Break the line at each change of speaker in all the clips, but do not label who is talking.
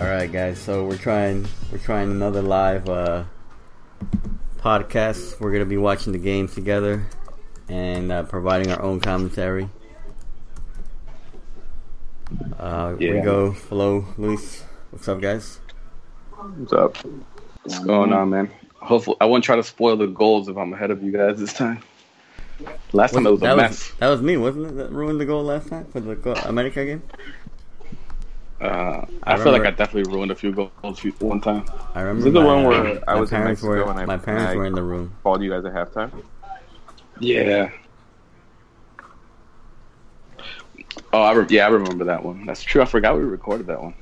right, guys. So we're trying we're trying another live uh, podcast. We're gonna be watching the games together and uh, providing our own commentary. Uh, here
Yeah.
We go, Flo, Luis. What's up, guys?
What's up? What's going on, man? Hopefully, I won't try to spoil the goals if I'm ahead of you guys this time. Last time it was a
that
mess.
that was me, wasn't it? That ruined the goal last time for the go- America game.
uh,
I
I, feel like
remember-
I definitely ruined a few goals few- one time.
I remember.
Is it the
my-
one where I
my
was in
parents
Mexico
were
and I-
my parents
and I-
were in the room?
called you guys at halftime?
Yeah. Oh, I re- yeah, I remember that one. That's true. I forgot we recorded that one.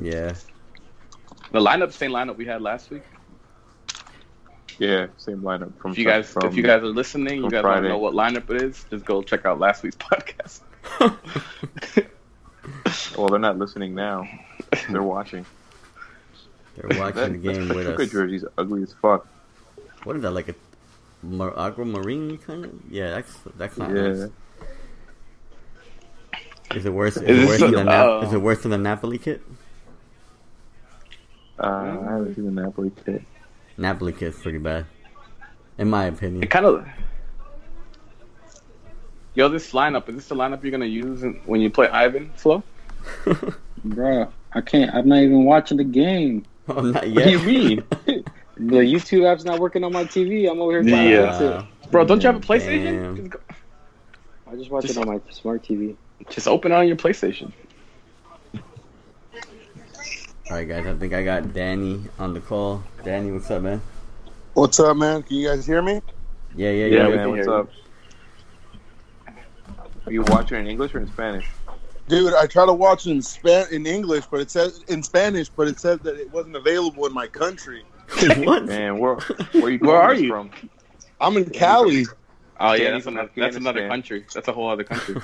yeah,
The lineup, same lineup we had last week.
Yeah, same lineup from
If you guys,
from-
if you guys are listening, you
from
guys want to
Friday.
know what lineup it is. Just go check out last week's podcast.
well, they're not listening now. They're watching.
they're watching the
That-
game
that
with
Pachuca
us.
jersey's ugly as fuck.
What is that like a mar- aquamarine kind of? Yeah, that's that's not
yeah,
nice. Is it worse? Is,
Is
it
this
worse,
the-
than the Na-
oh.
is it worse than the Napoli kit?
uh, I haven't seen the Napoli kit.
Napoli kit's pretty bad, in my opinion.
It kind of. Yo, this lineup is this the lineup you're gonna use in, when you play Ivan Flo?
Bruh, I can't. I'm not even watching the game.
oh, not yet.
What do you mean,
The YouTube app's not working on my TV. I'm over here.
Uh,
trying to
Yeah.
watch it.
bro? Don't you have a
Damn.
PlayStation? Just, go-
I just watch
Just-
it on my smart TV.
just open it on your PlayStation.
All right, guys. I think I got Danny on the call. Danny, what's up, man?
What's up, man? Can you guys hear me?
Yeah, yeah,
Yeah,
yeah.
we
man,
can
what's
hear you.
up? Are you watching in English or in Spanish?
Dude, I tried to watch it in Span- in English, but it says in Spanish, but it said that it wasn't available in my country.
what?
Man, where where
Where
you calling
are
us
you?
from?
I'm in Cali.
Oh
Yeah,
yeah,
he's
that's
from
another, that's another
Afghanistan.
country. That's a whole other country,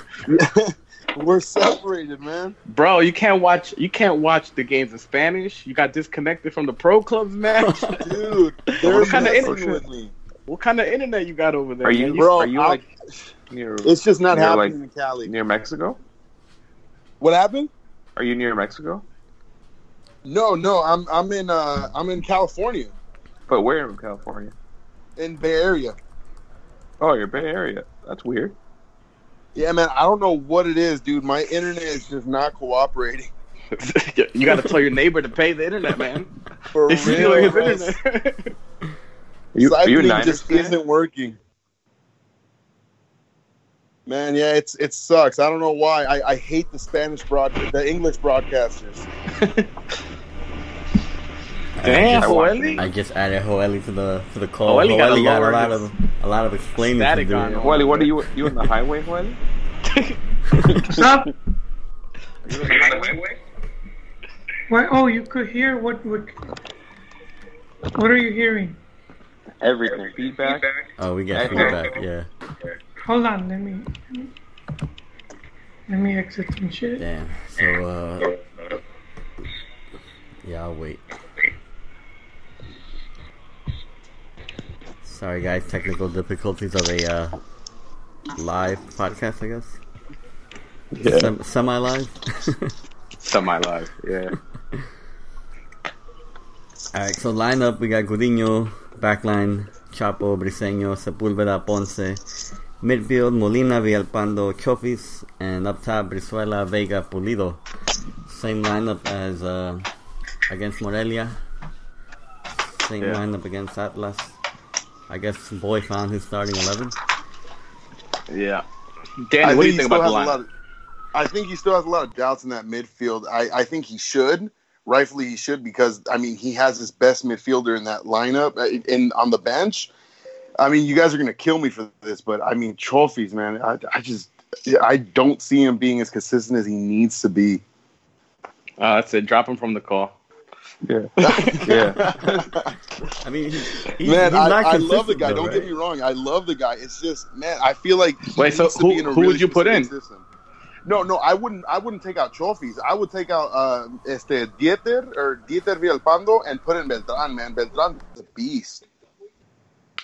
We're separated, man.
bro. You can't watch you can't watch the games in Spanish. You got disconnected from the pro clubs match.
Dude, they're
What kind of
messing
internet?
with me.
what kind of internet you got over there?
Are you
man?
Bro,
are you
I'm-
like near
It's just not
You're
happening in Cali.
near Mexico?
What happened?
Are you near Mexico?
No, no, I'm I'm in uh I'm in California,
But where in California?
in Bay Area.
Oh, you're Bay Area. That's weird.
Yeah, man, I don't know what it is, dude. My internet is just not cooperating.
you got to tell your neighbor to pay the internet, man.
For
They steal
real,
his
man.
internet.
Are you, are you a
Cycling
Niners
just
fan?
isn't working. Man, yeah, it's it sucks. I don't know why. I, I hate the Spanish broad, the English broadcasters.
Damn,
I watched it.
Joely.
I just added Hoeli to the to the call.
Joely got a
Joely got a
lower
lot of a lot of explaining to
static
do.
on him.
Wiley, what are you? You on the highway, Wiley?
What's up?
Are you on the highway?
Why? Oh, you could hear what? What? What are you hearing?
Everything. Feedback.
Oh, we got
Okay.
feedback. Yeah,
Hold on, let me, let me, let me exit some shit.
damn. So, uh, yeah, I'll wait. Sorry, guys. Technical difficulties of a uh, live podcast, I guess. Sem- semi-live.
Semi live. Yeah.
All right, so lineup we got Gudinho, backline Chapo, Briseño, Sepulveda, Ponce, midfield Molina, Villalpando, Chofis, and up top Brizuela, Vega, Pulido. Same lineup as uh, against Morelia. Same
Yeah.
lineup against Atlas. I guess Boy found his starting eleven.
Yeah.
I
Danny, what do you
he
think
still
about the
has a lot
lineup?
of- I think he still has a lot of doubts in that midfield. I, I think he should, rightfully he should, because I mean he has his best midfielder in that lineup uh, in on the bench. I mean, you guys are gonna kill me for this, but I mean, trophies, man. I, I just I don't see him being as consistent as he needs to be.
Uh, that's it. Drop him from the call.
Yeah.
I mean, he, he,
man,
he's
I,
not
I love the
consistent,
guy.
though,
Don't
right?
get me wrong. I love the guy. It's just, man, I feel like he
Wait, so
needs to
who-
be in a
who would
really
you put in?
consistent system. No, no, I wouldn't. I wouldn't take out trophies. I would take out uh, este Dieter or Dieter Villalpando and put in Beltran. Man, Beltran is a beast.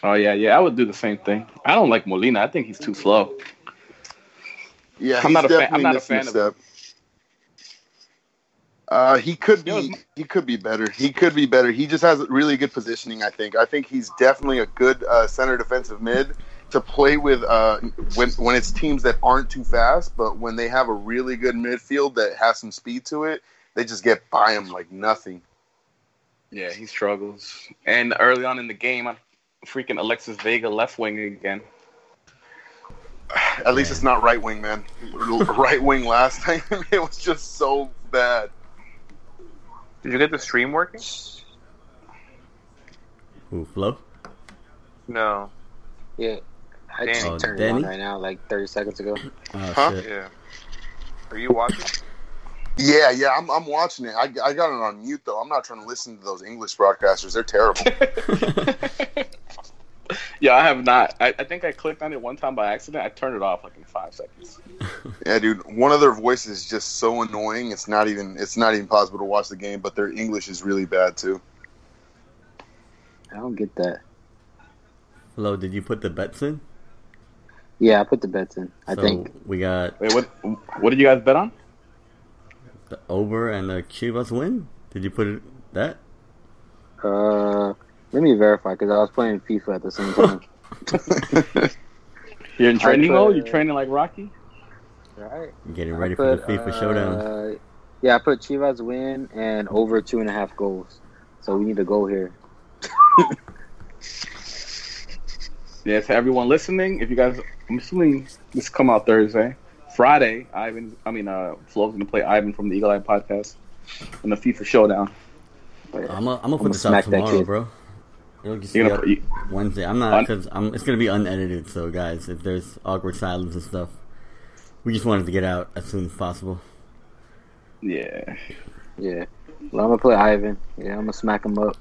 Oh yeah, yeah. I would do the same thing. I don't like Molina. I think he's too slow.
Yeah,
I'm
he's
not a fan- I'm
definitely
not a
missing
fan of
step. Uh, he could be he could be better. He could be better. He just has really good positioning. I think. I think he's definitely a good uh, center defensive mid to play with uh, when when it's teams that aren't too fast, but when they have a really good midfield that has some speed to it, they just get by him like nothing.
Yeah, he struggles. And early on in the game, I'm freaking Alexis Vega left wing again.
At least it's not right wing, man. right wing last time it was just so bad.
Did you get the stream working?
Who, Flo?
No.
Yeah. I just
Oh,
turned it on
Danny?
right now, like 30 seconds ago.
Oh,
Huh?
shit.
Yeah. Are you watching?
Yeah, yeah, I'm, I'm watching it. I, I got it on mute though. I'm not trying to listen to those English broadcasters. They're terrible.
Yeah, I have not. I, I think I clicked on it one time by accident. I turned it off like in five seconds.
yeah, dude. One of their voices is just so annoying. It's not even it's not even possible to watch the game. But their English is really bad too.
I don't get that.
Flo, did you put the bets in?
Yeah, I put the bets in. I
so
think.
we got
Wait, what? What did you guys bet on?
the over and the Chivas win. Did you put it that?
Uh, let me verify because I was playing FIFA at the same time.
You're in training
put-
mode. You're training like Rocky.
right.
Getting ready for the FIFA
uh,
showdown.
Yeah, I put Chivas win and over two and a half goals. So we need to go here.
Yeah, to everyone listening, if you guys, I'm assuming this come out Thursday, Friday. Ivan, I mean, uh, Flo's gonna play Ivan from the Eagle Eye podcast in the FIFA showdown.
I'm gonna I'm gonna put
I'ma
this out
smack that
tomorrow,
kid.
bro. It'll just
You're
be
gonna,
up
put- you,
Wednesday. I'm not
Un-
because I'm. It's gonna be unedited. So guys, if there's awkward silence and stuff, we just wanted to get out as soon as possible.
yeah,
Yeah. Well, I'm gonna play Ivan. Yeah, I'm gonna smack him up.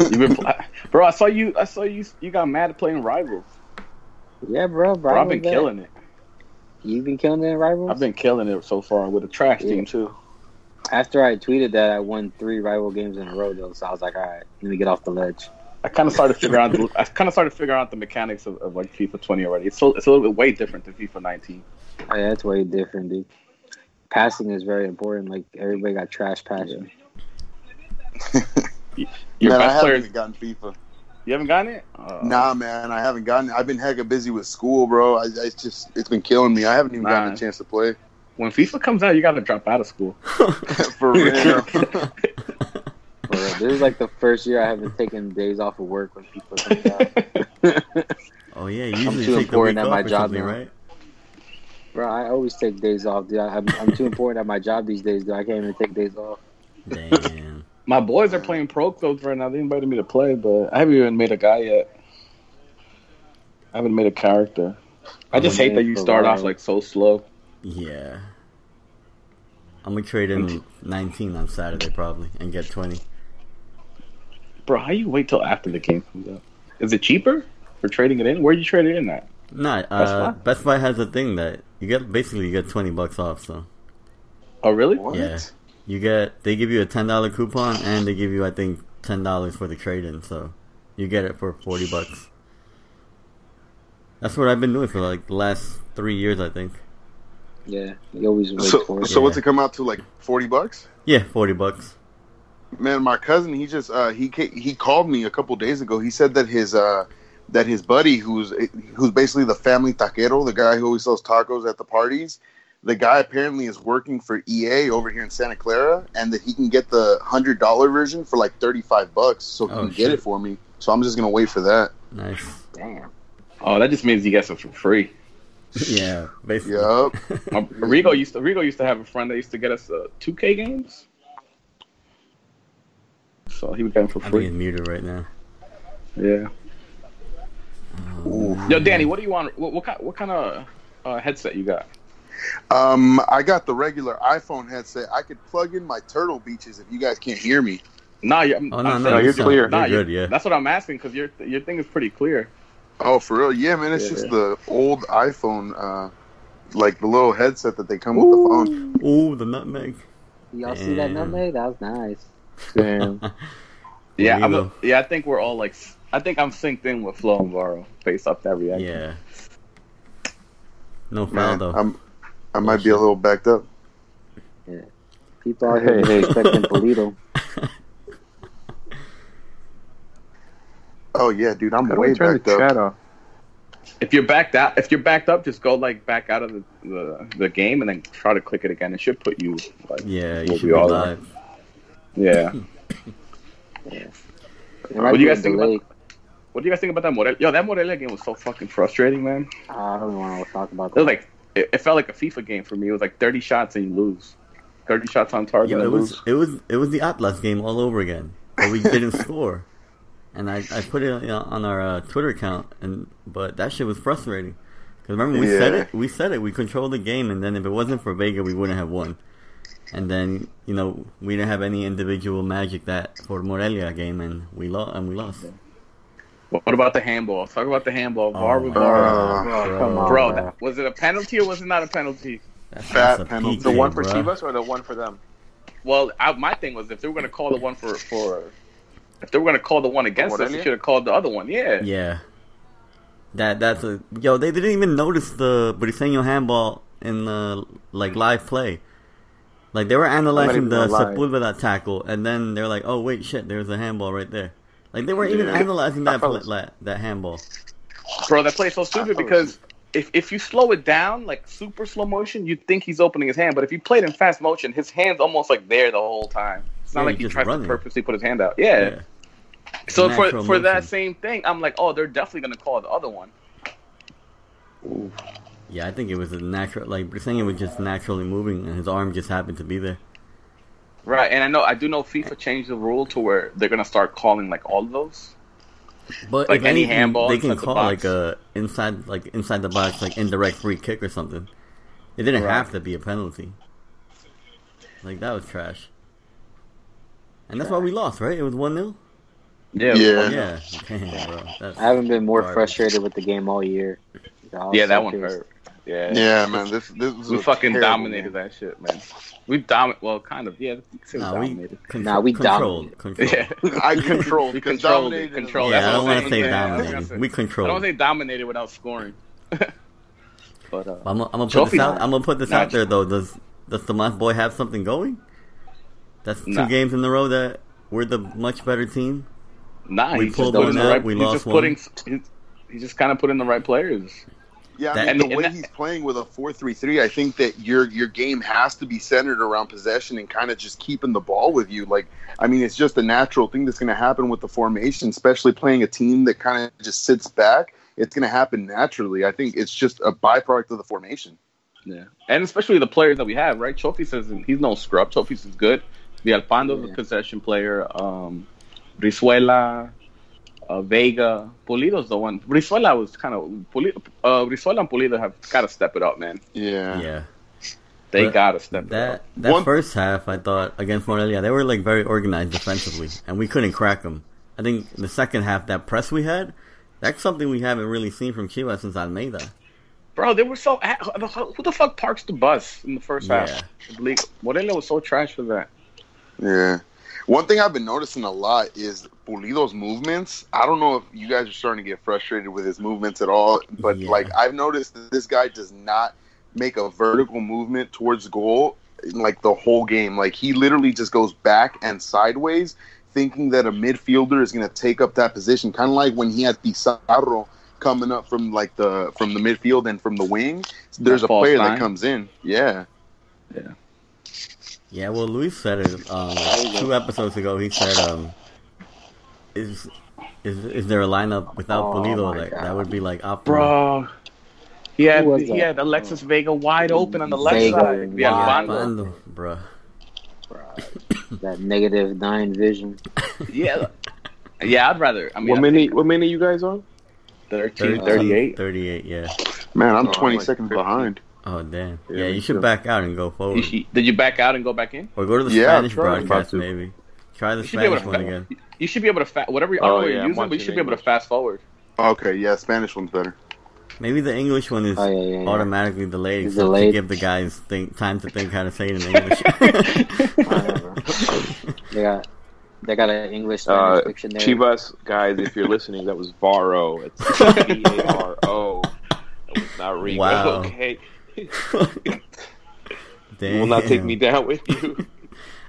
you've been, pl- bro. I saw you. I saw you. You got mad at playing Rivals.
Yeah, bro. bro
Bro, I've been killing it.
You've been killing it in rivals.
I've been killing it so far with a trash
Yeah.
team too.
After I tweeted that, I won three rival games in a row though. So I was like, all right, let me get off the ledge.
I kind of started figuring out. The, I kind of started figuring out the mechanics of, of like FIFA 20 already. It's so, it's a little bit way different than FIFA 19.
Oh, yeah, that's way different, dude. Passing is very important. Like everybody got trash passion.
Your best Uh,
man, I haven't
players,
even gotten FIFA.
you haven't gotten it. Uh,
Nah, man, I haven't gotten. it. I've been hecka busy with school, bro. I, I it's just it's been killing me. I haven't even gotten
Nah.
a chance to play.
When FIFA comes out, you gotta drop out of school.
For real.
For real. This is like the first year I haven't taken days off of work when people come out.
Oh yeah, you usually
too
take the week
important at
off
my
or
job
something,
now.
right?
Bro, I always take days off, dude. I, I'm, I'm too important at my job these days, dude. I can't even take days off.
Damn.
My boys are playing pro clubs right now. They invited me to play, but I haven't even made a guy yet. I haven't made a character. I just hate that you start off like so slow.
Yeah. I'm gonna trade in 19 on Saturday probably and get 20.
Bro, how you wait till after the game comes out? Is it cheaper for trading it in? Where you trade it in at?
Nah, uh, Best Buy has a thing that you get basically you get 20 bucks off. So
Oh, really?
What?
yeah, you get they give you a $10 coupon and they give you I think $10 for the trade in. So you get it for 40 bucks. That's what I've been doing for like the last three years I think.
Yeah, you always wait for
So,
it.
so what's it come out to? Like forty bucks?
Yeah, 40 bucks.
Man, my cousin, he just uh, he ca- he called me a couple days ago. He said that his uh, that his buddy, who's who's basically the family taquero, the guy who always sells tacos at the parties, the guy apparently is working for EA over here in Santa Clara, and that he can get the hundred dollar version for like thirty five bucks. So he
Oh,
can
shit.
get it for me. So I'm just gonna wait for that.
Nice.
Damn.
Oh, that just means you get it for free.
Yeah, basically.
Yup.
My, Rigo used to Rigo used to have a friend that used to get us uh, 2K games. So he would get them for
I think
free.
it's muted right now.
Yeah.
Ooh.
Yo, Danny, what do you want? What, what kind? What kind of uh, headset you got?
Um, I got the regular iPhone headset. I could plug in my Turtle Beaches if you guys can't hear me.
Nah, you're, I'm,
Oh
I'm
no, no,
saying-
you're
you sound-
clear.
You're
nah, you-
good, yeah.
That's what I'm asking because your your thing is pretty clear.
Oh, for real? Yeah, man. It's
Yeah.
just the old iPhone, uh, like the little headset that they come with the phone.
Ooh, the nutmeg.
Y'all see that
Damn.
nutmeg? That was nice.
Damn.
Yeah, I'm a,
Rigo.
yeah. I think we're all like. s- I think I'm synced in with Flo and Varo based off that reaction.
Yeah. No foul
Man,
though.
I'm, I might be a little backed up.
People out here
Hey, hey.
expecting Polito.
Oh yeah, dude, I'm
How do I
way
turn the
backed up.
chat off?
If you're backed out, if you're backed up, just go like back out of the, the, the game and then try to click it again. It should put you. Like,
Yeah, you
We'll
should be
be all
live.
yeah.
It might
What do
be
you
a
guys think about-
delay.
What do you guys think about that Morelia? Yo, that Morelia game was so fucking frustrating, man.
I don't want to talk about
It
that.
was like it, it felt like a FIFA game for me. It was like 30 shots and you lose, 30 shots on target.
Yo,
and
it was
lose.
it was it was the Atlas game all over again, but we didn't score. And I, I put it on, on our uh, Twitter account, and but that shit was frustrating. Because remember we said
Yeah.
it, we said it, we controlled the game, and then if it wasn't for Vega, we wouldn't have won. And then you know we didn't have any individual magic that for Morelia game, and we lost. And we lost.
What about the handball? Talk about the handball. VAR
Oh
with
my
VAR.
God,
Bro, come
Oh,
on.
Bro,
Bro.
that, was it a penalty or was it not a penalty?
That's
Fat
a
penalty.
PK,
The
The one for
bruh.
Chivas or the one for them?
Well, I, my thing was if they were going to call the one for for if they were going to call the one against us, they
Morelia?
should have called the other one. Yeah.
Yeah. That that's a yo. They didn't even notice the Briseño handball in the like live play. Like they were analyzing
even
the
alive.
Sepulveda tackle, and then they're like, "Oh wait, shit, there's a handball right there." Like they weren't even
Yeah.
analyzing that
I
pla
thought-
that, that handball.
Bro, that play's so stupid
thought it
because if, if you slow it down, like super slow motion, you'd think he's opening his hand. But if you played in fast motion, his hand's almost like there the whole time. It's not
Yeah,
like
he's
he
just
tries
running.
to purposely put his hand out. Yeah.
Yeah.
So for,
Natural
for that
motion.
same thing, I'm like, oh, they're definitely going to call the other one.
yeah, I think it was a natural. Like Briseño was just naturally moving, and his arm just happened to be there.
Right. And I know, I do know FIFA changed the rule to where they're going to start calling like all those.
But
Like
if
any
anything,
handball
they can
inside the
call like
box.
a inside like inside the box like indirect free kick or something. It didn't
Right.
have to be a penalty. Like that was trash. And that's why we lost, right? It was one 0
Yeah.
Yeah. Damn, bro. That's,
I haven't been more
Garbage.
frustrated with the game all year. I was
Yeah, that
so
one
pissed.
hurt. Yeah.
Yeah, man, this this was
We
a
fucking
terrible
dominated that shit, man. We dominate. Well, kind of. Yeah. we
nah, we
dominated.
con-
Nah, we
controlled.
dominated.
controlled.
yeah.
game. I controlled.
We
'cause
controlled it,
dominated is-
controlled.
Yeah, I
that's
don't
what I'm
want to say
saying.
dominated. We
I don't
controlled.
say dominated without scoring. but uh,
I'm gonna I'm gonna put
Trophy.
this out. I'm gonna put this
Nah,
out there though. Does does the Tomas boy have something going? That's two
Nah.
games in a row that we're the much better team.
nah,
We
he's
pulled
just putting
one
the
out,
right.
we
he's
lost
just
one.
putting. He's, he's just kind of putting the right players.
Yeah,
That-
I mean, the
and- and
way
that-
he's playing with a four-three-three, I think that your your game has to be centered around possession and kind of just keeping the ball with you. Like, I mean, it's just a natural thing that's going to happen with the formation, especially playing a team that kind of just sits back. It's going to happen naturally. I think it's just a byproduct of the formation.
Yeah, and especially the players that we have, right? Chofis is he's no scrub. Chofis is good. The Alpando's
Yeah.
a possession player. Um, Brizuela, uh, Vega, Pulido's the one. Brizuela was kind of Pulido, uh, Brizuela and Pulido have got to step it up, man.
Yeah,
Yeah.
They
But
got to step it
That
up.
that
One-
first half, I thought against Morelia, they were like very organized defensively, and we couldn't crack them. I think the second half, that press we had, that's something we haven't really seen from Chivas since Almeida.
Bro, they were so. at- Who the fuck parks the bus in the first
Yeah.
half? The league. Morelia was so trash for that.
yeah. One thing I've been noticing a lot is Pulido's movements. I don't know if you guys are starting to get frustrated with his movements at all, but
Yeah.
like I've noticed that this guy does not make a vertical movement towards goal like the whole game. Like he literally just goes back and sideways, thinking that a midfielder is going to take up that position. Kind of like when he had Pizarro coming up from like the from the midfield and from the wing. There's a
That false
player
nine.
that comes in. Yeah.
Yeah, well, Luis said it um, two episodes ago. He said, um, "Is is is there a lineup without
Oh,
Pulido
my
that
God.
that would be like optimal?"
Bro. He had,
Who was
he
that?
had Alexis Vega wide open on the left
Vega
side.
wide
Yeah, Alfando.
Bando, bro.
That negative nine vision.
Yeah. Yeah, I'd rather. I mean,
What minute? What minute you guys on?
13,
13,
38.
38, Yeah.
Man, I'm
Oh,
20
like
seconds
15.
behind.
Oh damn.
Yeah,
Yeah,
me
you should
too.
back out and go forward,
Did you back out and go back in?
or go to the
Yeah,
Spanish
try.
broadcast
About to.
maybe. Try the
You should be able
Spanish
to.
one again.
Fa- you should be able to fa- whatever you, I
Oh,
don't know what
yeah,
you're
I'm
using, but you
watching
should be able to
English.
fast forward.
Okay, yeah, Spanish one's better.
Maybe the English one is
Oh, yeah, yeah, yeah.
automatically delayed,
It's
so to
delayed.
give the guys think, time to think how to say it in English.
Whatever. they got they got an English
Uh,
Spanish dictionary.
Chivas guys, if you're listening, that was Varo. It's V A R O. That was Not Rico.
Wow.
Okay,
Damn.
you will not take me down with you.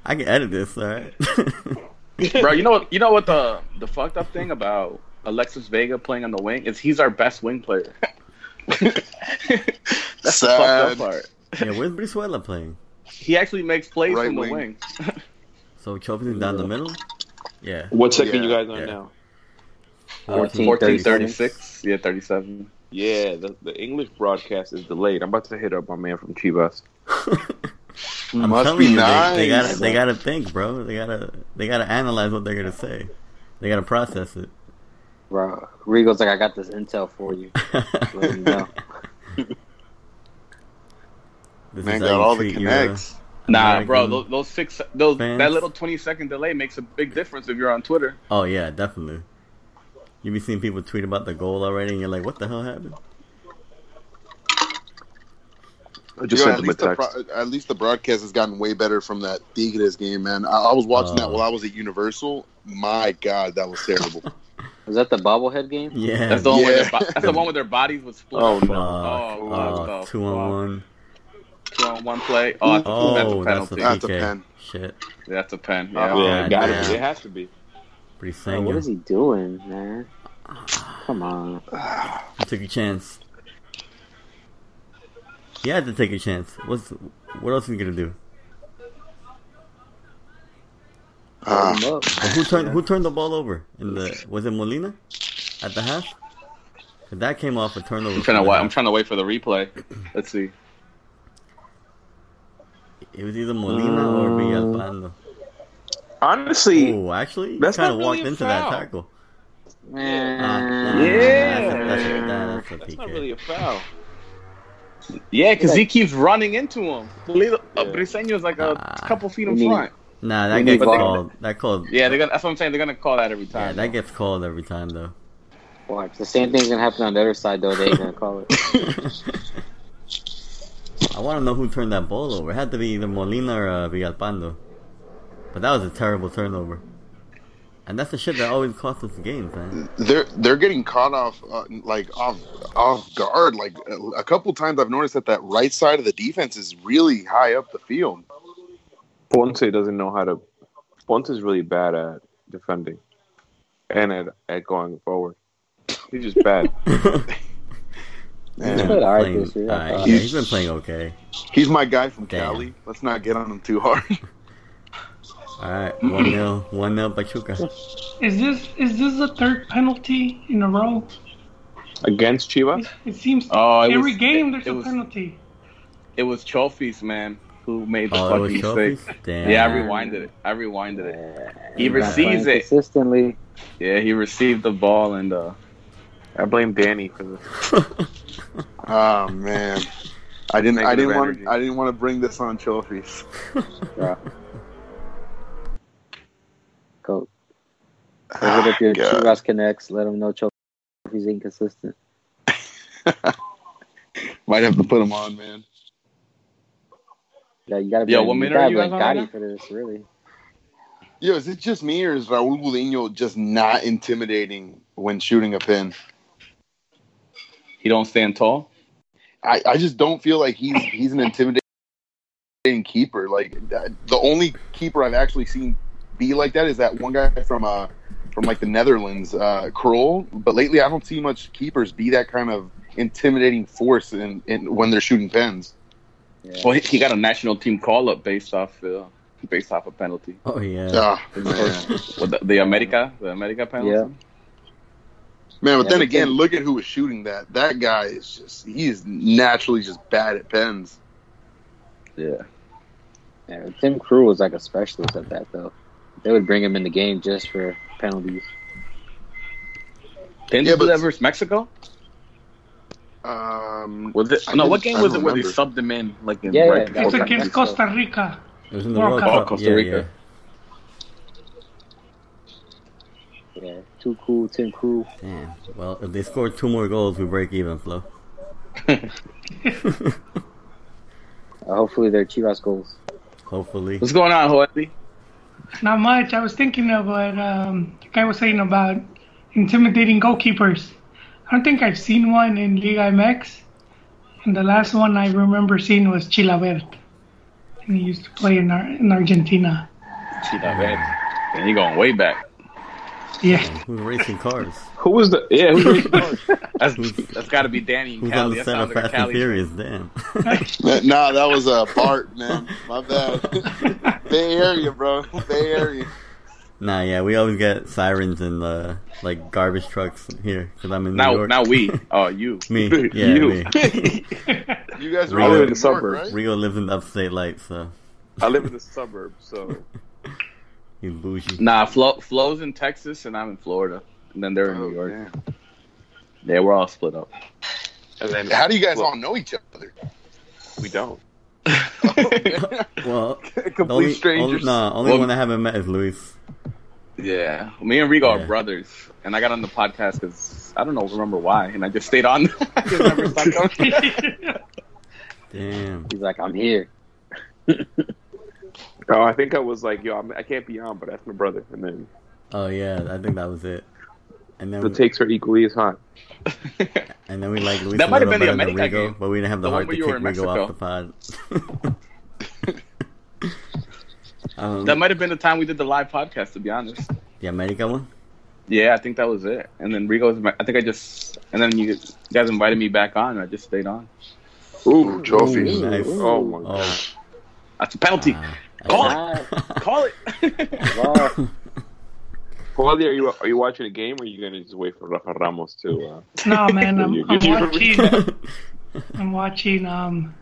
I can edit this, all right?
bro. You know what? You know what the the fucked up thing about Alexis Vega playing on the wing is he's our best wing player. That's the fucked up
Sad.
part.
yeah, where's Brizuela playing?
He actually makes plays
Right
from the
wing.
wing.
So Chopin is down the middle? Yeah.
What second you
Yeah.
guys on
Yeah.
now?
Fourteen,
Fourteen thirty
36.
six. Yeah, thirty seven.
Yeah, the, the English broadcast is delayed. I'm about to hit up my man from Chivas.
I'm
Must
telling
be
you,
nice.
they, they gotta they gotta think, bro. They gotta they gotta analyze what they're gonna say. They gotta process it.
Bro, Regal's like, I got this intel for you. Let him know.
This is
Man
how
got
you
all the
treat your-
connects.
Nah, bro.
American
Those, those six. Those that
fans.
little twenty second delay makes a big difference if you're on Twitter.
oh yeah, definitely. You be seeing people tweet about the goal already, and you're like, "What the hell happened?"
I just
Yo,
sent
at,
him a
least the
text.
pro- at least the broadcast has gotten way better from that Tigres game, man. I, I was watching that
Oh.
while I was at Universal. My God, that was terrible.
Was that the bobblehead game?
Yeah,
That's the one. Where
Yeah.
their, bo- that's the one where their bodies would split.
oh
fuck.
no!
Oh, what
Oh,
the
two on
fuck?
one.
Two on one play. Oh, that's,
Oh,
that's a
that's a
penalty.
That's a
PK.
pen.
Shit,
That's a pen. Yeah.
Yeah,
God,
it gotta
man.
be. It has to be.
Bro, what is
Briseño,
he doing, man? Come on.
you took a chance. He had to take a chance. What's what else is he gonna do?
Ah,
Come up.
But who turned who turned the ball over? In the was it Molina at the half? 'Cause That came off a turnover.
I'm trying to wait. I'm trying to wait for the replay. Let's see.
It was either Molina or Villalpando.
Honestly,
Oh, actually, you
That's
kind of
not really
walked
a
into
foul.
that tackle.
Uh,
Ah,
Man.
yeah, that's a,
Yeah.
that's a, that's a
that's
PK.
not really a foul.
Yeah, because he keeps running into him. Lilo- uh,
Yeah.
Briseño's like a
Ah.
couple feet
I
in
mean-
front.
nah, that
We
gets
need VAR.
called. That called.
Yeah, they're gonna, that's what I'm saying. They're gonna call that every
yeah,
time.
that gets called every time though.
Watch. The same thing's going to happen on the other side, though. They ain't going to call it.
I want to know who turned that ball over. It had to be either Molina or uh, Villalpando. But that was a terrible turnover. And that's the shit that always costs us games, man.
Um, they're they're getting caught off uh, like off off guard. Like a, a couple times, I've noticed that that right side of the defense is really high up the field.
Ponce doesn't know how to. Ponce is really bad at defending, and at at going forward. He's just bad.
He's
Man,
played all right
Playing-
this year. I
alright,
thought.
yeah, he's been playing okay.
he's my guy from
Damn.
Cali. Let's not get on him too hard.
All right, one 0 one 0 Pachuca.
Is this is this the third penalty in a row?
Against Chivas,
It, it seems
Oh, it
every
was-
game
it-
there's
it
a
was-
penalty.
it was Trophies, man, who made the
Oh, it was
fucking mistake.
trophies. Damn.
Yeah, I rewinded it. I rewinded it. He
Not playing
receives it.
Consistently.
Yeah, he received the ball and uh,
I blame Danny for this.
Oh man, I didn't I
Negative
didn't
energy.
want I didn't want to bring this on trophies.
Go. Go hit up your
Ah, God.
Chivas Connects. Let them know Choke he's inconsistent.
Might have to put him on, man.
Yeah, you gotta
Yo,
blame-
what minute
gotta
are you
blame
guys on right
Gotti
now?
for this, really.
Yo, is it just me or is Raul Gudiño just not intimidating when shooting a pin?
he don't stand tall.
I, I just don't feel like he's he's an intimidating keeper. Like that- the only keeper I've actually seen be like that is that one guy from uh from like the Netherlands, uh Kroll. But lately, I don't see much keepers be that kind of intimidating force in, in when they're shooting pins.
Well, he, he got a national team call up based off uh, based off a penalty.
Oh yeah.
Ah, man.
Or- What the, the America, the America penalty.
Yeah.
Man, but
Yeah,
then
but
again,
then-
look at who was shooting that. That guy is just, he is naturally just bad at pens.
Yeah, Tim Crew was like a specialist at that, though. They would bring him in the game just for penalties.
Didn't they
Yeah,
do
but-
that versus Mexico?
Um,
Was it?
I
no,
don't-
what game
I
was it
don't
where they
remember.
subbed him in? Like in
Yeah, yeah,
right
that
before
It's
was
penalty?
against
Mexico.
Costa Rica.
It was in the
World
World
Cup.
Cup.
Oh, Costa
yeah,
Rica.
Yeah.
Yeah, too cool, Tim Crew.
Damn. Well, if they score two more goals, we break even, Flo.
Uh, hopefully, they're Chivas goals.
Hopefully.
What's going on, Jorge?
Not much. I was thinking about um, the guy was saying about intimidating goalkeepers. I don't think I've seen one in Liga MX, and the last one I remember seeing was Chilabert, and he used to play in Ar- in Argentina.
She not bad. And you're going way back.
Yeah.
Who's racing cars?
Who was the? Yeah, who was the
That's that's got to be Danny and
Who's on
Callie.
the
That
set of
sounds like a
Fast and
Callie.
Furious? Damn.
Nah, that was uh, Bart, man. My bad. Bay Area, bro. Bay Area.
nah, yeah, we always get sirens and uh, like garbage trucks here because I'm in New
Now,
York.
now we. Oh, you.
me, yeah,
You.
me.
You guys are
Right.
all
Right.
in the suburbs.
Suburbs.
Right?
Rio lives in the upstate light, so
I live in the suburbs, so
he's bougie.
Nah, Flo, Flo's in Texas and I'm in Florida. And then they're in
Oh,
New York.
damn.
Yeah, we're all split up.
and then
How do you guys all know each other?
we don't.
Well, the
Complete
only, only,
strangers.
nah, only
Well-
one I haven't met is Luis.
Yeah, me and Rigo
Yeah.
are brothers, and I got on the podcast because I don't know remember why, and I just stayed on. I just never stopped coming.
Damn.
He's like, I'm here.
Oh, I think I was like, yo, I'm, I can't be on, but that's my brother. And then
Oh yeah, I think that was it. And then
the takes are equally as hot.
and then we like Luis
That
a
might have
little
been the
better than
America
Rigo,
game.
but we didn't have the,
The one
heart to
where
kick
you were in
Rigo off
Mexico.
the pod. um,
that might have been the time we did the live podcast, to be honest.
the America one.
Yeah, I think that was it. And then Rigo's, I think I just, and then you guys invited me back on, and I just stayed on.
Ooh, trophy.
Nice.
Oh my god.
Oh,
That's a penalty.
Ah,
Call it.
Ah,
Call it.
well,
Paulie, are you are you watching a game or are you gonna just wait for Rafa Ramos to uh,
No, man, I'm,
You-
I'm
you-
watching. I'm watching. Um,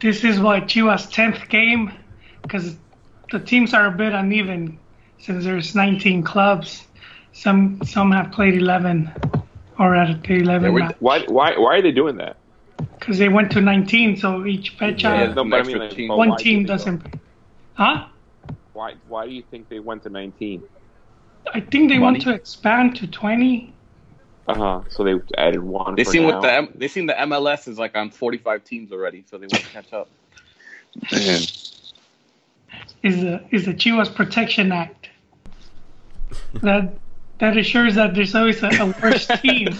this is what Chivas' tenth game because the teams are a bit uneven since there's 19 clubs. Some some have played 11 or at the
Yeah,
11
we're-
why why why are they doing that?
because they went to 19, so each pitch
Yeah,
uh
no, but I mean, like,
but
one
why
team
did they go?
doesn't. Huh?
Why why do you think they went to nineteen?
I think they want
Money.
to expand to 20.
Uh huh. So they added one.
They
for
seen
now.
what the M- they seen the MLS is like on 45 teams already, so they want to catch up.
Man.
is the is the Chivas Protection Act that that assures that there's always a, a worse team.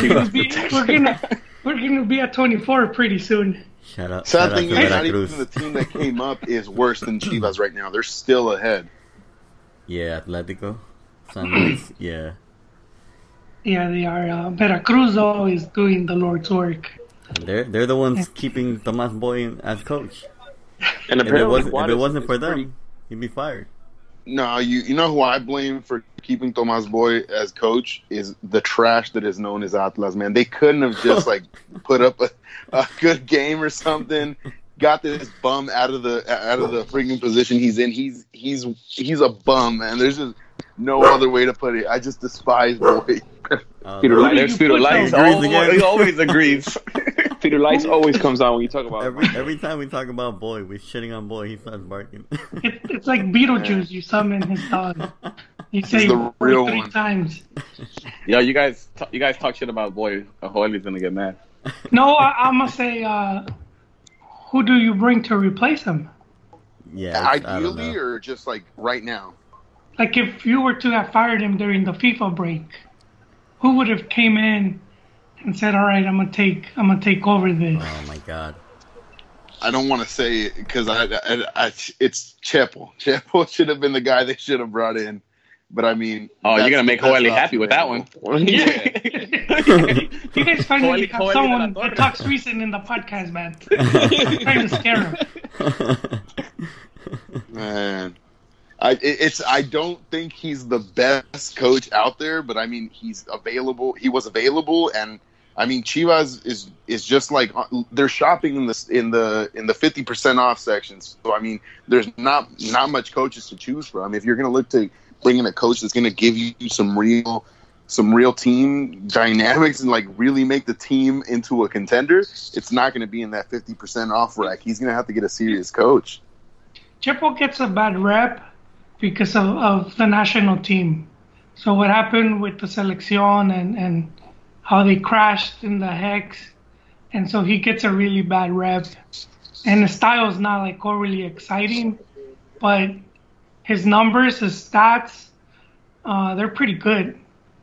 We'll be- we're gonna we're gonna be at 24 pretty soon.
Shout out, shout
Sad
out to
thing is, not even
Veracruz.
the team that came up is worse than Chivas right now. They're still ahead.
Yeah, Atletico. San Luis. Yeah,
Yeah, they are. Uh, Veracruz though is doing the Lord's work.
they're they're the ones keeping Tomas Boy in- as coach.
And
If it
apparently,
wasn't, if
Juarez
it wasn't
is
for them,
pretty-
he'd be fired.
No, you you know who I blame for keeping Tomas Boy as coach is the trash that is known as Atlas. Man, they couldn't have just like put up a, a good game or something. Got this bum out of the out of the freaking position he's in. He's he's he's a bum, man. There's just no other way to put it. I just despise Boy.
Uh,
Peter
Who do
Light,
you put
Lights
those-
Agrees again.
always, always agrees.
Peter Lights always comes on when you talk about.
every every time we talk about Boy, we're shitting on Boy. He starts barking.
It, it's like Beetlejuice. You summon his dog. You say
the
three
real one.
times.
Yo, you guys, t- you guys talk shit about boy. Holy's gonna get mad.
No, I, I'm gonna say. Uh, who do you bring to replace him?
yeah, it's- I don't
Ideally,
know.
or just like right now.
like if you were to have fired him during the FIFA break, who would have came in and said, "All right, I'm gonna take, I'm gonna take over this."
Oh my god.
I don't want to say it because I, I, I, it's Chepo. Chepo should have been the guy they should have brought in. But I mean,
Oh, you're
that's-
gonna make
that's
Holy
not
happy with that one.
available.
You guys finally
Coily-
have
Coily
someone
de la
that
Torre.
talks recent in the podcast, man. trying to scare him.
Man, I it- it's I don't think he's the best coach out there, but I mean he's available. He was available, and I mean Chivas is is just like uh, they're shopping in the in the in the fifty percent off sections. So I mean, there's not not much coaches to choose from. If you're gonna look to bring in a coach that's gonna give you some real some real team dynamics and like really make the team into a contender, it's not gonna be in that fifty percent off rack. He's gonna have to get a serious coach.
Chepo gets a bad rep because of, of the national team. So what happened with the selección and, and how they crashed in the hex, and so he gets a really bad rep. And his style is not like overly exciting, but his numbers, his stats, uh, they're pretty good.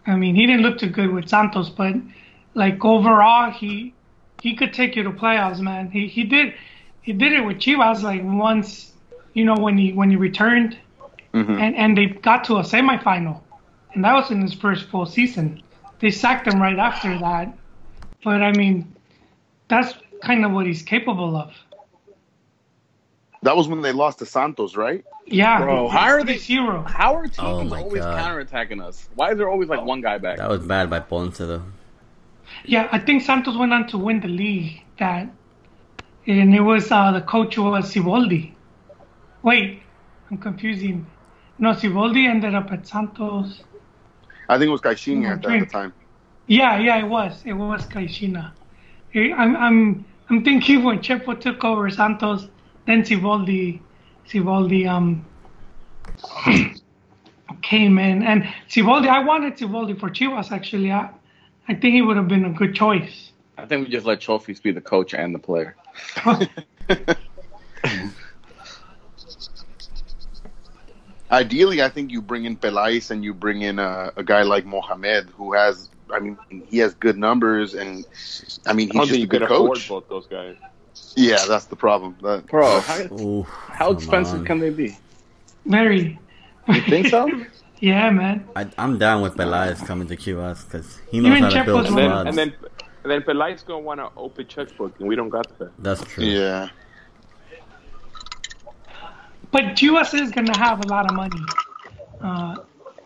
I mean, he didn't look too good with Santos, but like overall, he he could take you to playoffs, man. He he did he did it with Chivas like once you know, when he when he returned,
Mhm.
and and they got to a semifinal, and that was in his first full season. They sacked him right after that, but I mean, that's kind of what he's capable of.
That was when they lost to Santos, right?
Yeah,
Bro, how are they-
zero?
How are teams
Oh my
always
God.
counterattacking us? Why is there always like one guy back?
That was bad by Ponce though.
Yeah, I think Santos went on to win the league that, and it was uh, the coach was Siboldi. Wait, I'm confusing. No, Siboldi ended up at Santos.
I think it was Caixinha at, at the
Okay.
time.
Yeah, yeah, it was. It was Caixina. I- I'm, I'm, I'm thinking when Chepo took over Santos, then Siboldi, Siboldi um, came in, and Siboldi. I wanted Siboldi for Chivas actually. I, I think he would have been a good choice.
I think we just let Trophies be the coach and the player.
Ideally, I think you bring in Pelais and you bring in a, a guy like Mohamed who has, I mean, he has good numbers and, I mean,
I don't think
he's just
you
a
could
good
afford
coach.
both those guys.
Yeah, that's the problem. That-
Bro, how,
Ooh,
how
come
expensive
on.
can they be?
Very.
You think so?
yeah, man.
I, I'm down with Belize coming to Chivas because he
You
knows
and
how to
Chep
build
was
squads.
And then,
Well,
and then, and then Pelai's gonna want to open checkbook, and we don't got that.
That's true.
yeah.
But Chivas is gonna have a lot of money. Uh,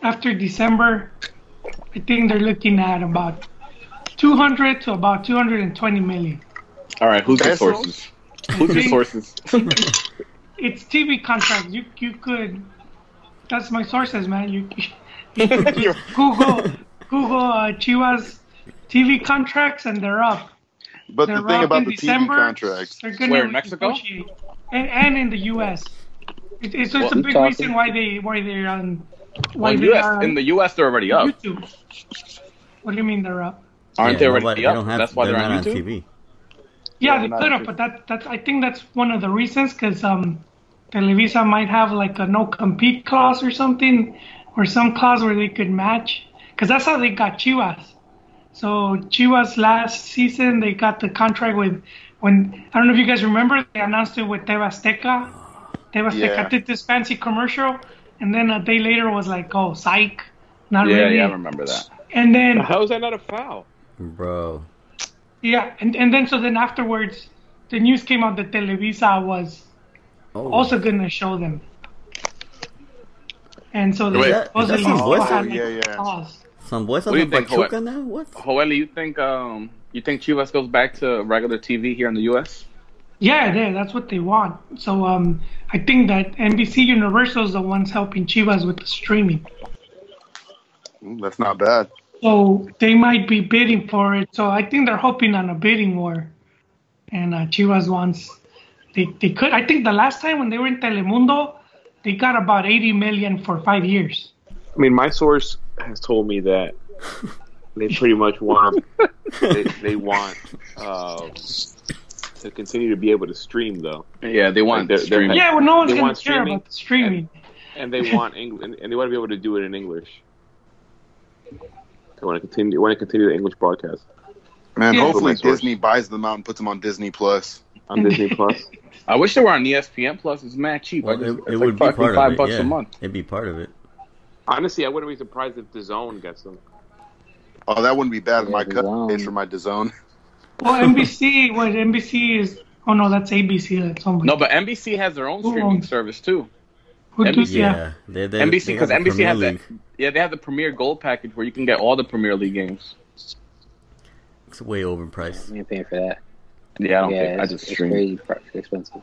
after December, I think they're looking at about 200 to about 220 million.
All right, who's your
Pesos?
sources? Who's your sources?
It's TV contracts. You you could. That's my sources, man. You,
You're-
Google Google uh, Chivas TV contracts and they're up.
But
They're
the thing
up
about
in
the
December.
TV contracts,
They're gonna
Where, in Mexico?
negotiate. and, and in the U.S. It, it's, it's
Well,
a big
talking-
reason why they why they're on
Well,
why
in,
they are
US,
on
in the U.S., they're already up.
YouTube. What do you mean they're up?
Aren't
Yeah,
they already
nobody-
up?
don't have-
That's why they're,
not
on YouTube.
TV.
Yeah,
they're
they
not
could
YouTube.
have, but that that's I think that's one of the reasons because um, Televisa might have like a no compete clause or something, or some clause where they could match. Because that's how they got Chivas. So Chivas last season they got the contract with when I don't know if you guys remember they announced it with Tebasteca. Tebasteca
Yeah.
did this fancy commercial, and then a day later was like, oh, psych, not
Yeah,
really.
yeah, I remember that.
And then
How is that not a foul?
Bro.
Yeah, and, and then so then afterwards, the news came out that Televisa was
Oh,
also gonna show them, and so
Wait,
they
that-
is
is that
supposedly
some
still
voice?
had like
Yeah, yeah.
a pause.
some boys
What
are
do you think,
Pachuca
Joel?
now? What?
Joel, you think um, you think Chivas goes back to regular TV here in the U.S.?
Yeah, they, that's what they want. So um, I think that NBC Universal is the ones helping Chivas with the streaming.
mm, that's not bad.
So they might be bidding for it. So I think they're hoping on a bidding war, and uh, Chivas wants. They, they could. I think the last time when they were in Telemundo, they got about 80 million for five years.
I mean, my source has told me that they pretty much want they, they want um, to continue to be able to stream though,
Yeah, they want
They're-
they're,
they're-
streaming.
Yeah, well, no one's
They
gonna
want
care
streaming?
about the streaming.
and they want Eng- and, and they want to be able to do it in English. They want to continue. They want to continue the English broadcast
Man,
Yeah.
hopefully
That's my source.
Disney buys them out and puts them on Disney Plus.
on Disney Plus.
I wish they were on E ESPN Plus. It's mad cheap.
Well,
I just,
it,
it's
it
like
would be
fucking
part
five
of it.
bucks
yeah.
a month.
It'd be part of it.
Honestly, I wouldn't be surprised if the Zone gets them.
Oh, that wouldn't be bad. My
Yeah,
cut
DAZN.
is for my DAZN.
Well, NBC, what NBC is? Oh no, that's ABC. That's somebody.
No, but NBC has their own
Who
streaming
owns-
service too.
Who do-
NBC.
Yeah.
yeah.
They, they,
NBC
they got
because
the
NBC
Premier
has that.
League.
Yeah, they have the Premier Gold package where you can get all the Premier League games.
It's way overpriced.
I ain't paying for that.
Yeah, I don't
yeah,
think I
it's,
just
it's
stream.
crazy pri- expensive.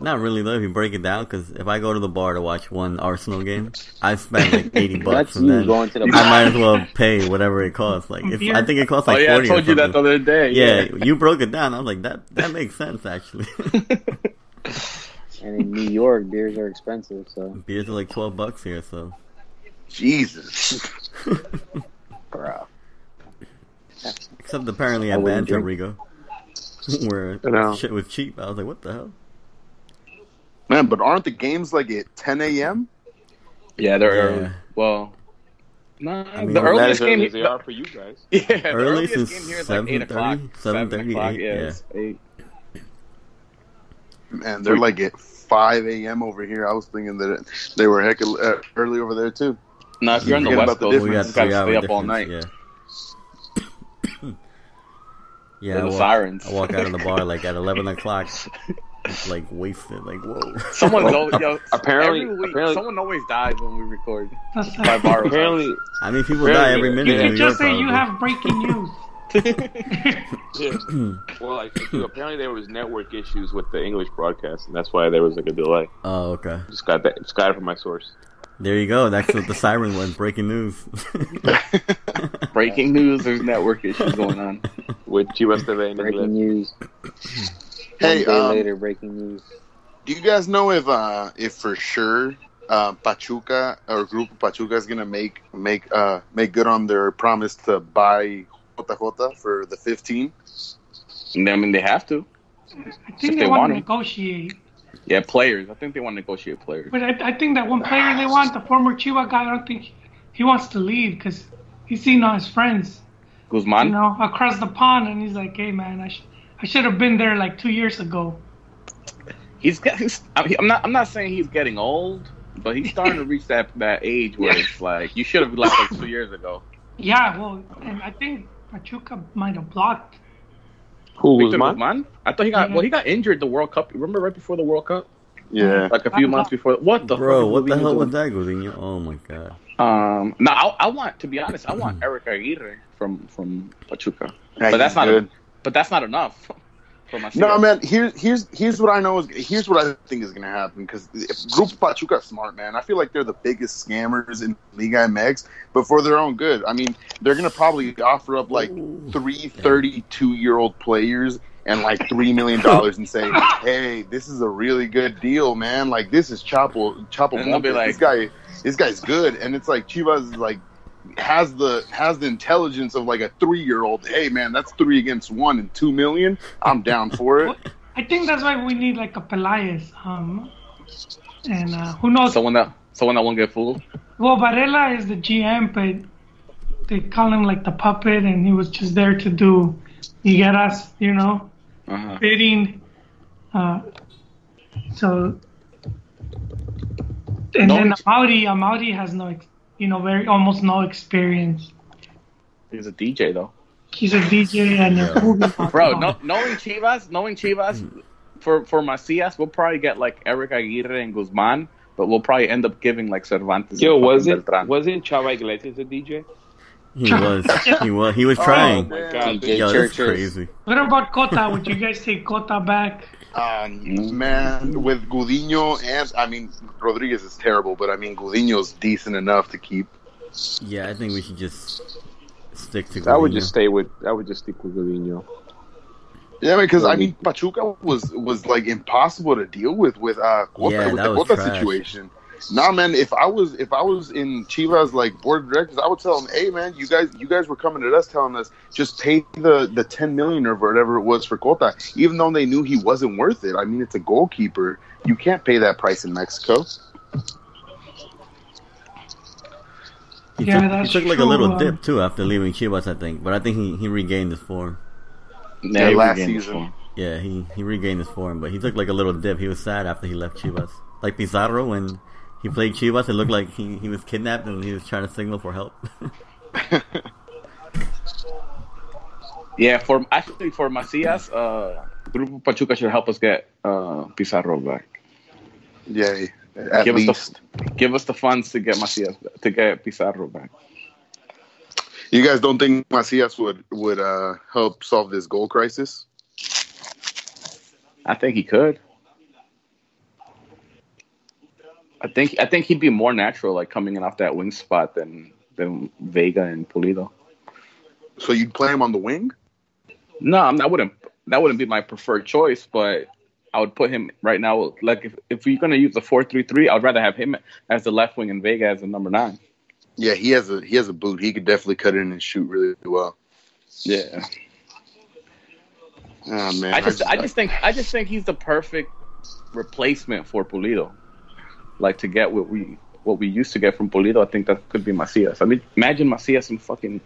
Not really though. If you break it down, because if I go to the bar to watch one Arsenal game, I spend like eighty bucks,
That's
and
you
then
going to the
I might as well pay whatever it costs. Like if, I think it costs
Oh
like
yeah, I
forty. or
told you that the
something.
other day.
Yeah, you broke it down. I was like, that that makes sense actually.
and in New York, beers are expensive. So,
Beers are like twelve bucks here, so
Jesus.
bro,
Except apparently
I
at
wouldn't
Banjo Rigo, where
I know.
shit was cheap. I was like, what the hell?
Man, but aren't the games like at 10 a.m.?
yeah, they're
Yeah.
early. well. Nah,
mean,
the
well, that
earliest
As
game
early as they are for you guys.
Yeah, the
Earliest
earliest
is
game here is like 8 o'clock.
7:30, 7:30,
o'clock,
eight,
yeah.
yeah.
it's eight.
Man, they're like at 5 a.m. over here. I was thinking that they were heck uh, early over there too.
Now, if you're on the
Forget
West
about the
Coast,
difference.
you gotta
We
stay up
three-hour
all night.
difference, Yeah. yeah,
And
I
the
walk,
sirens.
I walk out of the bar like at eleven o'clock, like wasted. Like whoa.
Someone's always, yo,
Apparently-
every week,
apparently-
someone always dies when we record.
That's
By
like,
bar
Apparently,
I mean, people die every
You
minute.
you
in
can
New
just
York,
say you
probably.
have breaking news.
yeah. well, like, dude, apparently there was network issues with the English broadcast, and that's why there was like a delay.
Oh, okay.
Just got that. Just got it from my source.
There you go. That's what the siren was. Breaking news.
breaking news. There's network issues going on.
With USA in
Breaking
England.
news. One day
Hey, um,
later, breaking news.
Do you guys know if uh, if for sure uh, Pachuca or Grupo Pachuca is gonna make make uh, make good on their promise to buy JJ for the 15?
And I mean, they have to.
I think
If
they,
they
want
want
to
'em.
negotiate.
Yeah, players. I think they want to negotiate players.
But I, I think that one player they want, the former Chihuahua guy, I don't think he, he wants to leave because he's seen all his friends, you
Guzman.
know, across the pond, and he's like, "Hey, man, I, sh- I should have been there like two years ago."
He's got. He's, I mean, I'm not. I'm not saying he's getting old, but he's starting to reach that that age where it's like you should have left like two years ago.
Yeah, well, and I think Pachuca might have blocked.
Who
Victor
mine?
Guzman. I thought he got. Well, he got injured the World Cup. Remember right before the World Cup,
Yeah.
like a few months before. What the
Bro,
fuck
what
is
the hell
Mourinho
was that, Godinho? Oh my god.
Um, no, I, I want to be honest. I
Mm.
want Eric Aguirre from from Pachuca,
Yeah,
but that's
he's
not
good.
but that's not enough. For my
No, man. Here's here's here's what I know is here's what I think is gonna happen because Grupo Pachuca is smart, man. I feel like they're the biggest scammers in Liga MX, but for their own good. I mean, they're gonna probably offer up like three 32 year old players and like three million dollars and say, "Hey, this is a really good deal, man. Like this is Chapo Chapo.
And they'll be
Montes. this guy, this guy's good." And it's like Chivas is like has the has the intelligence of like a three year old. Hey, man, that's three against one and two million. I'm down for it.
I think that's why we need like a Pelias, um, and uh, who knows?
Someone that someone that won't get fooled.
Well, Varela is the GM, but they call him like the puppet, and he was just there to do Higuera's, you know,
Uh-huh.
bidding. Uh, so, and
No,
then
it's-
Amaury, Amaury has no, ex- you know, very almost no experience.
He's a DJ though,
He's a DJ and a hooligan.
bro. No, knowing Chivas, knowing
Mm.
Chivas, for for Macias, we'll probably get like Eric Aguirre and Guzman, but we'll probably end up giving like Cervantes.
Yo,
and
was
fucking
it
Beltran.
wasn't Chava Iglesias a DJ?
He was. He was. He was
Oh
trying.
my god,
DJ.
Yo, that's
Churches.
crazy.
What about Cota? Would you guys take Cota back?
Um, man, with Gudinho and I mean Rodriguez is terrible, but I mean Gudinho's decent enough to keep.
Yeah, I think we should just stick to.
I would
Godinho.
just stay with. I would just stick with Mourinho.
Yeah, because I mean Pachuca was was like impossible to deal with with uh Cuota,
Yeah,
with
that
the
was
Cuota
trash.
situation. Nah, man, if I was if I was in Chivas like board of directors, I would tell them, hey, man, you guys you guys were coming at us telling us just pay the the ten million or whatever it was for Cota, even though they knew he wasn't worth it. I mean, it's a goalkeeper. You can't pay that price in Mexico.
He
Yeah,
took,
that's
he took like a
true,
little
um,
dip too after leaving Chivas, I think. But I think he, he regained his form.
Yeah,
Yeah,
he
last
regained his
season.
form.
Yeah, he, he regained his form, but he took like a little dip. He was sad after he left Chivas. Like Pizarro when he played Chivas, it looked like he, he was kidnapped and he was trying to signal for help.
Yeah, for actually for Macias, uh, Grupo Pachuca should help us get uh, Pizarro back.
Yeah, at
give
least.
us the give us the funds to get Macias to get Pizarro back.
You guys don't think Macias would would uh, help solve this goal crisis?
I think he could. I think I think he'd be more natural like coming in off that wing spot than than Vega and Pulido.
So you'd play him on the wing?
No, I'm, I wouldn't. That wouldn't be my preferred choice, but I would put him right now. Like if if you're gonna use the four three three, I'd rather have him as the left wing and Vega as the number nine.
Yeah, he has a he has a boot. He could definitely cut in and shoot really well.
Yeah,
Oh man,
I just I just think I just think he's the perfect replacement for Pulido. Like to get what we what we used to get from Pulido, I think that could be Macias. I mean, imagine Macias and fucking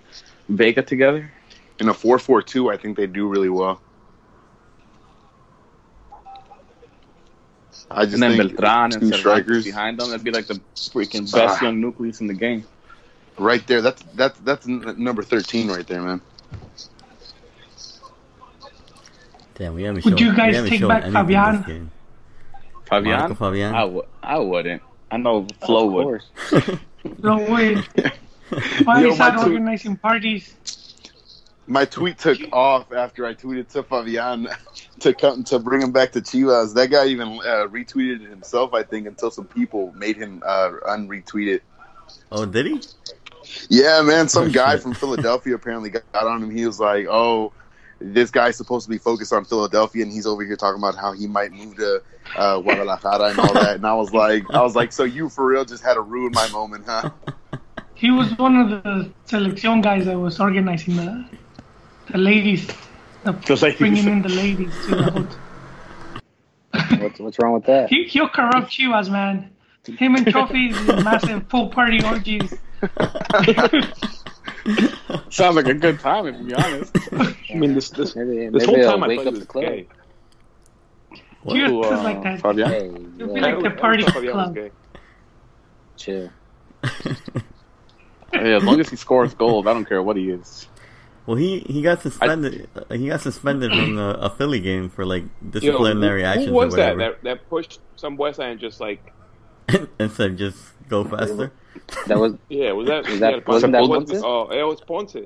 Vega together.
in a four four two, I think they do really well. I just
And then
think
Beltran and
two
Cervantes
strikers.
behind them, that'd be like the freaking best
Ah.
young nucleus in the game.
right there. That's that's that's n- number thirteen right there, man.
Damn, we haven't
Would
shown,
you guys
we haven't
take
shown
back
anything
Fabian?
this game. Marco
Fabian,
Fabian.
I would, I wouldn't. I know Flo
Of
would.
course.
No way. Why
Yo,
is that
my two-
organizing parties?
My tweet took off after I tweeted to Fabian to come to bring him back to Chivas. That guy even uh, retweeted it himself, I think, until some people made him uh, unretweet it.
Oh, did he?
Yeah, man.
Oh,
Some guy
shit.
from Philadelphia apparently got on him. He was like, "Oh, this guy's supposed to be focused on Philadelphia, and he's over here talking about how he might move to uh, Guadalajara and all that." And I was like, "I was like, so you for real just had to ruin my moment, huh?"
He was one of the selección guys that was organizing the the ladies, the,
The ladies.
bringing in the ladies to the hotel.
What's, what's wrong with that?
He, he'll corrupt Chivas, man. Him and Trophy's massive pool party orgies.
Sounds like a good time, if we honest.
I mean, this this,
Maybe,
this
maybe
whole
they'll
time I
wake
thought
up
he
the
was
club.
gay.
What?
Chivas
Who,
is
uh,
like that.
Fabian?
Hey,
It'll be
yeah,
I always- I
like the
always
party
thought Fabian was
club.
gay.
chill.
Yeah, as long as he scores goals, I don't care what he is.
well, he, he got suspended. uh, he got suspended from the, a Philly game for like disciplinary
Yo, who-
actions
Who was
or
that,
whatever,
that that pushed some West End just like
and, and said just go faster.
That was
yeah? Was that,
Was that-
yeah,
wasn't that
Ponce?
Ponce?
Oh, yeah, it was Ponce. He's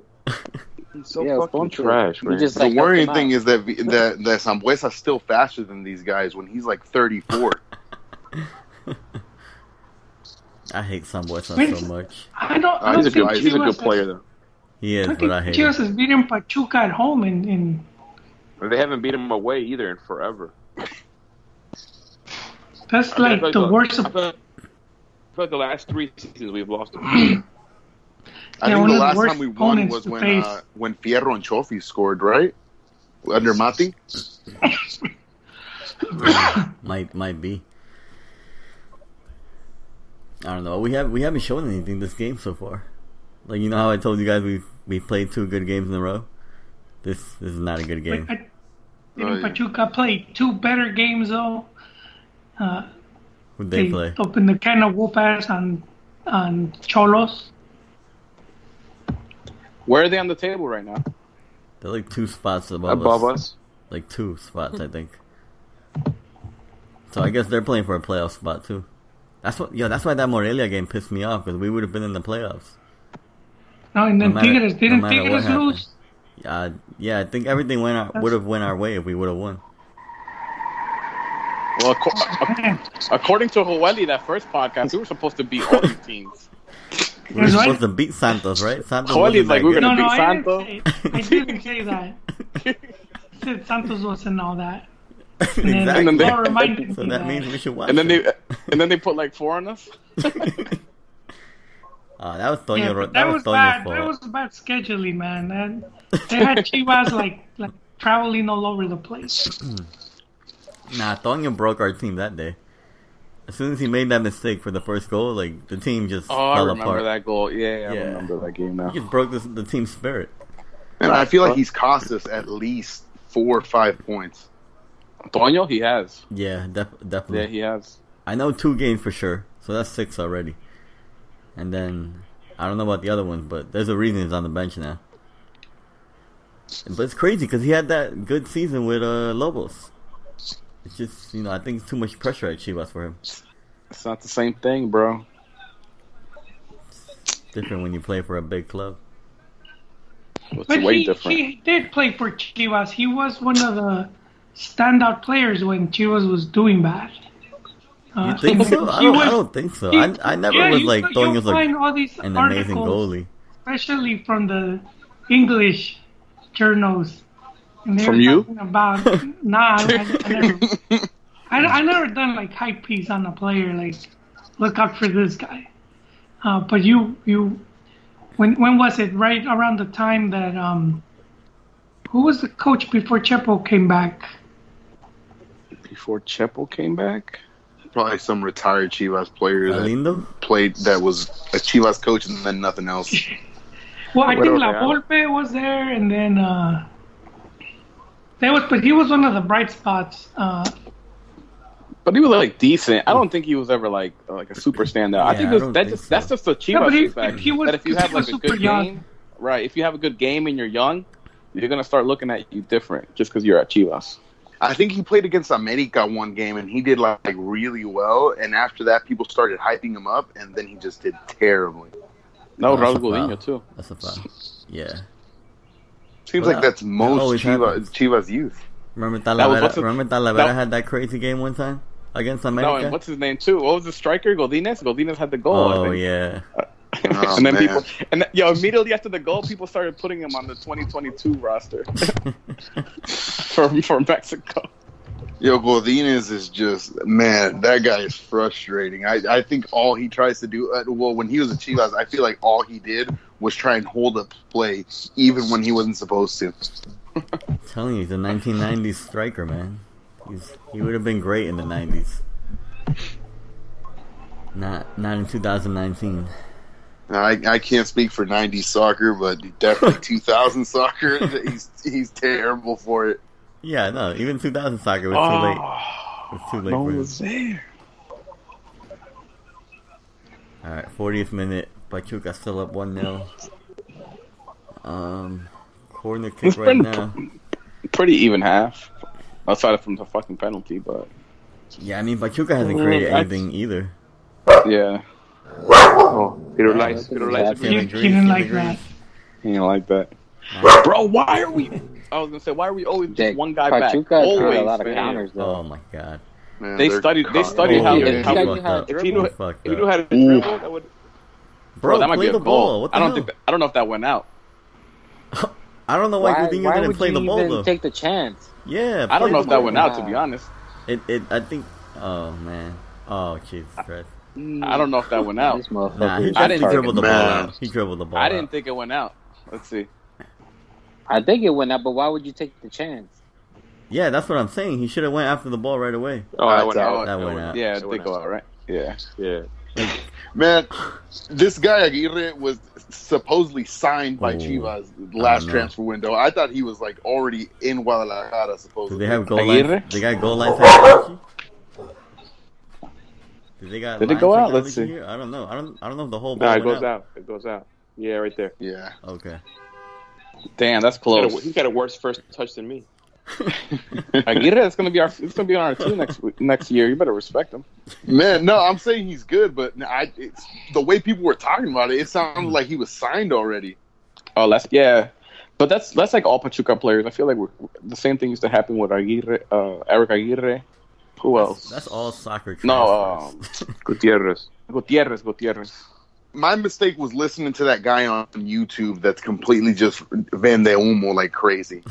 so
Yeah, it was
fucking
Ponce.
trash,
He
man.
just-
the
like, help
worrying
him
thing
out.
is that that that Sambuesa's still faster than these guys when he's like 34.
I hate Sambuesa
Wait.
so much.
I don't. I
Uh,
don't
he's a
think
good he's a
Chivas
good
has-
player though.
He
I
is,
don't
but
think
I hate. him.
Chivas is beating Pachuca at home in, in
They haven't beat him away either in forever.
that's
I mean, I
like
feel
the worst.
I
Of,
feel like, I feel like the last three seasons we've lost him.
I
Yeah,
think
one
the
of the
last
worst
time we won
opponents
was
to
when
face.
uh, when Fierro and Chofi scored, right? Under Mati.
Might might be. I don't know. We have we haven't shown anything this game so far. Like you know how I told you guys we we played two good games in a row. This this is not a good game.
like, I,
Oh,
didn't
yeah.
Pachuca play two better games though? Uh,
Would
they
they play?
opened the can of whoop ass on on Cholos.
Where are they on the table right now?
They're like two spots above,
Above
us.
us,
Like two spots, I think. So I guess they're playing for a playoff spot too. That's what yo. That's why that Morelia game pissed me off because we would have been in the playoffs.
No, and then
matter-
Tigres
no
didn't
matter what
Tigres
happened.
lose.
Uh, yeah, I think everything went our would have went our way if we would have won.
Well, ac-
Man,
according to Joeli, that first podcast, we were supposed to beat all these teams.
We were
That's right.
supposed to beat Santos, right? Santos
Joeli's
wasn't
like,
that
we're
good.
going
no,
to
no,
beat
I didn't,
Santos.
say, I didn't say that. I said Santos wasn't all that. And then
exactly.
Paul reminded
So
me
that means we should watch.
And then
it.
they and then they put like four on us.
Ah, that was Toño.
Yeah,
Ro-
but that was
Toño's
bad.
fault.
That was bad scheduling, man. And they had Chivas like like traveling all over the place.
Nah, Toño broke our team that day. As soon as he made that mistake for the first goal, like the team just
Oh, I
fell
remember
apart.
that goal. Yeah, I
Yeah.
remember that game now.
He just broke this, the team spirit.
And I feel like he's cost us at least four or five points.
Antonio, he has.
Yeah, def-
Hmm.
definitely.
Yeah, he has.
I know two games for sure, so that's six already. And then I don't know about the other ones, but there's a reason he's on the bench now. But it's crazy because he had that good season with uh, Lobos. It's just you know I think it's too much pressure at Chivas for him.
It's not the same thing, bro.
Different when you play for a big club.
It's
But
way
he,
different.
he did play for Chivas. He was one of the standout players when Chivas was doing bad. Uh,
You think so? I
he
don't,
was-
I don't think so.
he-
I, I never
yeah,
was
you-
like
you'll
Toño's like
find all these
an
articles,
amazing goalie.
especially from the English journals. And they
From
were
you?
talking About nah, I, I never. I, I never done like hype piece on a player. Like, look out for this guy. Uh, but you you, when when was it? Right around the time that um, who was the coach before Chepo came back?
Before Chepo came back,
Probably some retired Chivas player that
Alindo?
played that was a Chivas coach and then nothing else.
Well, I
What
think
about
La
Real?
Volpe was there, and then uh, there was, but he was one of the bright spots. Uh,
But he was like decent. I don't think he was ever like like a super standout. I
Yeah,
think,
I
it was,
don't
that
think
just
so.
that's just a
Yeah,
Chivas
but he,
fact.
he was,
that if you have
he
like
was
a
super
good
young.
game, right? If you have a good game and you're young, you're gonna start looking at you different just because you're at Chivas.
I think he played against America one game and he did like, like really well. And after that, people started hyping him up, and then he just did terribly.
No,
That's
Raul
a foul.
Godinho too.
That's a foul. Yeah.
Seems
Well,
like that's
always
most Chivas,
happens.
Chivas youth.
Remember
That was
Talavera?
what's-
remember Talavera
that-
had that crazy game one time against
No,
America.
and what's his name too? What was the striker? Godinez. Godinez had the goal. I
oh
think.
yeah.
Oh,
and then
man.
people, and then, yo, immediately after the goal, people started putting him on the 2022 roster for for Mexico.
Yo, Godinez is just man. That guy is frustrating. I, I think all he tries to do. Uh, well, when he was at Chivas, I feel like all he did was try and hold up play, even when he wasn't supposed to.
telling you, he's a 1990s striker, man. He's, he would have been great in the 90s. Not not in 2019.
I, I can't speak for '90s soccer, but definitely 2000 soccer. He's he's terrible for it.
Yeah, no, even 2000 soccer was too late. It was too late
Ah, no
for
one
him.
was there.
All right, 40th minute. Pachuca still up 1 0. Um, corner kick
It's
right
been
now.
pretty even half, outside from the fucking penalty. But
Yeah, I mean, Pachuca hasn't created
I-
anything either.
yeah,
Oh, Peter Lice. Peter Lice.
He,
Keegan
he
Greaves,
didn't like
Keegan
that.
he didn't like that. Bro, why are we? I was gonna say, why are we always just
Dick,
one guy
Pachuca
back?
has
Always,
created a lot of
man.
counters though.
Oh my god.
Man,
They
they're
studied- they
con-
studied
how-
Yeah.
how-
If he
fucked
knew how
up.
to
If he knew,
dribble,
He fucked
if he
up.
knew how to
Ooh.
dribble, that would.
Bro,
that might
play
be a
the
goal.
ball. What the
I don't
hell?
think. That, I don't know if that went out.
I don't know why,
why,
Coutinho
why
didn't
would
play
you
the ball
even
though.
take the chance?
yeah, play
I don't know
the
if that
ball.
went out. To be honest,
It, it, I think. Oh man. Oh Jesus Christ.
I don't know if that went out.
This motherfucker.
Nah, he,
is
I didn't
I didn't
he
think-
dribbled the ball
Man.
out. He dribbled the ball.
I didn't
Out.
think it went out. Let's see.
I think it went up, but why would you take the chance?
Yeah, that's what I'm saying. He should have went after the ball right away.
Oh, that went out.
That went out.
Yeah,
That went
they go
out.
out, right? Yeah.
Yeah.
Man, this guy Aguirre was supposedly signed by
Ooh.
Chivas last
Oh, know.
transfer window. I thought he was like already in Guadalajara.
Do
Supposedly,
they have goal
Aguirre?
line? They got goal line technology. Do they got
Did it
line
go out? Let's
technology
see.
Here? I don't know. I don't. I don't know if the whole ball
No, it
went
goes out. It goes out. Yeah, right there.
yeah.
Okay.
Damn, that's
He's got
close.
a- He's got a worse first touch than me.
Aguirre, it's gonna be our, it's gonna be on our team next week- next year. You better respect him.
Man, no, I'm saying he's good, but I, it's, the way people were talking about it, it
Hmm.
sounded like he was signed already.
Oh, that's yeah, but that's that's like all Pachuca players. I feel like we're, the same thing used to happen with Aguirre, uh, Eric Aguirre. Who else?
That's all soccer. Transfers.
No, um,
Gutierrez.
Gutierrez, Gutierrez.
My mistake was listening to that guy on YouTube that's completely just Van de Humo like crazy.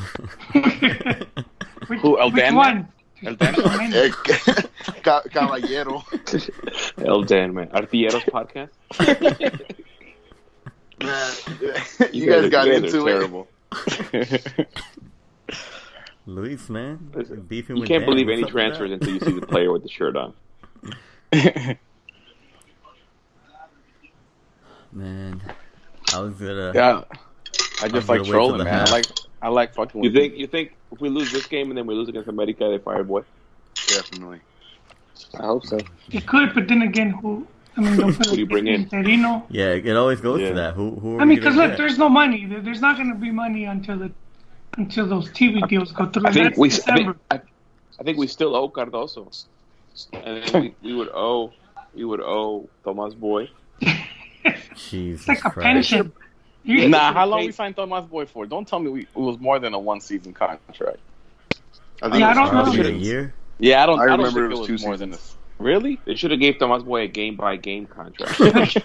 Which,
Who,
which
Aldana?
one?
Eh, ca- Caballero.
El Dan, man. Artilleros podcast.
Man, you guys got
you guys
into
are
it.
terrible.
Luis, man,
Listen,
beefing
You
with
can't
Dan.
believe
What's
any
up with that?
transfers until you see the player with the shirt on.
Man, I was gonna.
yeah, I
gonna wait
just like
till
trolling,
the
man.
half.
I like I like fucking.
You
with
think you think if we lose this game and then we lose against America, they fire boy?
Definitely.
I hope so.
He could, but then again, who? I mean, don't
Who do you bring in?
Serino.
Yeah, it always goes
Yeah.
to that. Who? Who? Are
I
we
mean, because
gonna
look,
get?
there's no money. There- There's not going to be money until the until those TV deals go through.
I think
That's
we. I
December.
think, I, I think we still owe Cardoso, and then we, we would owe we would owe Tomas Boy.
Jesus
It's like a
Christ.
pension.
you.
You-
Nah, how long we signed Thomas Boy for? Don't tell me we, it was more than a one season contract.
I
Yeah, I
it was
don't know.
Probably a
Cardoso.
year.
Yeah, I don't.
I
I, don't
remember
think
it was two
more than this. Really?
They should have gave Tomas Boy a game by game contract.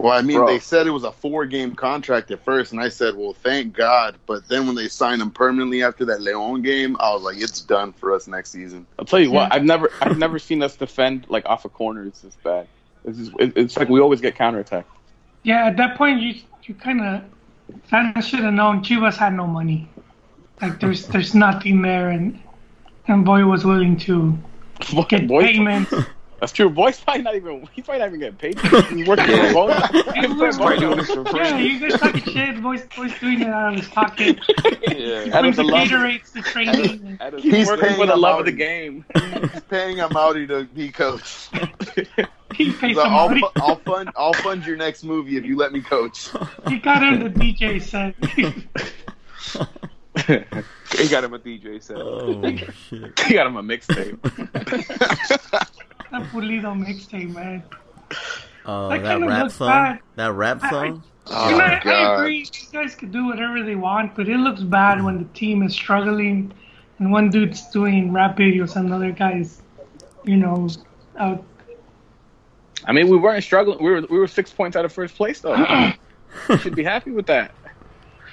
Well, I mean,
Bro.
they said it was a four-game contract at first, and I said, "Well, thank God." But then when they signed him permanently after that Leon game, I was like, "It's done for us next season."
I'll tell you what. I've never I've never seen us defend like off of corners this bad. This is it, it's like we always get counterattacked.
yeah, at that point, you you kind of Santa should have known Chivas had no money. Like there's there's nothing there, and and Boy was willing to get
Boy,
payments
That's true. Boy's probably not even. He's probably not even getting paid. He's working for
He's probably doing this for free.
Yeah, you guys talking shit. Boys, boys doing it out of his pocket.
Yeah.
Out of
Brings
the
the
love,
Gatorades to training.
Adam-
He's
he's working
paying
for the
the
love of the
Maori.
game.
He's paying Amaury to be coach.
He
He's
paid
like,
some
I'll,
money.
fu- I'll fund I'll fund your next movie if you let me coach.
He got him the DJ set.
He got him a DJ set.
oh shit!
he got him a mixtape.
that Pulido mixtape, man.
Oh,
That
that,
kinda
rap
looks
song.
bad.
That rap
I-
song.
Oh,
and I, I
God.
agree, these guys could do whatever they want, but it looks bad when the team is struggling and one dude's doing rap videos and another guy's, you know, out.
I mean, we weren't struggling. We were we were six points out of first place, though. you should be happy with that.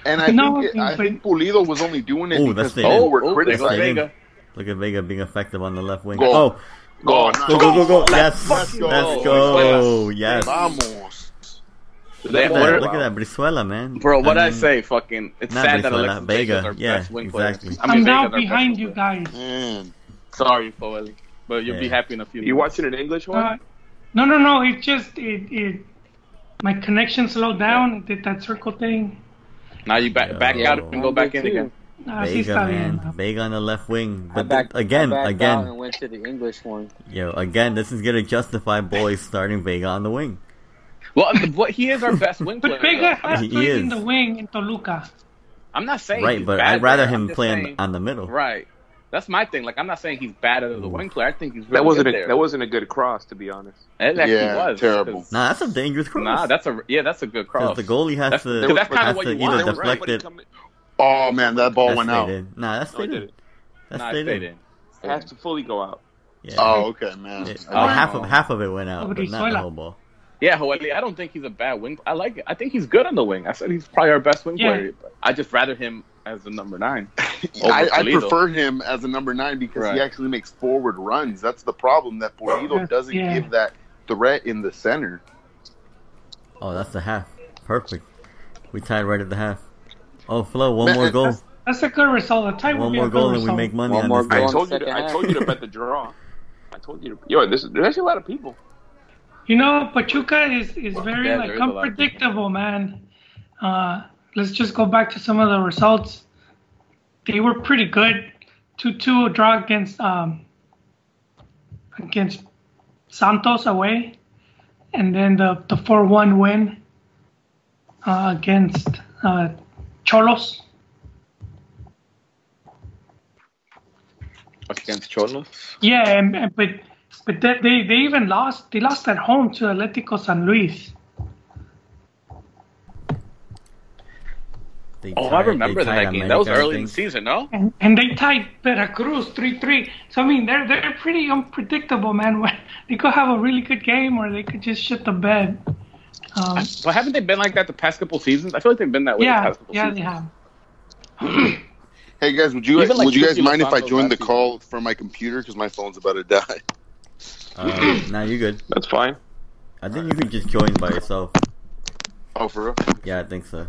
And I
No,
think it, I
but-
think Pulido was only doing it
Oh, that's
because
the-
people
Oh,
were
there goes
criticizing.
Vega.
Vega.
Look at Vega being effective on the left wing.
Go.
Oh,
Go,
go go go go! Yes, let's
fucking
go.
go.
Yes.
Vamos.
They
Look at that,
ordered-
look at that Brizuela, man.
Bro, what I,
mean,
say? Fucking, it's
not
sad that
Venezuela,
Alexis
Vega.
Vega's our
Yeah,
best wing player.
exactly.
I am now
Vega's our
behind
best
you
player.
guys.
Man.
Sorry, Foeli, but you'll be
Yeah.
happy in a few.
You
minutes.
watching an English one?
Uh, no, no, no. It just it it my connection slowed down. It did that circle thing.
Now you back back
Yeah.
out and go back in again.
Ah, sí
Vega,
está bien.
man. Vega on the left wing.
I
But
backed-
th- again,
I backed out
again,
and went to the English one.
yo, again, this is gonna justify boys starting Vega on the wing.
Well, the- what he is our best wing player.
But Vega
though.
has
He
played in
is.
the wing in Toluca.
I'm not saying
Right,
he's
but
bad
I'd rather
there. I'm
him
just
play on,
saying-
on the middle.
Right, that's my thing. Like, I'm not saying he's bad as a wing player. I think he's really
That wasn't
good
a,
there.
that wasn't a good cross, to be honest.
It actually
Yeah,
was
terrible.
'cause-
Nah, that's a dangerous cross.
Nah, that's a yeah, that's a good
'Cause
cross.
the goalie has
That's-
to,
that's kinda
has
what
to
you
either
want.
There was
deflect
nobody
it.
coming-
Oh man, that ball
that's
went
they
out.
did. Nah, that's
No,
they
it
did.
didn't.
That's
Nah,
they
stayed
did.
in.
It has to fully go out.
Yeah.
Oh, okay, man.
Yeah.
Oh,
Well, half of
wow.
half of it went out, but not the
Brizuela.
whole ball.
Yeah, Hoeli, I don't think he's a bad wing. I like it. I think he's good on the wing. I said he's probably our best wing
Yeah.
player. But I just rather him as the number nine.
I, I
Pulido.
prefer him as a number nine because
Right.
he actually makes forward runs. That's the problem that Pulido doesn't
Yeah.
give that threat in the center.
Oh, that's the half. Perfect. We tied right at the half. Oh, Flo, one more
Man,
goal.
That's a good result. A tie would
One
be
more
a good
goal and we
result.
make money
One
on
more
this
goal.
game.
Going
I told
second
you. To, I
half.
told you to bet the draw. I told you to. Yo, this, there's actually a lot of people.
You know, Pachuca is is very
Yeah, there
like
is a lot of
unpredictable, man. Uh, let's just go back to some of the results. They were pretty good. Two two draw against um, against Santos away, and then the the four one win uh, against uh, Cholos.
Against Cholos?
Yeah, and, and- but but they, they they even lost. They lost at home to Atlético San Luis.
They
Oh,
tied-
I
they
remember
tied
that
on
game.
many
That was early in the
things.
season, no?
and, and they tied Veracruz three three. So I mean, they're they're pretty unpredictable, man. When- They could have a really good game, or they could just shit the bed. Um,
But haven't they been like that the past couple seasons? I feel like they've been that way the
yeah,
past couple
yeah,
seasons.
they have.
Hey guys, would you
Even, like,
would you guys
Chucky
mind if I
Lozano
join the
last
call from my computer because my phone's about to die?
Uh, now you're good.
That's fine.
I think you can just join by yourself.
Oh, for real?
Yeah, I think so.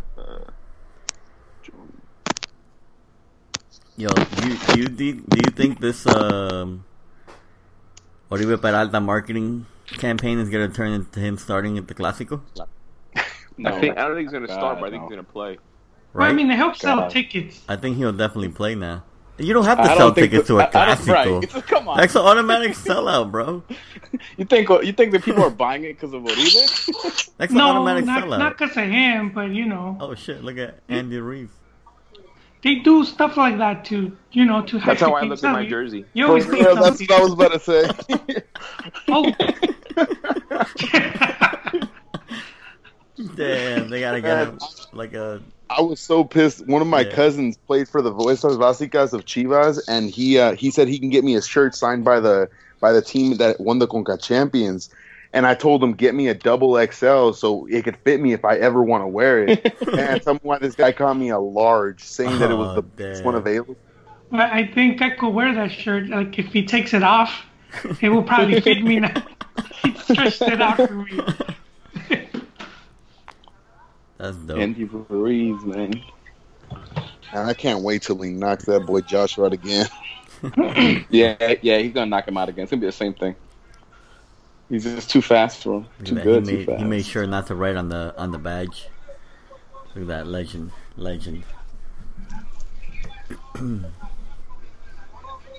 Yo, do you, do you do you- do you think this um Oribe Peralta marketing campaign is gonna turn into him starting at the Clásico?
No.
I, think, I don't think he's gonna start,
God,
but I think
no.
he's gonna play.
But
Right.
I mean, they help sell
God.
tickets.
I think he'll definitely play now. You don't have to
I
sell
don't think
tickets to
I-
a
I don't-
Clásico.
right. It's- Come on.
That's an automatic sellout, bro.
You think you think that people are buying it because of Oribe?
That's an
No,
automatic
not
sellout.
not because of him, but you know,
Oh shit! Look at Andy Reeves.
they do stuff like that to you know to.
That's
help
how I
ticket
look at my
selling.
jersey.
You always think
Yeah, that's
something.
what I was about to say.
Oh.
Damn, they gotta get him like a
I was so pissed. One of my
Yeah.
cousins played for the Voisas Vasicas of Chivas, and he uh, he said he can get me a shirt signed by the by the team that won the Conca Champions. And I told him get me a double XL so it could fit me if I ever want to wear it. and somehow this guy called me a large, saying that it was
Oh,
the best
damn.
one available.
But I think I could wear that shirt. Like if he takes it off, it will probably fit me now. he stretched it out for me.
that's dope.
Andy Ruiz, man.
And I can't wait till he knocks that boy Joshua out again.
Yeah, yeah, he's gonna knock him out again. It's gonna be the same thing. He's just too fast for him.
Look
Too
at that.
good.
he,
Too
made,
fast.
he made sure not to write on the on the badge. Look at that legend, legend.
All right,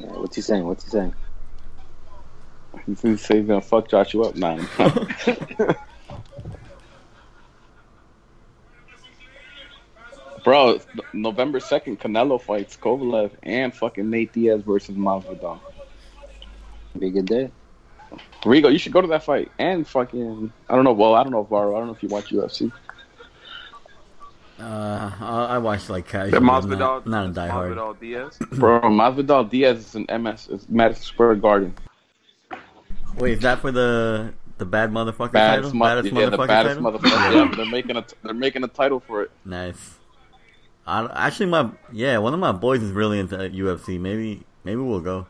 Uh, what's he saying? What's he saying?
He's gonna say he's gonna fuck Joshua up now. Bro, November second, Canelo fights Kovalev and fucking Nate Diaz versus Masvidal.
Be a good day.
Rigo, you should go to that fight and fucking. I don't know. Well, I don't know, Varo. I don't know if you watch UFC.
Uh, I, I watched like casual.
That
I'm
Masvidal,
Not, not a diehard.
Masvidal Diaz.
Bro, Masvidal Diaz is in MS. Is Madison Square Garden.
Wait, is that for the the bad motherfucker
Baddest,
title?
mo-
baddest
yeah,
motherfucker
the baddest
title?
motherfucker. Yeah, they're making a they're making a title for it.
Nice. I don't- actually my yeah one of my boys is really into UFC. Maybe maybe we'll go.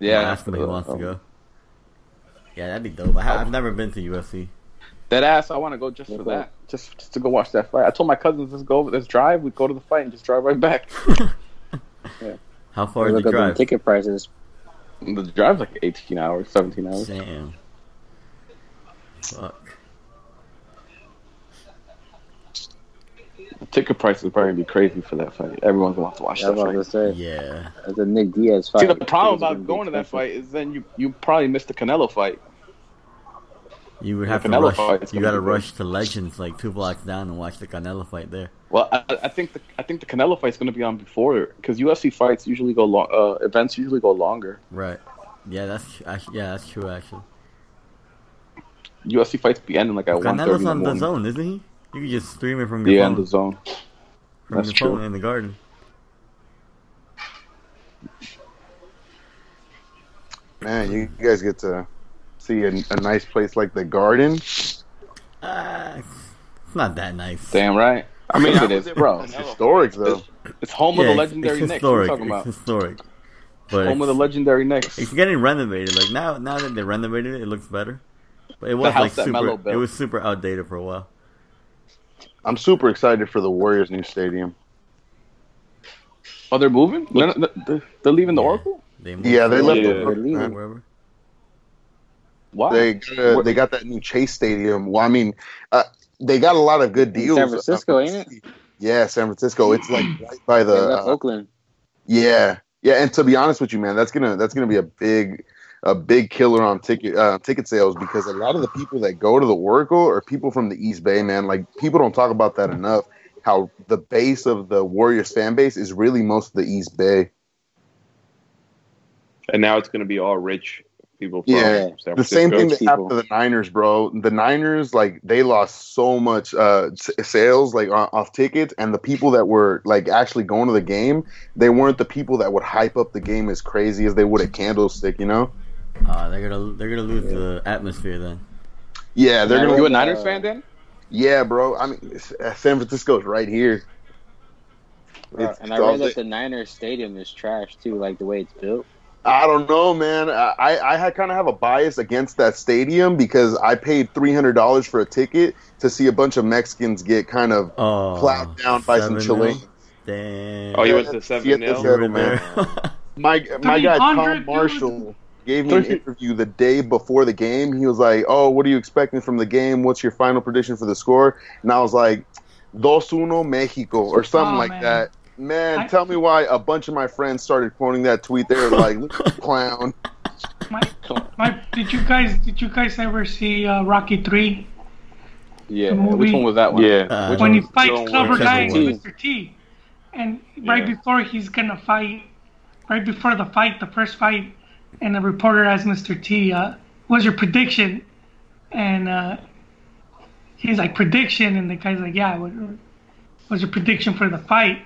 Yeah, Um,
I'll ask him if he wants to go. Yeah, that'd be dope. I, ha- I've never been to UFC.
That ass, I want to go just for that, just just to go watch that fight. I told my cousins, let's go, over- let's drive. We go to the fight and just drive right back.
How far is
look
the
up the
drive?
ticket prices.
the drive's like eighteen hours, seventeen hours.
Damn. Fuck.
The ticket price is probably gonna be crazy for that fight. Everyone's gonna have to watch
Yeah, I
that
was about to
fight.
say
Yeah.
that's a Nick Diaz fight.
See, the problem
It's gonna
about
be
going to that
expensive.
fight is then you you probably missed the Canelo fight.
You would have to
Canelo
rush.
fight, it's
You
gonna
gotta
be
rush to Legends like two blocks down and watch the Canelo fight there.
Well, I, I think the I think the Canelo fight's gonna be on before because UFC fights usually go long. Uh, events usually go longer.
Right. Yeah, that's actually, yeah, that's true actually.
UFC fights be ending like at one thirty in
Canelo's
the
on the
morning.
zone, isn't he? You can just stream it from your
Yeah, on
phone,
the zone.
from your
that's true.
phone in the garden.
Man, you guys get to see a, a nice place like the Garden.
Ah, it's- it's not that nice.
Damn right. I mean,
I
it
was
is,
there
bro.
for
It's,
Canelo.
Historic though.
it's home
Yeah,
of the
it's-
legendary
it's
Knicks. What are you
historic.
talking about?
It's historic. But
Home of the
it's-
legendary Knicks.
It's getting renovated. Like now, now that they renovated it, it looks better. But it was
house
like
that Melo
super.
built.
It was super outdated for a while.
I'm super excited for the Warriors' new stadium.
Oh, they're moving? They're, not- they're- they're leaving the
Yeah.
Oracle?
They moved
Yeah, they
to-
left.
Yeah,
the-
they're leaving.
wherever.
Why?
They uh, they got that new Chase Stadium. Well, I mean, uh, they got a lot of
In
good deals. uh,
San Francisco, ain't
it? Yeah, San Francisco. It's like right by
They
the
left
uh,
Oakland.
yeah, yeah. And to be honest with you, man, that's gonna that's gonna be a big a big killer on ticket uh, ticket sales because a lot of the people that go to the Oracle are people from the East Bay, man. Like people don't talk about that enough. How the base of the Warriors fan base is really most of the East Bay.
And now it's going to be all rich people from
Yeah.
San Francisco.
the same thing that
people.
happened to the Niners, bro. The Niners, like, they lost so much uh, s- sales, like, on, off tickets, and the people that were like actually going to the game, they weren't the people that would hype up the game as crazy as they would a candlestick, you know?
Ah, they're gonna they're gonna lose the atmosphere then.
Yeah, they're
Yeah,
gonna.
you a
uh,
Niners fan, Dan?
Yeah, bro. I mean, s- uh, San Francisco's right here. It's-
and I
it's all
read
the-
that the Niners stadium is trash too, like the way it's built.
I don't know, man. I I, I kind of have a bias against that stadium because I paid three hundred dollars for a ticket to see a bunch of Mexicans get kind of
Oh,
plowed down by some
7-0?
Chileans.
Damn.
Oh, you went to
Yeah,
the seven
yeah,
You
that's
nil.
it.
were there.
my my guy
300,
Tom
dude.
Marshall gave me an
300.
interview the day before the game. He was like, "Oh, what are you expecting from the game? What's your final prediction for the score?" And I was like, "Dos uno Mexico" or something
Oh,
like
man.
that. Man,
I-
tell me why a bunch of my friends started quoting that tweet. They were like, "Look, at the clown."
My, my, did you guys did you guys ever see uh, Rocky Three
Yeah.
The movie-
Which one was that one?
Yeah.
Uh,
when he
Don't
fights Clever
worry.
Guy and
Whichever
Mr. T, and right
Yeah.
before he's gonna fight, right before the fight, the first fight, and the reporter asks Mr. T, uh, "What's your prediction?" And uh, he's like, "Prediction," and the guy's like, "Yeah, what was your prediction for the fight?"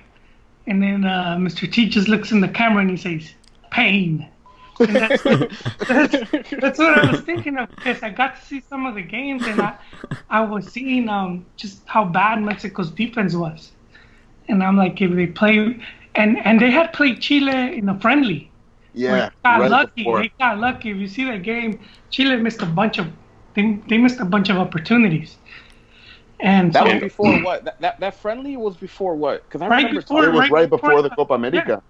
And then uh, Mr. T just looks in the camera and he says, "Pain." And that's, that's, that's what I was thinking of because I got to see some of the games and I, I was seeing um, just how bad Mexico's defense was, and I'm like, if they play, and and they had played Chile in a friendly.
Yeah,
got
right
lucky.
before.
They got lucky. If you see that game, Chile missed a bunch of they, they missed a bunch of opportunities, and
That
so-
was before what? That, that, that friendly was before what? Because I
Right
remember.
before-
It was
Right
right
before
before the
the-
Copa America.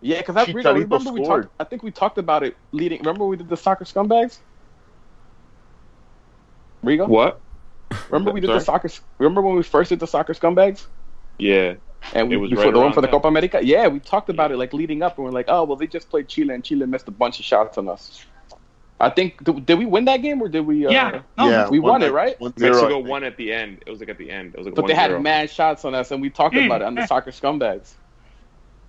yeah, because I, Rigo,
Chicharito
remember we
scored.
talked. I think we talked about it leading. Remember we did the soccer scumbags. Rigo,
What?
remember we did the
Sorry?
soccer? Remember when we first did the soccer scumbags?
Yeah.
And we,
It was
before
right
the one
around
for the
that.
Copa America, yeah, we talked about it like leading up, and we're like, oh well, they just played Chile, and Chile missed a bunch of shots on us. I think did, did we win that game or did we? Uh,
yeah, no,
yeah,
we
one
won it,
to-
right?
one to zero, I
Mexico
think.
won at the end. It was like at the end. It was like
But they had
1-0.
mad shots on us, and we talked
Mm.
about it on the soccer scumbags.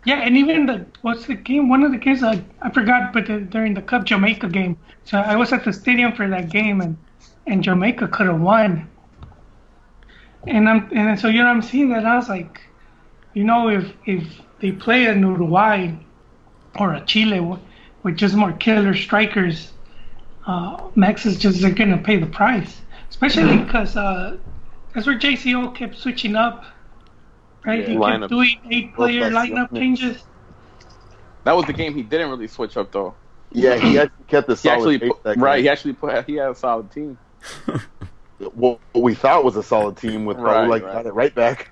yeah, and even the what's the game? One of the games I, I forgot, but the, during the Cup Jamaica game, so I was at the stadium for that game, and and Jamaica could have won. And I'm and so you know I'm seeing that and I was like, you know if if they play an Uruguay or a Chile wi- with just more killer strikers, uh, Max is just they're gonna pay the price, especially because uh, that's where JCO kept switching up. Right, he
Lineup.
kept doing eight-player
Rotas,
lineup
yeah.
changes.
That was the game he didn't really switch up though.
Yeah, he actually kept the
He
solid
actually
pace
put,
that
right. He
game.
actually put he had a solid team.
What what we thought was a solid team with
Right,
Raul, like
right.
got it right back.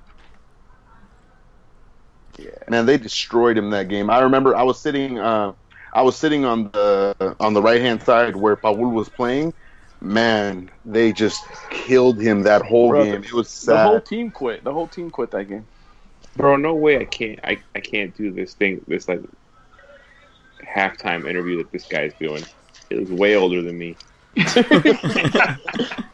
Yeah, man, they destroyed him that game. I remember I was sitting, uh, I was sitting on the on the right hand side where Paul was playing. Man, they just killed him that whole
Bro,
game. It was sad.
The whole team quit. The whole team quit that game.
Bro, no way I can't I, I can't do this thing this like halftime interview that this guy's doing. It was way older than me.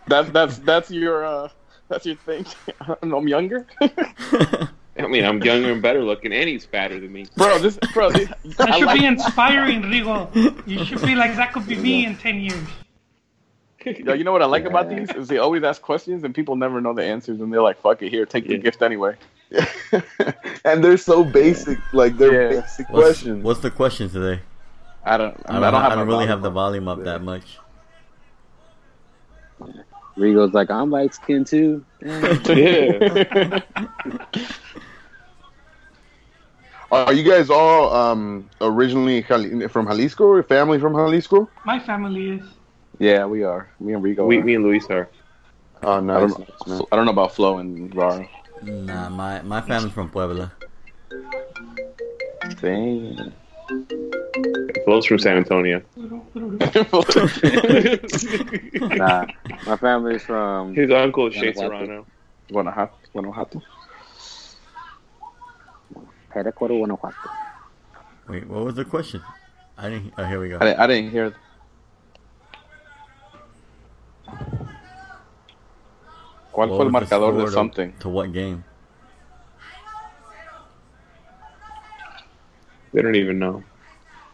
That's that's that's your uh, that's your thing. and I'm younger,
I mean I'm younger and better looking and he's fatter than me.
bro. This bro. This,
That
I
should
like-
be inspiring, Rigo. You should be like that could be me in ten years.
Yo, you know what I like about these is they always ask questions and people never know the answers and they're like, "Fuck it, here, take the
Yeah.
gift anyway."
and they're so basic, like they're
Yeah.
basic
What's,
questions.
What's the question today?
I don't.
I don't,
I don't, have
I don't
my
really
volume
have the
up.
volume up that much.
Rigo's like, I'm light skinned too. Damn.
Yeah.
Are you guys all um, originally Jali- from Jalisco? Or family from Jalisco?
My family is.
Yeah, we are. Me and Rigo.
we,
are.
me and Luis are.
Oh,
I,
nice.
don't, I don't know about Flo and Rara.
Nah, my my family's from Puebla.
Dang.
Flo's from San Antonio.
nah, my family's from.
His uncle is Shea
Guanajuato.
Serrano.
Guanajuato. Guanajuato.
Herecuaro, Guanajuato.
Wait, what was the question? I didn't. Oh, here we go.
I didn't, I didn't hear.
What
¿Cuál fue el
was the score
marcador de
to-
something?
To what game?
They don't even know.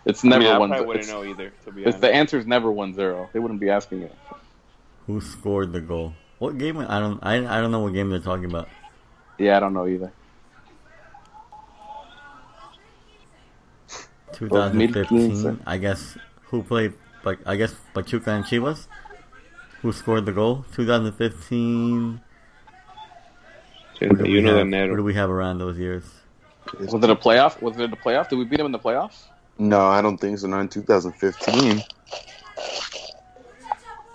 It's
I
never
mean, I
one.
probably wouldn't
It's,
know either, to be
it's
honest.
the answer's never one zero. They wouldn't be asking it.
Who scored the goal? What game? I don't. I, I don't know what game they're talking about.
Yeah, I don't know either.
2015.
2015.
I guess who played? But I guess Pachuca and Chivas. Who scored the goal? 2015. Who do we
you know
have,
that
Who do
now.
we have around those years?
Was it a playoff? Was it a playoff? Did we beat them in the playoffs?
No, I don't think so. Not in 2015.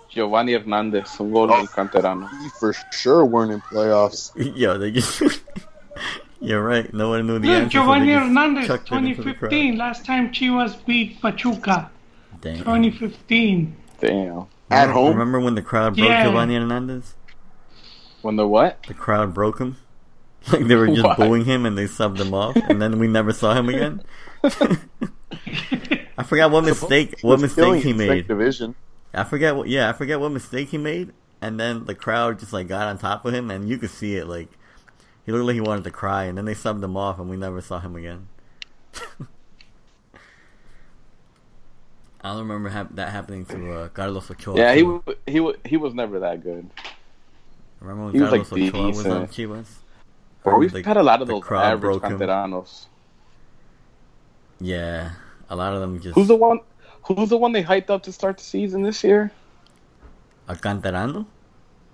Giovanni Hernandez, un gol
Oh.
del canterano.
We for sure weren't in playoffs.
Yo, they just. You're right. No one knew the
Look,
answer. so they
Giovanni
just
Hernandez,
chucked it into the crowd.
2015. Last time Chivas beat Pachuca,
Dang.
2015.
Damn.
At
Remember-
home?
Remember when the crowd broke
Yeah.
Giovanni Hernandez?
When the what?
The crowd broke him. Like they were just
What?
booing him and they subbed him off, and then we never saw him again. I forgot what mistake what
He's killing
mistake he
in the second
made.
Division.
I forget what yeah, I forget what mistake he made, and then the crowd just like got on top of him, and you could see it like he looked like he wanted to cry, and then they subbed him off, and we never saw him again. I don't remember hap- that happening to uh, Carlos Ochoa.
Yeah, he
too.
wa- he wa- he was never that good.
Remember when
He was, like,
Carlos Ochoa was on
decent.
Chivas?
Bro, we've
The-
had a lot of
the
those
crowd
average
broke him.
canteranos.
Yeah, a lot of them just
Who's the one? Who's the one they hyped up to start the season this year?
Alcantarano,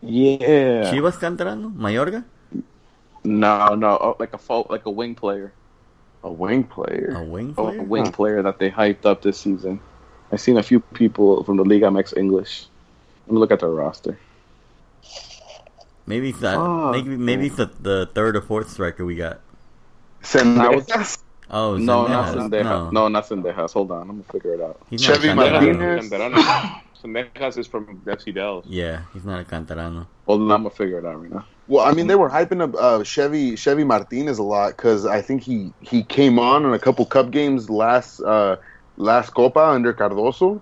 Yeah.
Chivas Cantarano, Mayorga,
No, no, oh, like a fault, like a wing player,
A wing player.
a wing
Oh,
player.
a wing player that they hyped up this season. I've seen a few people from the Liga MX English. Let me look at their roster.
Maybe it's that.
Fuck,
maybe maybe it's the, the third or fourth striker we got.
Send
I was-
Oh,
No,
Zendejas.
not Sendejas.
No.
No, not Sendejas. Hold on, I'm gonna figure it out.
He's not
Chevy
a Cantarano.
Martinez.
Zambrano. Zemejas is from FC Dallas.
Yeah, he's not a Cantarano.
Hold on, I'm gonna figure it out right now.
Well, I mean, they were hyping up uh, Chevy Chevy Martinez a lot because I think he he came on in a couple cup games last uh, last Copa under Cardoso.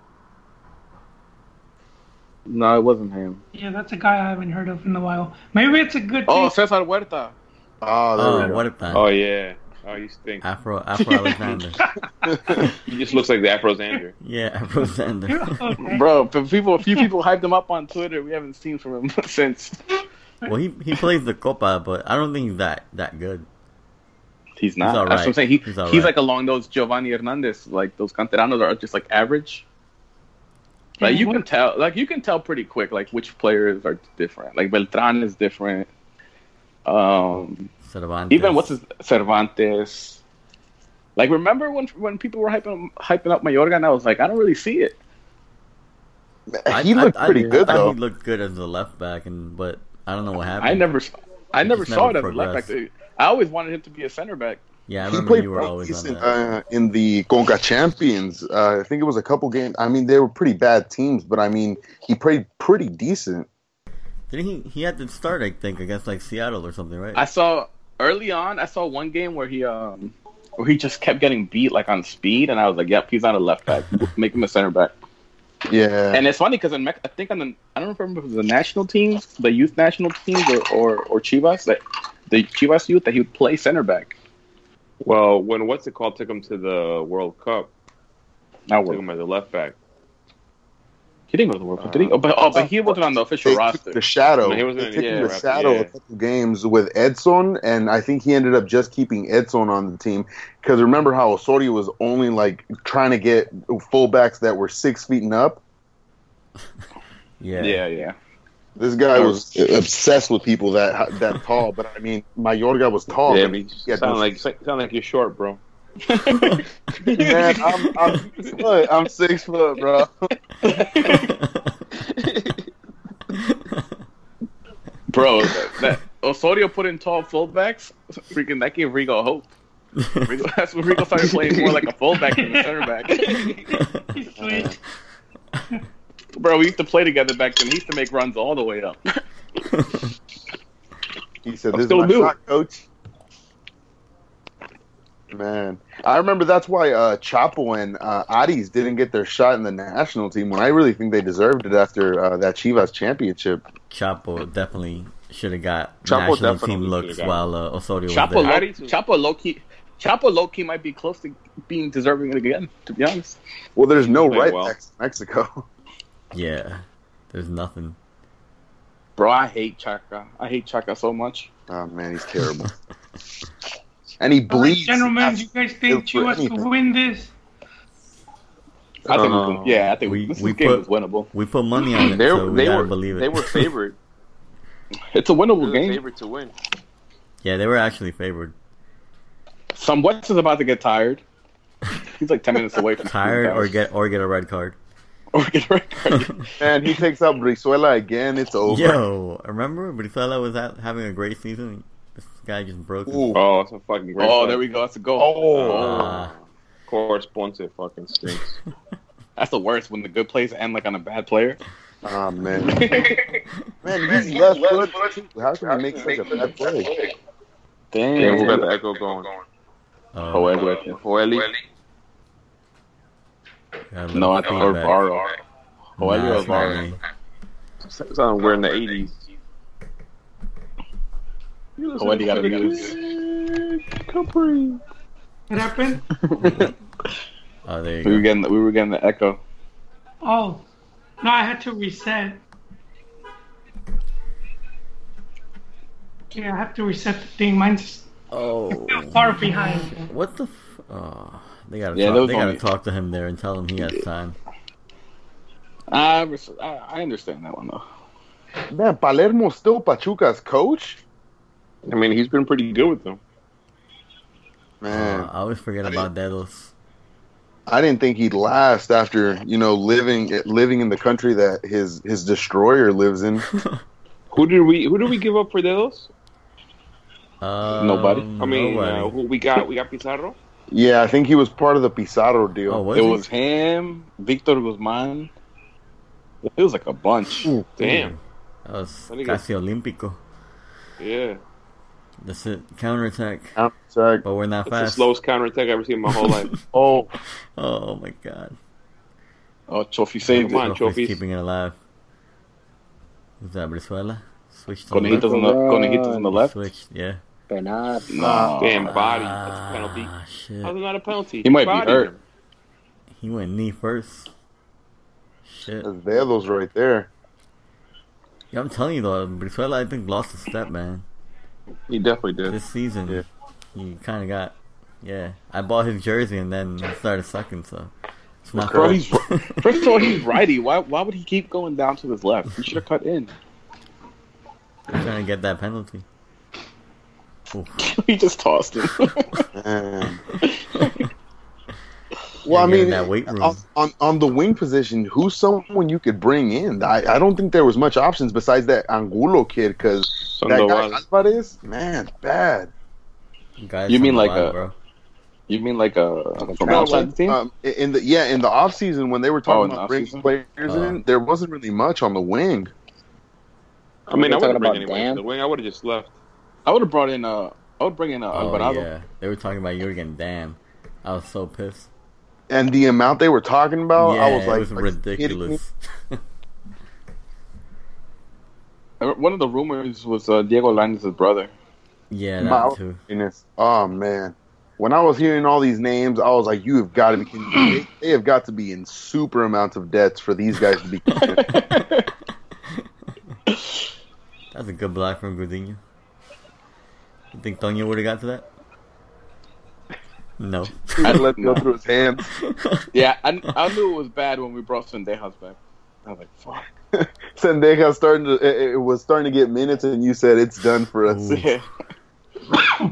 No, it wasn't him.
Yeah, that's a guy I haven't heard of in a while. Maybe it's a good
Oh,
thing.
Cesar Huerta.
Oh, there we
Oh,
go.
what a plan.
Oh yeah. Oh, you stink.
Afro, Afro Alexander.
He just looks like the Afro Xander.
yeah, Afro Alexander.
Okay.
Bro, the people, a few people hyped him up on Twitter. We haven't seen from him since.
well, he he plays the Copa, but I don't think he's that that good.
He's not.
He's all
That's what I'm
right.
saying. He,
He's
he's,
all right.
like along those Giovanni Hernandez, like those canteranos are just like average. Like you can tell, like you can tell pretty quick, like which players are different. Like Beltran is different. Um,
Cervantes.
even what's his Cervantes. Like remember when when people were hyping hyping up Mayorga, and I was like, I don't really see it.
he looked pretty good
thought
though.
He looked good as the left back, and but I don't know what happened.
I never, s- I
He
never
just
saw
never
it as a left
progressed.
back. I always wanted him to be a center back.
Yeah, I
he
remember
played
you were
pretty
always on
decent,
that.
uh, in the Conca Champions. Uh, I think it was a couple games. I mean, they were pretty bad teams, but I mean, he played pretty decent.
Didn't he? He had to start, I think, against like Seattle or something, right?
I saw early on. I saw one game where he um where he just kept getting beat like on speed, and I was like, "Yep, he's not a left back. Make him a center back."
Yeah,
And it's funny because in Mex- I think on the I don't remember if it was the national teams, the youth national teams, or or, or Chivas that the Chivas youth that he would play center back.
Well, when what's it called took him to the World Cup,
Now
took
we're
him as a left back.
he didn't go to the World Cup, did he? Oh, but oh, but he wasn't on the official
Uh, they
roster.
took the shadow.
No, he wasn't
they
in-
took
yeah,
the
right,
shadow
yeah.
a couple games with Edson, and I think he ended up just keeping Edson on the team because remember how Osorio was only like trying to get fullbacks that were six feet and up.
yeah.
yeah, yeah. yeah.
This guy was obsessed with people that that tall, but I mean, Mayorga was tall.
yeah,
but
but you
Oh, yeah,
sound
those-
like sound like you're short, bro.
man, I'm, I'm six foot. I'm six foot, bro.
Bro, that, that Osorio put in tall fullbacks. Freaking, that gave Rigo hope. Rigo, that's when Rigo started playing more like a fullback than a center back.
Sweet.
Bro, we used to play together back then. He used to make runs all the way up.
He said,
I'm
"This is
still
my
new.
shot, coach." Man, I remember that's why uh, Chapo and uh, Adis didn't get their shot in the national team when I really think they deserved it after uh, that Chivas championship.
Chapo definitely should have got
Chapo
national
definitely
team looks
shoulda got-
while uh, Osorio
Chapo,
was there.
low,
Alrighty, so-
Chapo low key, Chapo low key might be close to being deserving it again. To be honest,
Well, there's no
Played
right
well.
backs in Mexico.
Yeah, there's nothing.
bro, I hate Chaka. I hate Chaka so much.
Oh man, he's terrible. and he
All right,
bleeds.
gentlemen, do you guys think
built for
Chivas
anything.
could win this?
I think,
Uh,
we can, yeah, I think
we-
this
we
game
put-
is winnable.
We put money on it,
They
so we
they
gotta
were
believe it.
they were favored.
It's a
They
winnable
were
game.
favored to win.
yeah, they were actually favored.
Some West is about to get tired. He's like ten minutes away from
Tired or get or get a red card.
or get a red card.
and he takes out Brizuela again. It's over.
Yo, remember Brizuela was at, having a great season. This guy just broke. his-
Ooh.
Oh, that's a fucking great.
Oh,
play.
there we go. That's a goal.
Oh.
Uh,
Of course, Ponce fucking stinks.
That's the worst when the good plays end like on a bad player.
Oh, man, man, he's left foot. How can he make such a bad play?
Damn.
yeah, we got the echo going.
oh,
Oh, wait, wait.
Joely,
got a little
No, I think or
feedback.
Barro.
Nah,
Joely or
it's not
Barro.
me.
sound we're in the '80s.
Joely got another.
It happened?
Oh, there you
We were
go.
getting we were getting the echo.
Oh. No, I had to reset. Yeah, I have to reset the thing. Mine's
Oh,
still far behind.
what the? F- oh, they gotta
Yeah, that
talk.
was
They gotta
only-
talk to him there and tell him he has time.
I, res- I I understand that one though.
Man, Palermo's still Pachuca's coach.
I mean, he's been pretty good with them.
Man,
Uh, I always forget about Dedos.
I didn't think he'd last after you know living living in the country that his his destroyer lives in.
Who did we? Who did we give up for those?
Um,
Nobody?
I mean, uh,
nobody.
who we got we got Pizarro.
Yeah, I think he was part of the Pizarro deal.
Oh, was
it
he?
was him, Victor Guzman. It was like a bunch.
Damn.
That was
What do you
casi olímpico.
Yeah.
That's it. Counterattack.
Check.
But we're not
That's the
fast.
slowest counterattack I've ever seen in my whole life.
Oh,
Oh my god.
Oh, Chofi saved
Come
it.
on,
Rojo is
Chofis.
keeping it alive. Was that Brizuela? Switched to the left.
Conejitos on the Conejitos on the left.
Switched, yeah.
Penal.
Nah,
Damn body. That's a penalty.
Ah,
How's
shit.
it not a penalty?
He might be
Body
hurt.
him.
He went knee first. Shit.
there's Velos right there.
Yeah, I'm telling you though, Brizuela I think lost a step, man.
He definitely did.
This season,
Yeah.
he kind of got. Yeah, I bought his jersey and then he started sucking. So it's my
Bro,
fault.
he's, first of all, he's righty. Why why would he keep going down to his left? He should have cut in.
I'm trying to get that penalty. Oof.
he just tossed it.
Man. Um, well, I
Gotta get in
mean,
that weight room.
on, on on the wing position, who's someone you could bring in? I, I don't think there was much options besides that Angulo kid because that guy
Sandoval.
Alvarez, man, bad.
Guys
You
on
mean
the
like
line,
a-
bro?
You mean like a from
No,
outside
when,
the team?
uh,
um, in the yeah, in the off season when they were
Oh, in
talking
the
about bringing
offseason?
players
Oh.
in, there wasn't really much on the wing.
I mean, I
We're
would
talking
have bring
about
anybody
Dan?
to the wing. I would have just left.
I would have brought in uh I would bring in uh,
Oh
Alvarado.
yeah, they were talking about Jurgen Dam. I was so pissed.
And the amount they were talking
Oh,
about,
yeah,
I was like,
it was
"Are you kidding me?"
ridiculous.
Uh, One of the rumors was uh, Diego Lainez's brother.
yeah,
Wow.
that too.
Goodness. Oh man, when I was hearing all these names, I was like, "You have got to be kidding me. They, they have got to be in super amounts of debts for these guys to be."
That's a good block from Gudinho. You think Tonya would have got to that? No.
I let go through his hands.
Yeah, I, I knew it was bad when we brought Sendejas back. I was like, fuck.
Sendeja starting to it, it was starting to get minutes, and you said it's done for us.
Ooh.
Yeah.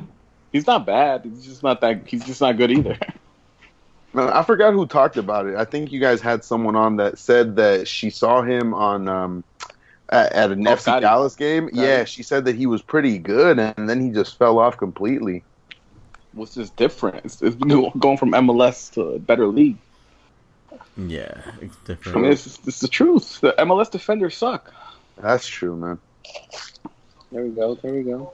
he's not bad. He's just not that. He's just not good either.
Man, I forgot who talked about it. I think you guys had someone on that said that she saw him on um, at, at an
Oh,
FC
Gotti.
Dallas game. Yeah, she said that he was pretty good, and then he just fell off completely.
What's just different? It's, it's new- going from MLS to a better league.
Yeah, it's
I mean,
different.
it's, it's the truth. The MLS defenders suck.
That's true, man.
There we go. There we go.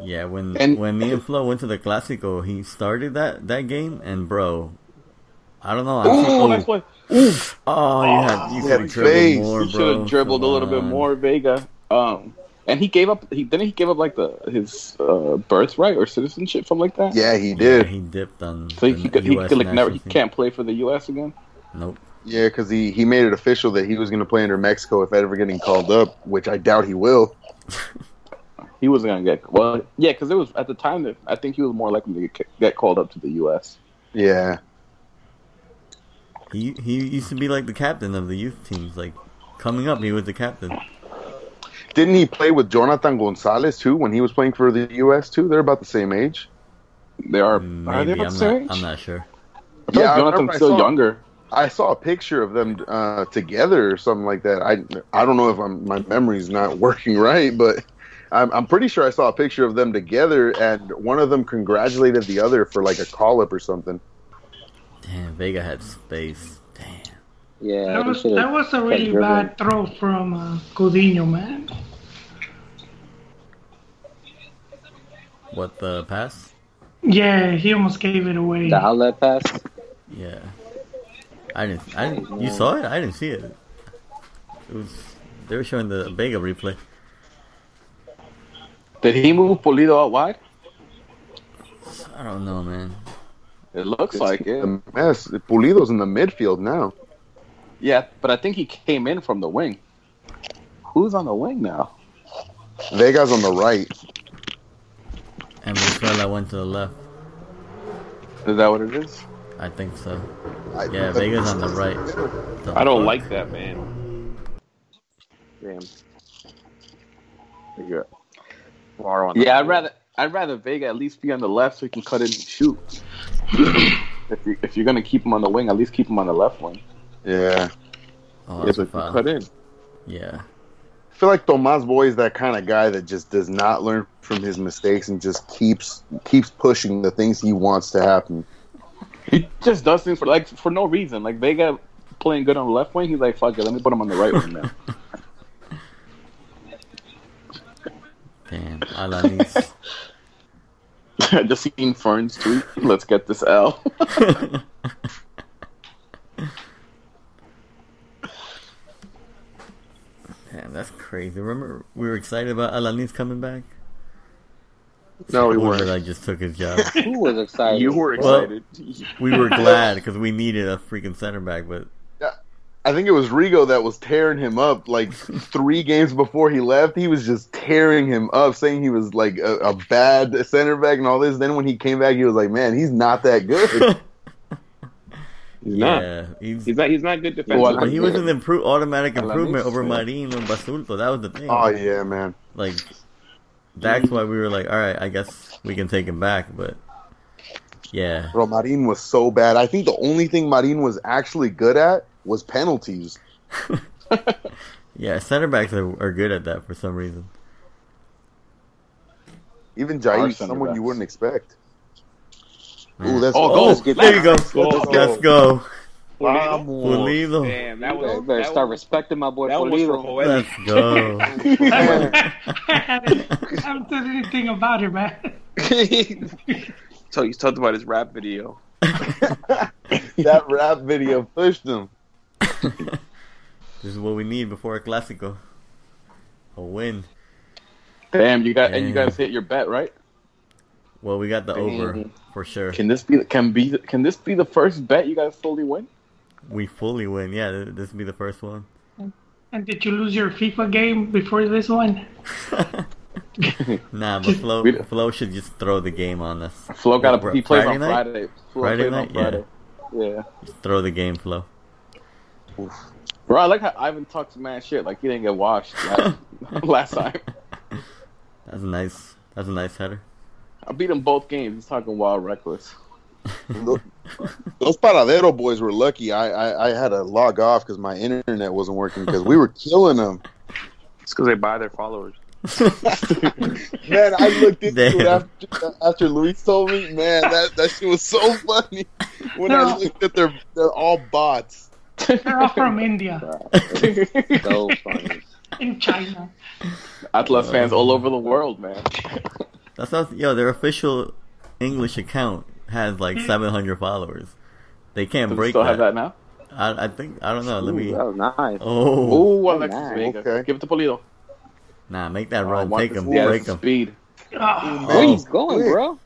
Yeah, when
And-
when me and Flo went to the Clásico, he started that that game, and bro, I don't know. I think-
Oh, that's Ah, why
oh, you had you
Oh,
could have
that
dribbled
face.
more,
he should
bro.
have dribbled a
Come
little bit
on.
more, Vega. Um, and he gave up. He didn't he give up like the his uh, birthright or citizenship, something like that.
Yeah, he
Yeah,
did.
he dipped on.
So he,
the
he could, he
US
could like never. He
national team.
can't play for the U.S. again.
Nope.
Yeah, because he, he made it official that he was going to play under Mexico if ever getting called up, which I doubt he will.
He wasn't gonna get well. Yeah, because it was at the time that I think he was more likely to get, ca- get called up to the U.S.
Yeah,
He he used to be like the captain of the youth teams. Like coming up, he was the captain.
didn't he play with Jonathan Gonzalez too when he was playing for the U.S. too? They're about the same age.
They are. are
Mm, Maybe
they
I'm not,
about the same age?
I'm not sure.
I feel like
Yeah, I remember
Jonathan's
I
still
saw-
younger.
I saw a picture of them uh, together or something like that. I I don't know if I'm, my memory's not working right, but I'm, I'm pretty sure I saw a picture of them together, and one of them congratulated the other for like a call up or something.
Damn, Vega had space. Damn.
Yeah.
That
they
was
should've-
that was a really
dribbling.
bad throw from uh, Coutinho, man.
What the pass?
Yeah, he almost gave it away.
the outlet pass.
Yeah. I didn't. I didn't. You saw it? I didn't see it. It was. They were showing the Vega replay.
Did he move Polido out wide?
I don't know, man.
It looks like it.
The mess. Pulido's in the midfield now.
Yeah, but I think he came in from the wing. Who's on the wing now?
Vega's on the right.
And Venezuela went to the left.
Is that what it is?
I think so.
I-
Yeah, Vega's on the right. The
I don't
fuck?
like that man.
Damn.
Yeah. Far on
Yeah, I'd rather I'd rather Vega at least be on the left so he can cut in and shoot. if you if you're gonna keep him on the wing, at least keep him on the left wing.
Yeah.
Oh,
Yeah,
that's a
but
foul.
cut in.
Yeah.
I feel like Tomas Boy is that kind of guy that just does not learn from his mistakes and just keeps keeps pushing the things he wants to happen.
He just does things for like for no reason. Like Vega playing good on the left wing, he's like, "Fuck it, let me put him on the right wing now."
Damn, Alanis.
I just seen Ferns tweet. Let's get this L.
Damn, that's crazy. Remember, we were excited about Alanis coming back.
No, we
Or
weren't.
that I just took his job.
Who was excited?
You were
Well-
excited.
we were glad because we needed a freaking center back, but
I think it was Rigo that was tearing him up. Like three games before he left, he was just tearing him up, saying he was like a, a bad center back and all this. Then when he came back, he was like, "Man, he's not that good."
He's not.
yeah, he's,
He's not. He's not good defensively.
Well,
but he was an impro- automatic
Alanis,
improvement over
yeah.
Marino and Basulto. That was the thing.
oh yeah, man.
Like that's why we were like, all right, I guess we can take him back, but yeah,
Bro, Marin was so bad. I think the only thing Marin was actually good at was penalties.
yeah, center backs are, are good at that for some reason.
Even
Our
Jair,
center
someone
backs.
you wouldn't expect.
Yeah.
Ooh, that's
Oh,
Oh,
goal.
let's get
There you go.
that.
Let's go. Oh,
Let's go.
Pulido?
Pulido.
Damn, that
You guys
was.
better
that
start
was-
respecting my boy
that one was for
Polito.
Joel.
Let's go.
I haven't done anything about it, man.
so he's talked about his rap video.
that rap video pushed him.
This is what we need before a Clásico. A win.
Damn, you got and you
Damn.
guys hit your bet right.
Well, we got the over for sure.
Can this be can be can this be the first bet you guys fully win?
We fully win. Yeah, th- this will be the first one.
And did you lose your FIFA game before this one?
Nah, but Flo,
We-
Flo should just throw the game on us.
Flo got
Fr-
a he plays
Friday
on
night?
Friday. Flo
Friday
plays
night?
on Friday. Yeah.
Just throw the game, Flo.
Bro, I like how Ivan talks mad shit like he didn't get washed last, last time.
That's a nice. That's a nice header.
I beat him both games. He's talking wild reckless.
Tho- Those Paradero boys were lucky. I, I, I had to log off because my internet wasn't working because we were killing them.
It's because they buy their followers.
Man, I looked into it
Damn.
after, after Luis told me. Man, that, that shit was so funny when I
No.
looked at their they're all bots.
They're all from India
So funny.
and China.
Atlas fans all over
Uh,
the world, man.
That's not, yo. Their official English account has like 700 followers. They can't
Do we
break
Hmm. still
that.
have that now?
I, I think I don't know. Oh, Let me.
Ooh, that was nice.
Oh,
Ooh, Alexis
nice.
Vega.
Okay.
Give it to Polito.
nah. Make that
Oh,
run.
want
Take
this-
him.
yeah,
break him.
Speed.
Oh,
Where
Oh.
you going, bro?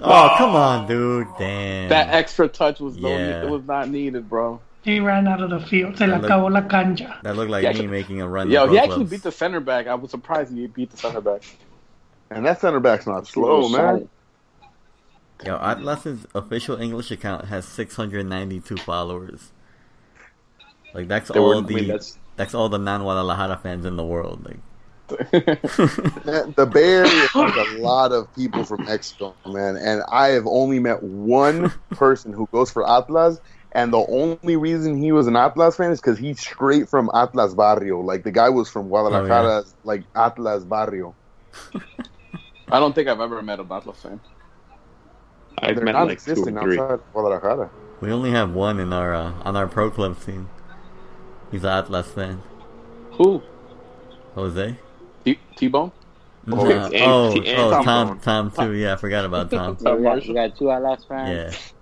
Oh, come on, dude. Damn.
That extra touch was no
Yeah.
it was not needed, bro.
he ran out of the field. Se le
Look.
acabó la cancha.
That looked like
Yeah,
me
actually-
making a run.
Yo,
to
he
Pro
actually
Clubs.
beat the center back. I was surprised he beat the center back.
And that center back's
Oh,
not slow, man.
Yo, Atlas's official English account has 692 followers. Like that's
They
all
were- I
the
mean,
that's...
that's-
all the non-Guadalajara fans in the world. Like,
Man, The Bay Area has a lot of people from Mexico, man, and I have only met one person who goes for Atlas. And the only reason he was an Atlas fan is because he's straight from Atlas Barrio. Like the guy was from Guadalajara, like Atlas Barrio.
I don't think I've ever met an Atlas fan.
I've
They're
met like two
non-existent
or three.
outside of Guadalajara.
we only have one in our uh, on our pro club team. He's an Atlas fan.
Who?
Jose.
T- T-Bone?
No,
Oh,
Oh,
it's An-
oh,
T-
Tom,
Anton.
Tom, too. Yeah, I forgot about Tom.
Yeah, we, got, we got two Atlas
Yeah,
fans.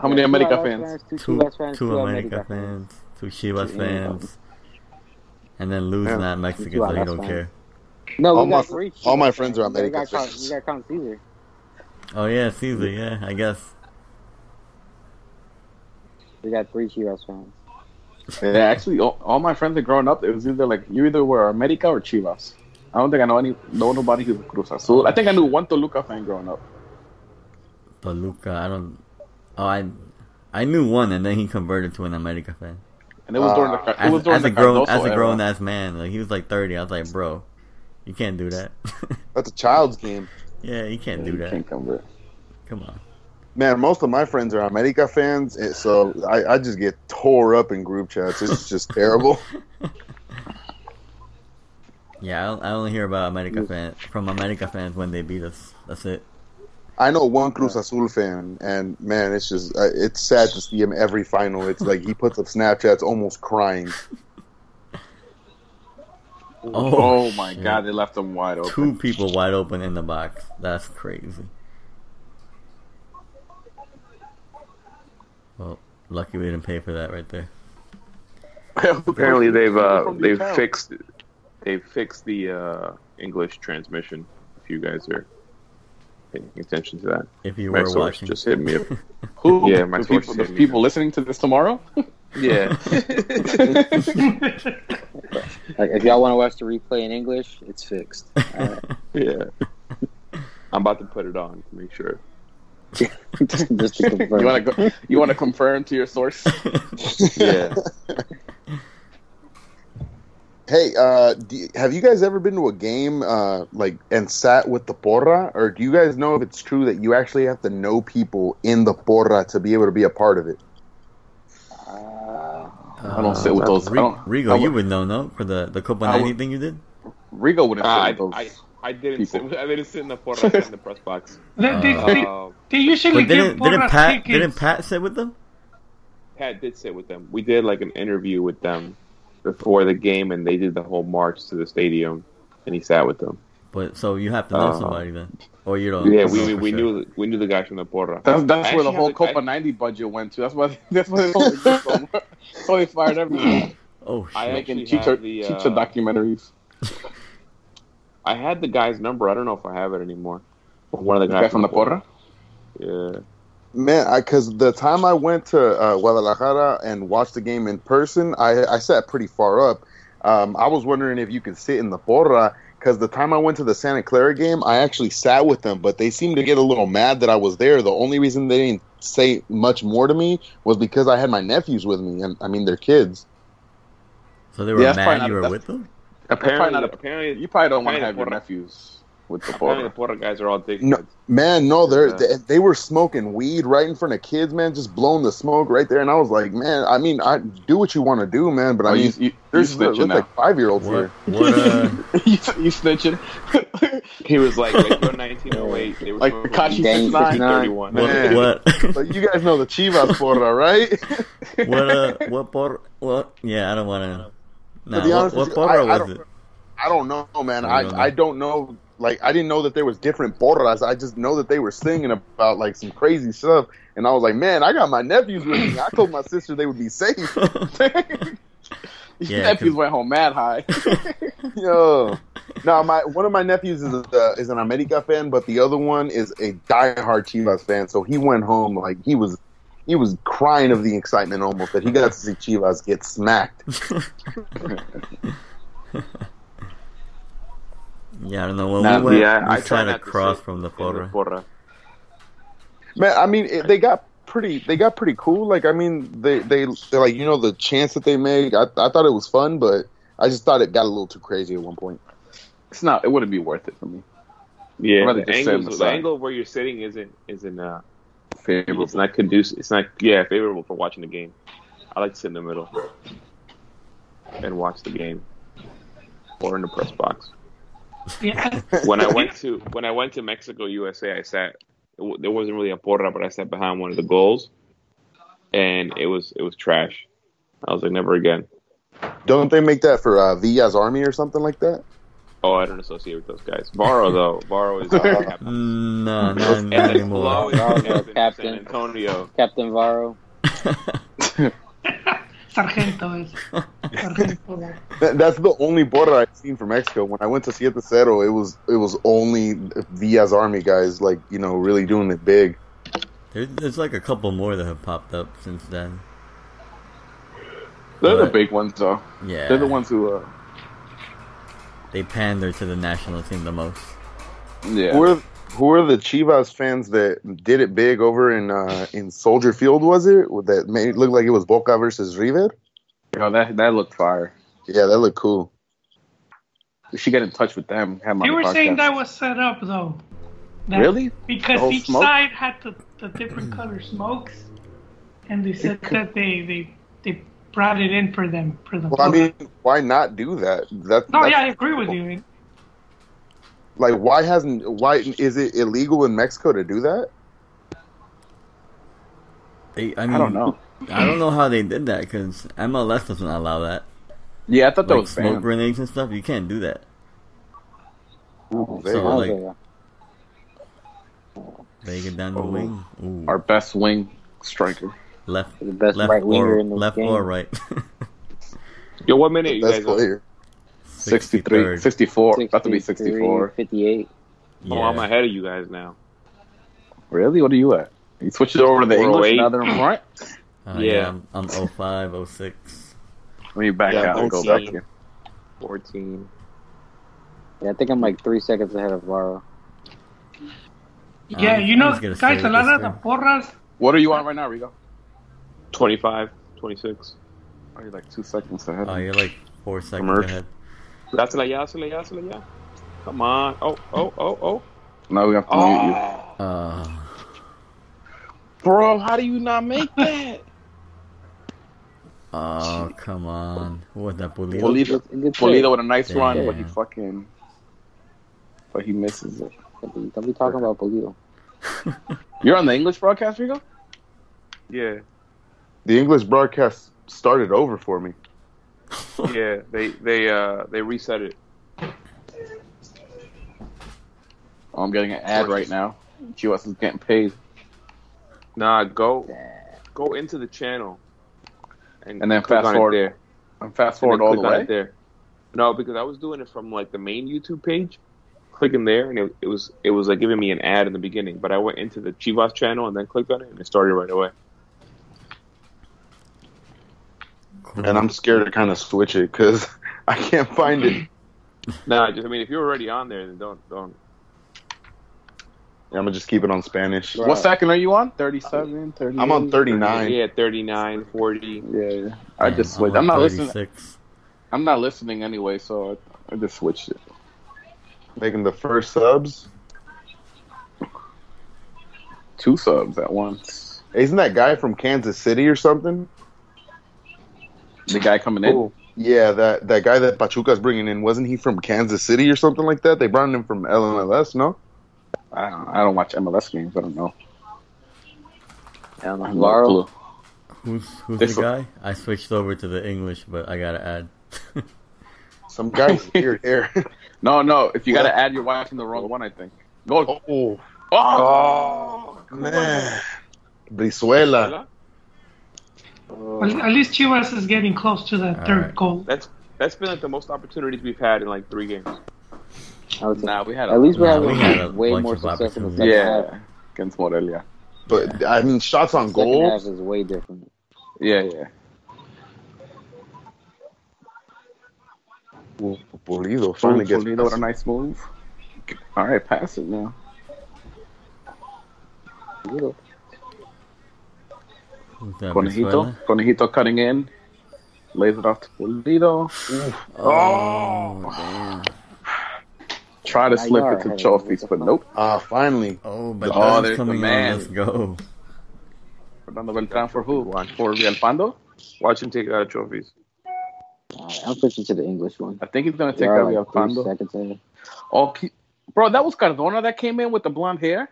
How many
Yeah, two
America
Atlas
fans?
Two
two
Chivas fans.
two
Two
America
America fans.
fans, two Chivas
Two
fans, and then Lou's
Yeah.
not Mexican,
Two
so he
Atlas
don't
fans.
care.
No, we
All my-
got three.
all my
Chivas
friends
fans.
are America
We got count-
fans.
We got count Caesar.
Oh yeah, Caesar. Yeah, I guess.
We got three Chivas fans.
Yeah, actually, all, all my friends that growing up, it was either like you either were America or Chivas. I don't think I know any, know nobody who's Cruz Azul. I think I knew one Toluca fan growing up.
Toluca. I don't. Oh, I I knew one, and then he converted to an America fan.
And it was
Ah.
during the Car- it
As,
was during
as
the
a grown
Cardoso
as a
era.
grown ass man, like he was like thirty. I was like, bro, you can't do that.
That's a child's game.
yeah, you can't do
You
that.
can't convert.
Come on.
Man, most of my friends are America fans, and so I, I just get tore up in group chats. It's just terrible.
Yeah, I, I only hear about America fan from America fans when they beat us. That's it.
I know one Cruz Azul fan, and man, it's just uh, it's sad to see him every final. It's like he puts up Snapchats almost crying.
Oh, my
shit.
God, they left them wide open.
Two people wide open in the box. That's crazy. Well, lucky we didn't pay for that right there.
Apparently, they've uh,
From the
they've
account.
fixed they've fixed the uh, English transmission. If you guys are paying attention to that,
If you
my
were
source
watching,
just hit me up.
Who?
Yeah, my
the
source
people,
said
the
me.
people listening to this tomorrow?
yeah,
Like, if y'all want to watch the replay in English, it's fixed. All right.
yeah. I'm about to put it on to make sure.
Just to confirm.
You want to go? You want to confirm to your source?
Yeah,
Hey, uh, do, have you guys ever been to a game uh, like and sat with the porra, or do you guys know if it's true that you actually have to know people in the porra to be able to be a part of it?
Uh,
I don't sit with those. I
Rigo,
don't,
Rigo
I
you
would-
would know, no? For the the Copa
I would-
90 thing you did?
Rigo wouldn't
Ah, Uh,
sit
I,
with
I,
those.
I didn't sit,
people.
I didn't sit in the port I sat in the press box.
They, they, they,
Um,
they usually
But
give
didn't, didn't
Porras
Pat
tickets.
didn't Pat sit with them?
Pat did sit with them. We did like an interview with them before the game, and they did the whole march to the stadium, and he sat with them.
But so you have to know
Uh,
somebody then, or you
Oh,
don't.
Yeah,
know
we, we,
for
we
sure.
knew we knew the guy from the Porra.
That's, that's where the
Actually,
whole
I-
Copa '90 budget went to. That's why. That's why they sold it so much. so they fired everyone.
Oh shit!
I
Making
actually have
Chicha,
the, uh,
Chicha documentaries.
I had the guy's number. I don't know if I have it anymore. One of the
The
guys
guy from the Porra.
Yeah,
Man, because the time I went to uh, Guadalajara and watched the game in person, I, I sat pretty far up. Um, I was wondering if you could sit in the porra because the time I went to the Santa Clara game, I actually sat with them, but they seemed to get a little mad that I was there. The only reason they didn't say much more to me was because I had my nephews with me, and I mean they're kids.
so they were
Yeah, that's probably
mad
not-
you were
that's-
with them.
apparently,
not a-
apparently,
You probably don't want to
Apparently
have your
Porra.
nephews with the
apparently the
Porra.
Porra guys are all dickheads.
No. Man, no, they're,
Yeah.
they they were smoking weed right in front of kids, man, just blowing the smoke right there, and I was like, man, I mean, I do what you want to do, man, but I
Oh,
mean,
you, you, you
there's look
snitching now.
like five year olds
What?
here.
What? Uh,
you, you snitching.
He was like, like you're 1908. They were
Like
smoking
Takashi
weed.
Dang,
69.
31.
Man.
what? What?
But you guys know the Chivas porra, right?
what? Uh, what? Por? What? Yeah, I don't want to know.
To
Nah,
be
what,
honest
what
with you,
porra
I- I
was
don't-
it?
I don't know, man.
I
I,
don't know.
I don't know. Like, I didn't know that there was different porras. I just know that they were singing about like some crazy stuff, and I was like, man, I got my nephews with me. I told my sister they would be safe.
Your
Yeah,
nephews
'cause-
went home mad high.
Yo, no, my one of my nephews is uh, is an America fan, but the other one is a diehard Chivas fan. So he went home like he was he was crying of the excitement almost that he got to see Chivas get smacked.
yeah, I don't know. When
Nah,
we went,
yeah,
we
I try
sat
not to
across
sit
from the
in the
porra.
Porra.
Man, I mean, it, they got pretty. They got pretty cool. Like, I mean, they they they're like you know the chance that they made. I I thought it was fun, but I just thought it got a little too crazy at one point.
It's not. It wouldn't be worth it for me. I'd
Yeah,
rather
the,
just sit on the
angles, the
side.
angle where you're sitting isn't isn't uh, it's not conducive. It's not yeah favorable for watching the game. I like to sit in the middle and watch the game or in the press box.
Yeah.
When I went to when I went to Mexico USA, I sat. It, wa- there wasn't really a porra, but I sat behind one of the goals, and it was it was trash. I was like, never again.
Don't they make that for uh, Villa's Army or something like that?
Oh, I don't associate with those guys. Varo though, Varo is uh,
Mm, No, not, not
and then
anymore.
Flo is-
Varo's our
and then
captain.
San Antonio.
Captain Varro.
Sargento is. Sargento.
That- That's the only border I've seen from Mexico. When I went to Siete Cero, it was it was only Villa's Army guys, like you know, really doing it big.
There's, there's like a couple more that have popped up since then.
They're the
Right.
big ones, though.
Yeah,
They're the ones who. Uh,
they pander to the national team the most.
yeah.
Who are who are the Chivas fans that did it big over in uh, in Soldier Field? Was it that made it look like it was Boca versus River?
Yo, Oh, that that looked fire.
Yeah, that looked cool.
We should get in touch with them. Have them on
They
the
were saying
podcast.
that was set up though. That-
really. The
Because
whole
each
smoke?
side had the, the different color smokes, and they said that they, they they brought it in for them for the.
Well, I mean, why not do that? That
no,
that's-
Oh,
yeah, I agree with you.
Like, why hasn't why is it illegal in Mexico to do that?
They, I, mean,
I don't know.
I don't know how they did that because MLS doesn't allow that.
Yeah, I thought that
Like
was
smoke
banned.
grenades and stuff, you can't do that.
They-
So
Oh,
like
yeah.
Vega down the
Oh.
wing, Ooh.
Our best wing striker.
left,
The best
left
right winger
or
in the
left
game.
or right.
Yo, what minute you
That's
guys on?
player.
63.
63, 64. About to be
63,
64.
58.
Oh, I'm ahead of you guys now.
Really? What are you at? You switched it over to the
Four oh
English,
eight.
now they're in front?
Uh,
Yeah.
yeah, I'm, oh I'm 05, 06.
When you back
Yeah,
out and go back
14.
in.
14.
Yeah, I think I'm like three seconds ahead of Varo.
Yeah,
Um,
you
I
know,
was gonna
guys,
say
a lot
this
of the
thing.
porras,
What are you on right now, Rigo?
25, 26.
Are you like two seconds ahead?
Oh, you're like four seconds
Merc.
ahead.
That's like, yeah, that's like, yeah, that's like, yeah. Come on. Oh, oh, oh, oh.
Now we have to mute you.
Oh,
Uh,
bro, how do you not make that?
oh, come on. Who was that, Pulido?
Pulido. Leave it-
Good- good play.
Polito with a nice
Yeah.
run, but he fucking. But he misses it.
Don't be- don't be talking about Polito.
You're on the English broadcast, Rigo?
Yeah,
The English broadcast started over for me.
yeah. They they uh they reset it.
Oh, I'm getting an ad right now. QS is getting paid.
Nah, go go into the channel.
And then
click
fast
on it
forward.
there.
I'm fast
And then
forward all the
click on
way.
it there. No, because I was doing it from like the main YouTube page. Clicking there, and it, it was it was like giving me an ad in the beginning. But I went into the Chivas channel and then clicked on it, and it started right away.
Cool.
And I'm scared to kind of switch it because I can't find it.
Nah, just I mean, if you're already on there, then don't don't.
I'm gonna just keep it on Spanish.
Right.
What second are you on? 37, 38?
I'm on 39.
Yeah, 39, 40.
Yeah, yeah. I just
Damn,
switched. I'm not
on
listening.
36.
I'm not listening anyway, so I, I just switched it.
Making the first subs.
Two subs at once.
Isn't that guy from Kansas City or something?
The guy coming in.
Cool.
Yeah, that that guy that Pachuca's bringing in wasn't he from Kansas City or something like that? They brought him from LMLS, no?
I don't, I don't watch MLS games. I don't know.
Yeah, I'm like,
I have no
Varo,
clue.
Who's, who's
This
the guy? I switched over to the English, but I gotta add.
Some guy's weird hair.
No, no. If you got
What?
to add, you're watching the wrong one. I think. Go. Oh,
oh
Oh,
man, Brizuela.
Hello?
well, at least Chivas is getting close to that
All
third
right.
goal.
That's that's been like the most opportunities we've had in like three games.
I would say-
nah, we had a,
At least we're
Nah,
having
we had a
way
bunch
more
of
success in the second
opportunities.
half.
yeah against Morelia.
But I mean, shots on
Second half
goal.
is way different.
Yeah, yeah.
Pulido finally gets.
Pulido with a nice move. All right, pass it now.
Polito.
Who's that,
Conejito,
Brizuela?
Conejito cutting in, lays it off to Pulido.
Oh, damn.
Try to
Now
slip
you are
it to
ahead.
Chofis, but nope.
Ah, finally.
Oh, but
Oh,
that's
there's the
coming on.
man.
Let's go.
Fernando Beltran for who? For Villalpando?
Watch him take out of trophies.
All right, I'm switching to the English one.
I think he's gonna take
Y'all are
out
like three
Villalpando.
seconds in.
Oh, he- bro, that was Cardona that came in with the blonde hair.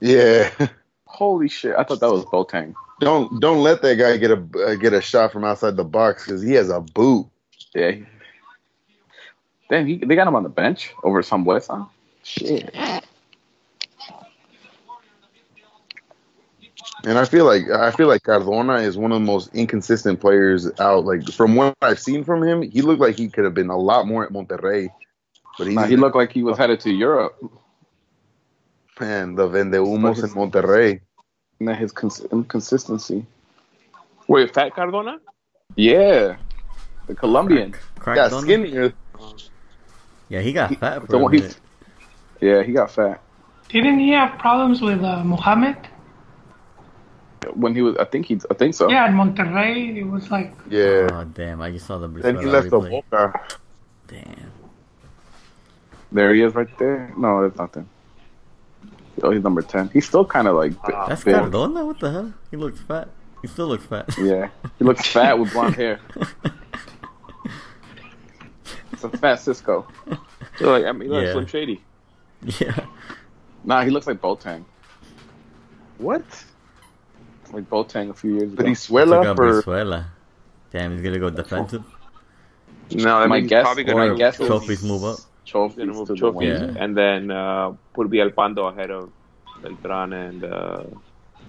Yeah.
Holy shit! I thought that was Boateng.
Don't don't let that guy get a uh, get a shot from outside the box because he has a boot.
Yeah. he- Damn, he, they got him on the bench over some West. Huh? Shit.
And I feel like I feel like Cardona is one of the most inconsistent players out. Like from what I've seen from him, he looked like he could have been a lot more at Monterrey. But he's
Nah, he looked like he was headed to Europe.
man, the vende humos in Monterrey.
And then his cons- inconsistency.
Wait, Fat Cardona?
Yeah, the Colombian.
Crack
Got
on him?
skinnier.
Yeah, he got fat for
the
a
one he's-
minute.
Yeah, he got fat
Didn't he have problems with uh, Mohamed?
when he was. I think he. I think so.
Yeah, at Monterrey, it was like,
Yeah.
Oh, damn. I just saw the Brizuela
then he left the
replay.
Boca.
Damn.
There he is, right there. No, it's nothing. Oh, he's number ten. He's still kind of like. bi-
That's
big.
Cardona? What the hell? He looks fat. He still looks fat.
Yeah, he looks fat with blonde hair. It's a fat Cisco.
So like I mean, like
Yeah.
Slim Shady.
Yeah.
Nah, he looks like Boateng.
What?
Like Boateng a few years ago.
But he's
Took
Suela
out
for
Brizuela. Damn, he's gonna go defensive.
No, that
my
means he's
guess,
probably
my
gonna
guess is
Trophies move up.
Trophies
Gonna move
to the
Trophy.
wing.
Yeah.
and then uh, would be Alpando ahead of Beltran and uh,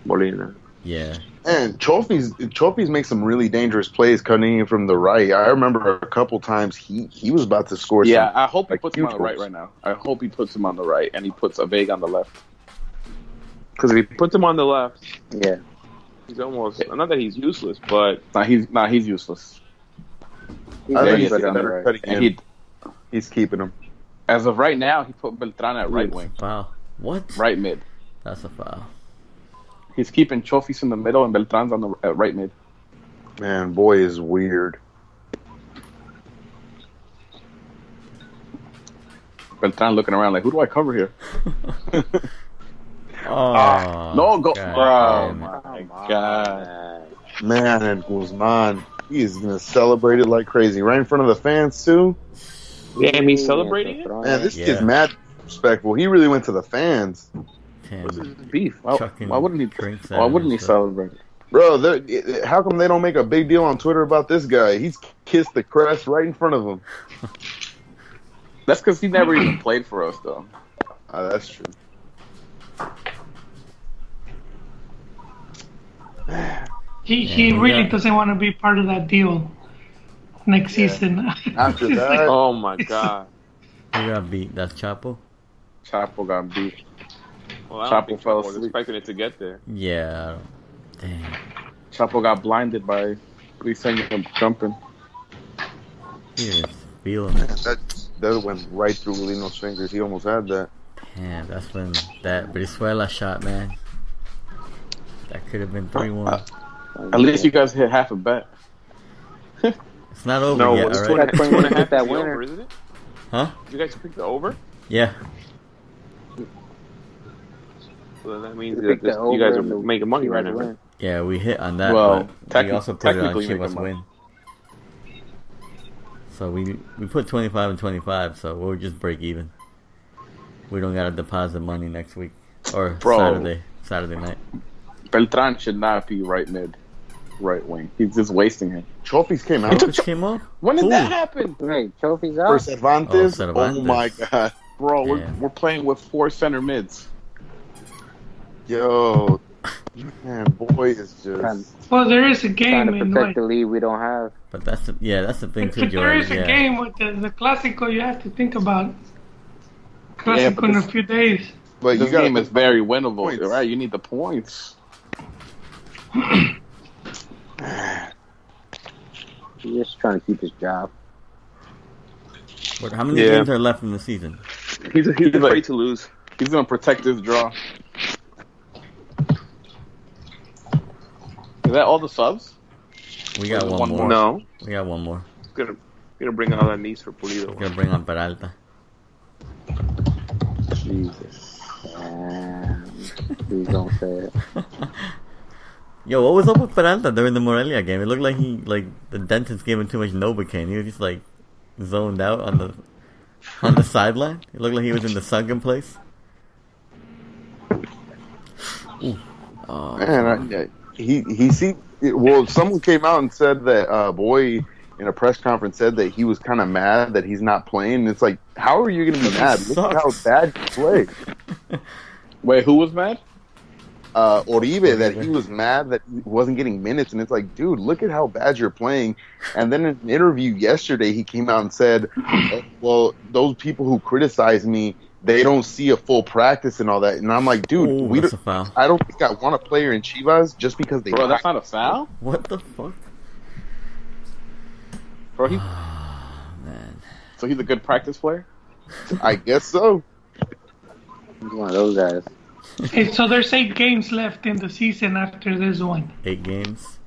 Molina.
Yeah.
Man, trophies trophies make some really dangerous plays coming in from the right. I remember a couple times he he was about to score.
Yeah,
some,
I hope he
like,
puts him on
huge
the right
goals.
right now. I hope he puts him on the right and he puts a Vega on the left.
Because if he puts him on the left,
Yeah.
he's almost not that he's useless, but
Nah, he's nah, he's useless.
He's
Yeah,
I think
very
he's
he's
good
better
on the
better
right.
cutting
And
in.
he,
he's keeping him.
as of right now, he put Beltran at right wing,
Foul. What?
right mid.
That's a foul.
He's keeping trophies in the middle and Beltran's on the at right mid.
Man, boy is weird.
Beltran looking around like, who do I cover here?
Oh,
Ah. no, go- bro.
damn it.
Oh, my
God.
man.
Man, and Guzman, he is gonna celebrate it like crazy, right in front of the fans too.
damn, he's
Ooh,
celebrating it.
Beltran.
Man, this
Yeah.
kid's mad respectful. He really went to the fans,
Damn.
What's his beef? Why,
Chucking
why wouldn't he?
drinks at
Why
him
wouldn't he
and stuff.
celebrate?
bro. they're- it- it- How come they don't make a big deal on Twitter about this guy? He's kissed the crest right in front of him.
That's because he never even played for us, though.
Ah, that's true.
He he
Yeah.
really doesn't want to be part of that deal next season.
After that,
Oh my god!
Who got beat? That's Chapo?
Chapo got beat.
Well, I don't
Chapo
think
fell
Chapo was
asleep.
expecting it to get there.
Yeah. I don't- Damn.
Chapo got blinded by Briseño jumping.
He is feeling it.
that that went right through Lino's fingers. He almost had that.
Damn, that's when that Brizuela shot, man. That could have been 3 1.
At least you guys hit half a bet.
It's not
Oh,
over
No,
yet,
it's
alright?
That's
Two and a
hit
half
that
is the
winner.
over, isn't it?
Huh?
You guys picked the over.
Yeah.
So that means
Pick
that this,
the
you guys
over
are
and the-
making money
you
right
guys
now.
win.
right?
Yeah, we hit on that,
Well,
but we
techni-
also put it on
technically
She
make
Must
them up.
Win. So we we put 25 and 25, so we'll just break even. We don't got to deposit money next week or
Bro.
Saturday, Saturday night.
Beltran should not be right mid, right wing. He's just wasting him.
Trophies came out.
Which came off?
When did
Who?
that happen,
Wait, trophies out?
For Cervantes?
Oh,
Oh,
Cervantes.
my god.
bro?
Yeah.
We're, we're playing with four center mids.
Yo. Man, boy is
Trying-
just
well, there is a
Trying
game
to
in like
protect the lead we don't have.
But that's the, yeah, that's the thing
if
too,
there
Joel.
is a
Yeah.
game with the, the Clásico, you have to think about Clásico in a
this-
few days.
but
This
you gotta
game is very winnable,
points.
right? You need the points.
He's just trying to keep his job.
What, how many
Yeah.
games are left in the season?
He's, he's, afraid to lose.
He's gonna protect this draw. Is that all the subs?
We got
There's
one,
one
more.
more.
No,
We got one more.
he's gonna he's gonna bring out that niece for Pulido.
We're gonna bring on Peralta.
Jesus. Man. Please don't say it.
Yo, what was up with Peralta during the Morelia game? It looked like he like the dentist gave him too much Novocaine. He was just like zoned out on the on the sideline. It looked like he was in the sunken place. Ooh. Oh,
man, I, I- he he see well someone came out and said that uh boy in a press conference said that he was kind of mad that he's not playing. It's like, how are you gonna be mad? Look at how
sucks.
bad you play.
Wait, who was mad?
Uh, Oribe, that he was mad that he wasn't getting minutes, and it's like, dude, look at how bad you're playing. And then in an interview yesterday, he came out and said, "Oh, "Well, those people who criticize me, they don't see a full practice and all that." And I'm like, dude,
Ooh,
we
that's
don't,
a foul.
I don't think I want a player in Chivas just because they.
Bro, that's
lack-
not a foul.
What the fuck,
Bro, he,
man?
so he's a good practice player.
I guess so.
He's one of those guys.
Hey, so there's eight games left in the season after this one,
Eight games.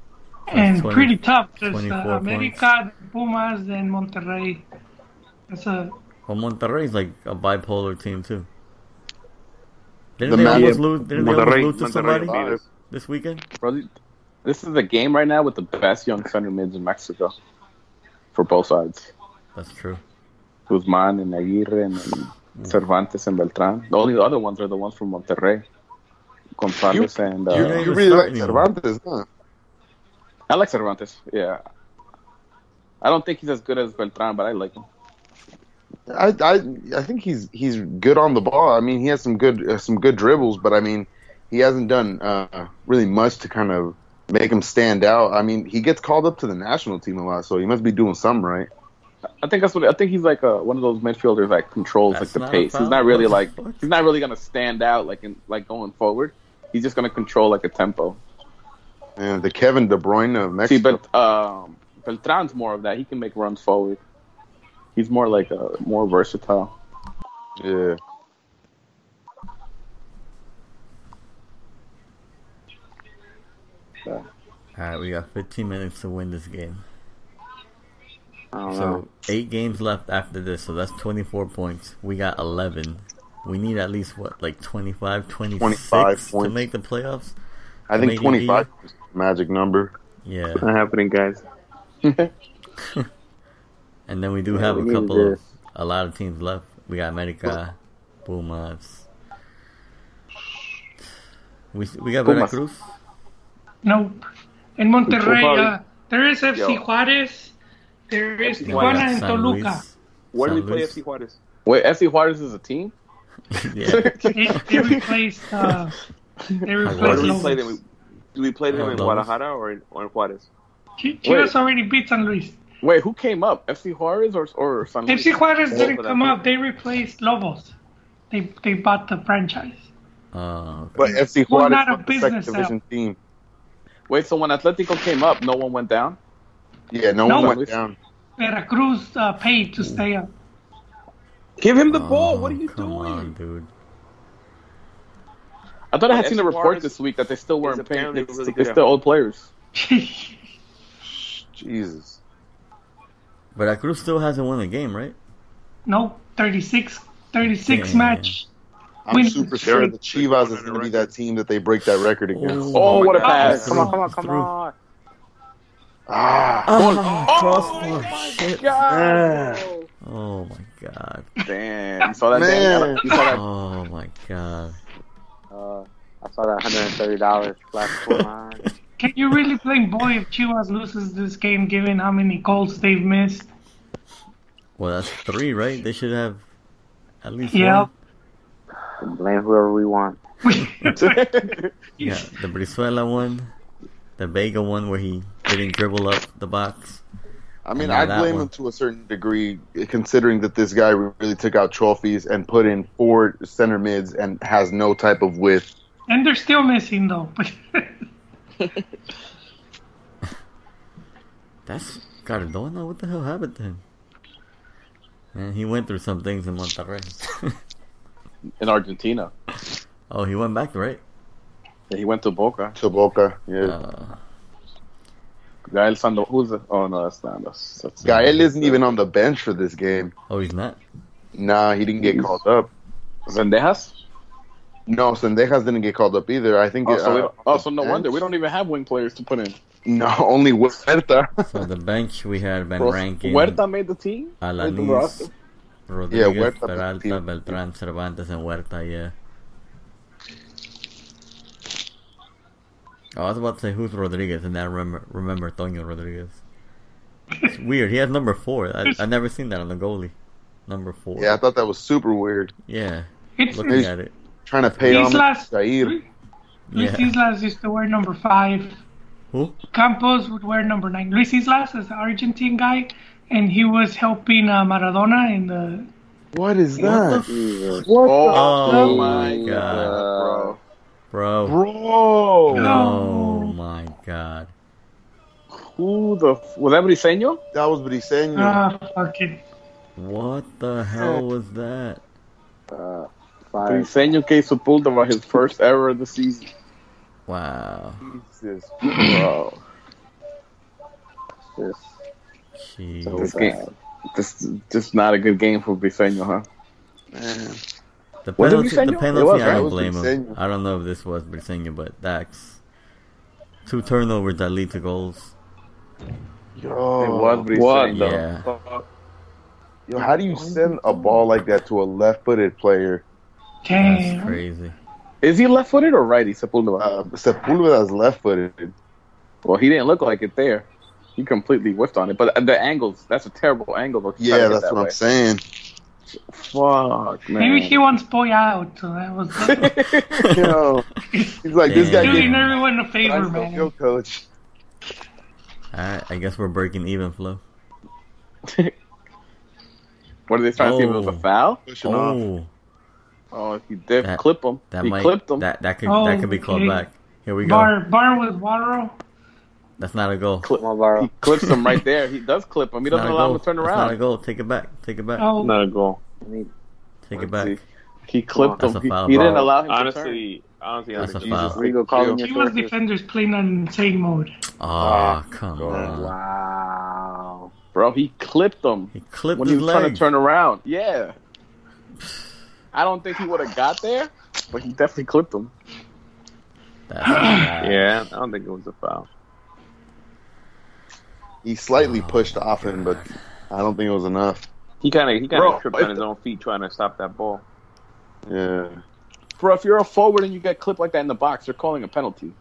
and
20
pretty tough. There's uh,
24 points.
America, then Pumas, then Monterrey. That's a
Well, Monterrey's like a bipolar team too. Didn't
The
they
man-
almost lose? Didn't they
Monterrey-
almost lose to
Monterrey
somebody
beat us.
this weekend?
Bro, this is a game right now with the best young center mids in Mexico for both sides.
That's true.
Guzman and Aguirre and, and Cervantes and Beltran. The only other ones are the ones from Monterrey. Contreras and
You,
uh,
You're
you really like
starting.
Cervantes, huh?
I like Cervantes. Yeah, I don't think he's as good as Beltran, but I like him.
I, I I think he's he's good on the ball. I mean, he has some good uh, some good dribbles, but I mean, he hasn't done uh, really much to kind of make him stand out. I mean, he gets called up to the national team a lot, so he must be doing something right.
I think that's what I think he's like uh one of those midfielders that controls
That's
like the
not a
pace. He's
foul.
not really like
What the fuck?
he's not really gonna stand out like in like going forward. He's just gonna control like a tempo.
And the Kevin De Bruyne of
See,
Mexico.
but um, Beltran's more of that. He can make runs forward. He's more like a more versatile.
yeah.
All right, we got 15 minutes to win this game.
I don't know.
So eight games left after this, so that's 24 points. We got 11. We need at least what, like 25, 26
25
to
points.
make the playoffs.
I think
Maybe
25 is the magic number.
Yeah,
Not happening, guys.
and then we do have
we
a
need
couple of
this.
a lot of teams left. We got America, Pumas. We we got
Pumas.
Veracruz.
Nope. In Monterrey,
Tijuana.
uh, there is FC
Yo.
Juarez. There is
Then we got
Tijuana and
San
Toluca.
Luis.
Where do we
San
play
Luis.
FC Juarez?
Wait, FC Juarez is a team.
yeah,
They, they replaced. Uh, they
Where
replaced.
do we
Lobos.
play them? Do we play them
Oh,
in
Lobos.
Guadalajara or in, or in Juarez?
Chi- Chivas already beat San Luis.
Wait, who came up? FC Juarez or or San Luis?
FC Juarez didn't
for that
come up. They replaced Lobos. They they bought the franchise.
uh,
But FC
We're
Juarez
not a
is the second
business
division team.
Wait, so when Atletico came up, no one went down.
Yeah, no,
No.
one went down.
Veracruz uh, paid to stay up.
Give him the
oh,
ball. What are you
come
doing?
on, dude.
I thought I had
FC
seen a report
Juarez
this week that they still weren't paying.
apparently
They,
really
they
good.
still old players.
Jesus.
Veracruz still hasn't won a game, right?
nope. 36, 36
Yeah.
match.
I'm
Win-
super sure the Chivas is going to be
record.
that team that they break that record against.
Oh, what a pass!
Come
Come
on,
on,
come
come
on,
on,
come Through.
come on.
Ah,
Oh,
Ah, crossbar. Shit.
man.
Oh my god.
Damn, you saw that?
Man.
Damn, you saw that?
Oh my god.
Uh, I saw that $130 last line.
Can you really blame Boy if Chivas loses this game given how many goals they've missed?
Well, that's three, right? They should have at least
Yep.
one.
Can blame whoever we want.
Yeah, the Brizuela one, the Vega one where he didn't dribble up the box.
I mean,
Yeah,
I
that
blame
one.
him to a certain degree, considering that this guy really took out trophies and put in four center mids and has no type of width.
and they're still missing though.
That's Cardona. What the hell happened to him? Man, he went through some things in Monterrey.
In Argentina,
oh, he went back, right?
Yeah, he went to Boca.
To Boca, yeah.
Uh,
Gael Sandoval. Who's the, oh no, that's not us. That's
Gael isn't even on the bench for this game.
oh, he's not.
Nah, he didn't get called up.
Zendejas.
No, Sendejas didn't get called up either. I think.
Oh, so, we
uh,
don't- oh, so no
bench?
wonder we don't even have wing players to put in.
No, only Huerta.
So the bench we had Van Rankin,
Huerta made the team. Made the roster.
Alanis, Rodriguez,
Huerta put the
Peralta,
team.
Beltran, Cervantes, and Huerta. Yeah. Oh, I was about to say who's Rodriguez, and then I remember, remember Tonio Rodriguez. It's weird. He has number four. I I never seen that on the goalie. Number four.
yeah, I thought that was super weird.
Yeah.
it's,
Looking
it's,
at it.
Trying to pay
These
on
last-
Jair.
Luis
Yeah.
Islas used to wear number five.
Who?
Campos would wear number nine. Luis Islas is the Argentine guy, and he was helping uh, Maradona in the.
What is that,
Jesus.
Oh,
Oh
my
my
god,
God. Bro.
bro.
bro?
Oh
No.
my god.
Who the f- was that Briseño?
That was Briseño.
Ah, fuck it.
What the hell was that?
Uh, five.
Briseño que pulled about his first error of the season.
Wow.
Jesus.
Bro,
Just,
Jeez. Oh,
this game, this just not a good game for Briseño, huh?
The
Was
penalty,
it
the
Briseño? It
penalty
was,
I
right?
It
don't
was
blame him.
Briseño.
I don't know if this was Briseño, but that's two turnovers that lead to goals.
Yo. Oh,
it was Briseño.
What the
Yeah.
fuck?
Yo, how do you send a ball like that to a left-footed player?
That's
Damn.
crazy.
Is he left-footed or righty? Sepulveda.
Uh, Sepulveda's left-footed.
well, he didn't look like it there. He completely whiffed on it, but the angles—that's a terrible angle. though, to try to
Yeah,
hit
that's
that
what
way.
I'm saying.
Fuck, man.
Maybe he wants boy out. So that was
Yo, he's like, this guy
Damn.
gave
doing
me
everyone a
a
favor,
nice
man.
field coach.
Alright, I guess we're breaking even, Flo.
what are they trying to see? If it was
Oh.
a foul?
Pushing off.
Oh,
Oh, he did
That-
clip him.
that
he
might
clipped him.
that that could
Oh,
that could be called
okay.
back. Here we go.
Bar, bar with Waro.
That's not a goal.
Clip-
Come on, Varro.
he clips him right there. He does clip him. He
That's
doesn't
not a
allow
goal.
him to turn
That's not a
around.
goal. Take it back. Take it back.
Oh,
Not a goal.
I mean,
Take it
Let's
back.
see. He clipped
That's
him.
a
He,
foul,
he
bro.
didn't allow him to
Honestly, honestly,
That's a
honestly,
foul.
Rigo calling your
Cuba's
sources.
defenders playing on insane mode.
Oh,
Ah,
come on.
Wow.
turn. Bro, he clipped him
He clipped
when he
his
was trying
leg.
to turn around. Yeah. I don't think he would have got there, but he definitely clipped him.
That's bad.
yeah, I don't think it was a foul.
He slightly pushed off him, but I don't think it was enough.
He kind of he kind
Bro,
of tripped
if
on his own feet trying to stop that ball.
Yeah,
Bro, if you're a forward and you get clipped like that in the box, they're calling a penalty.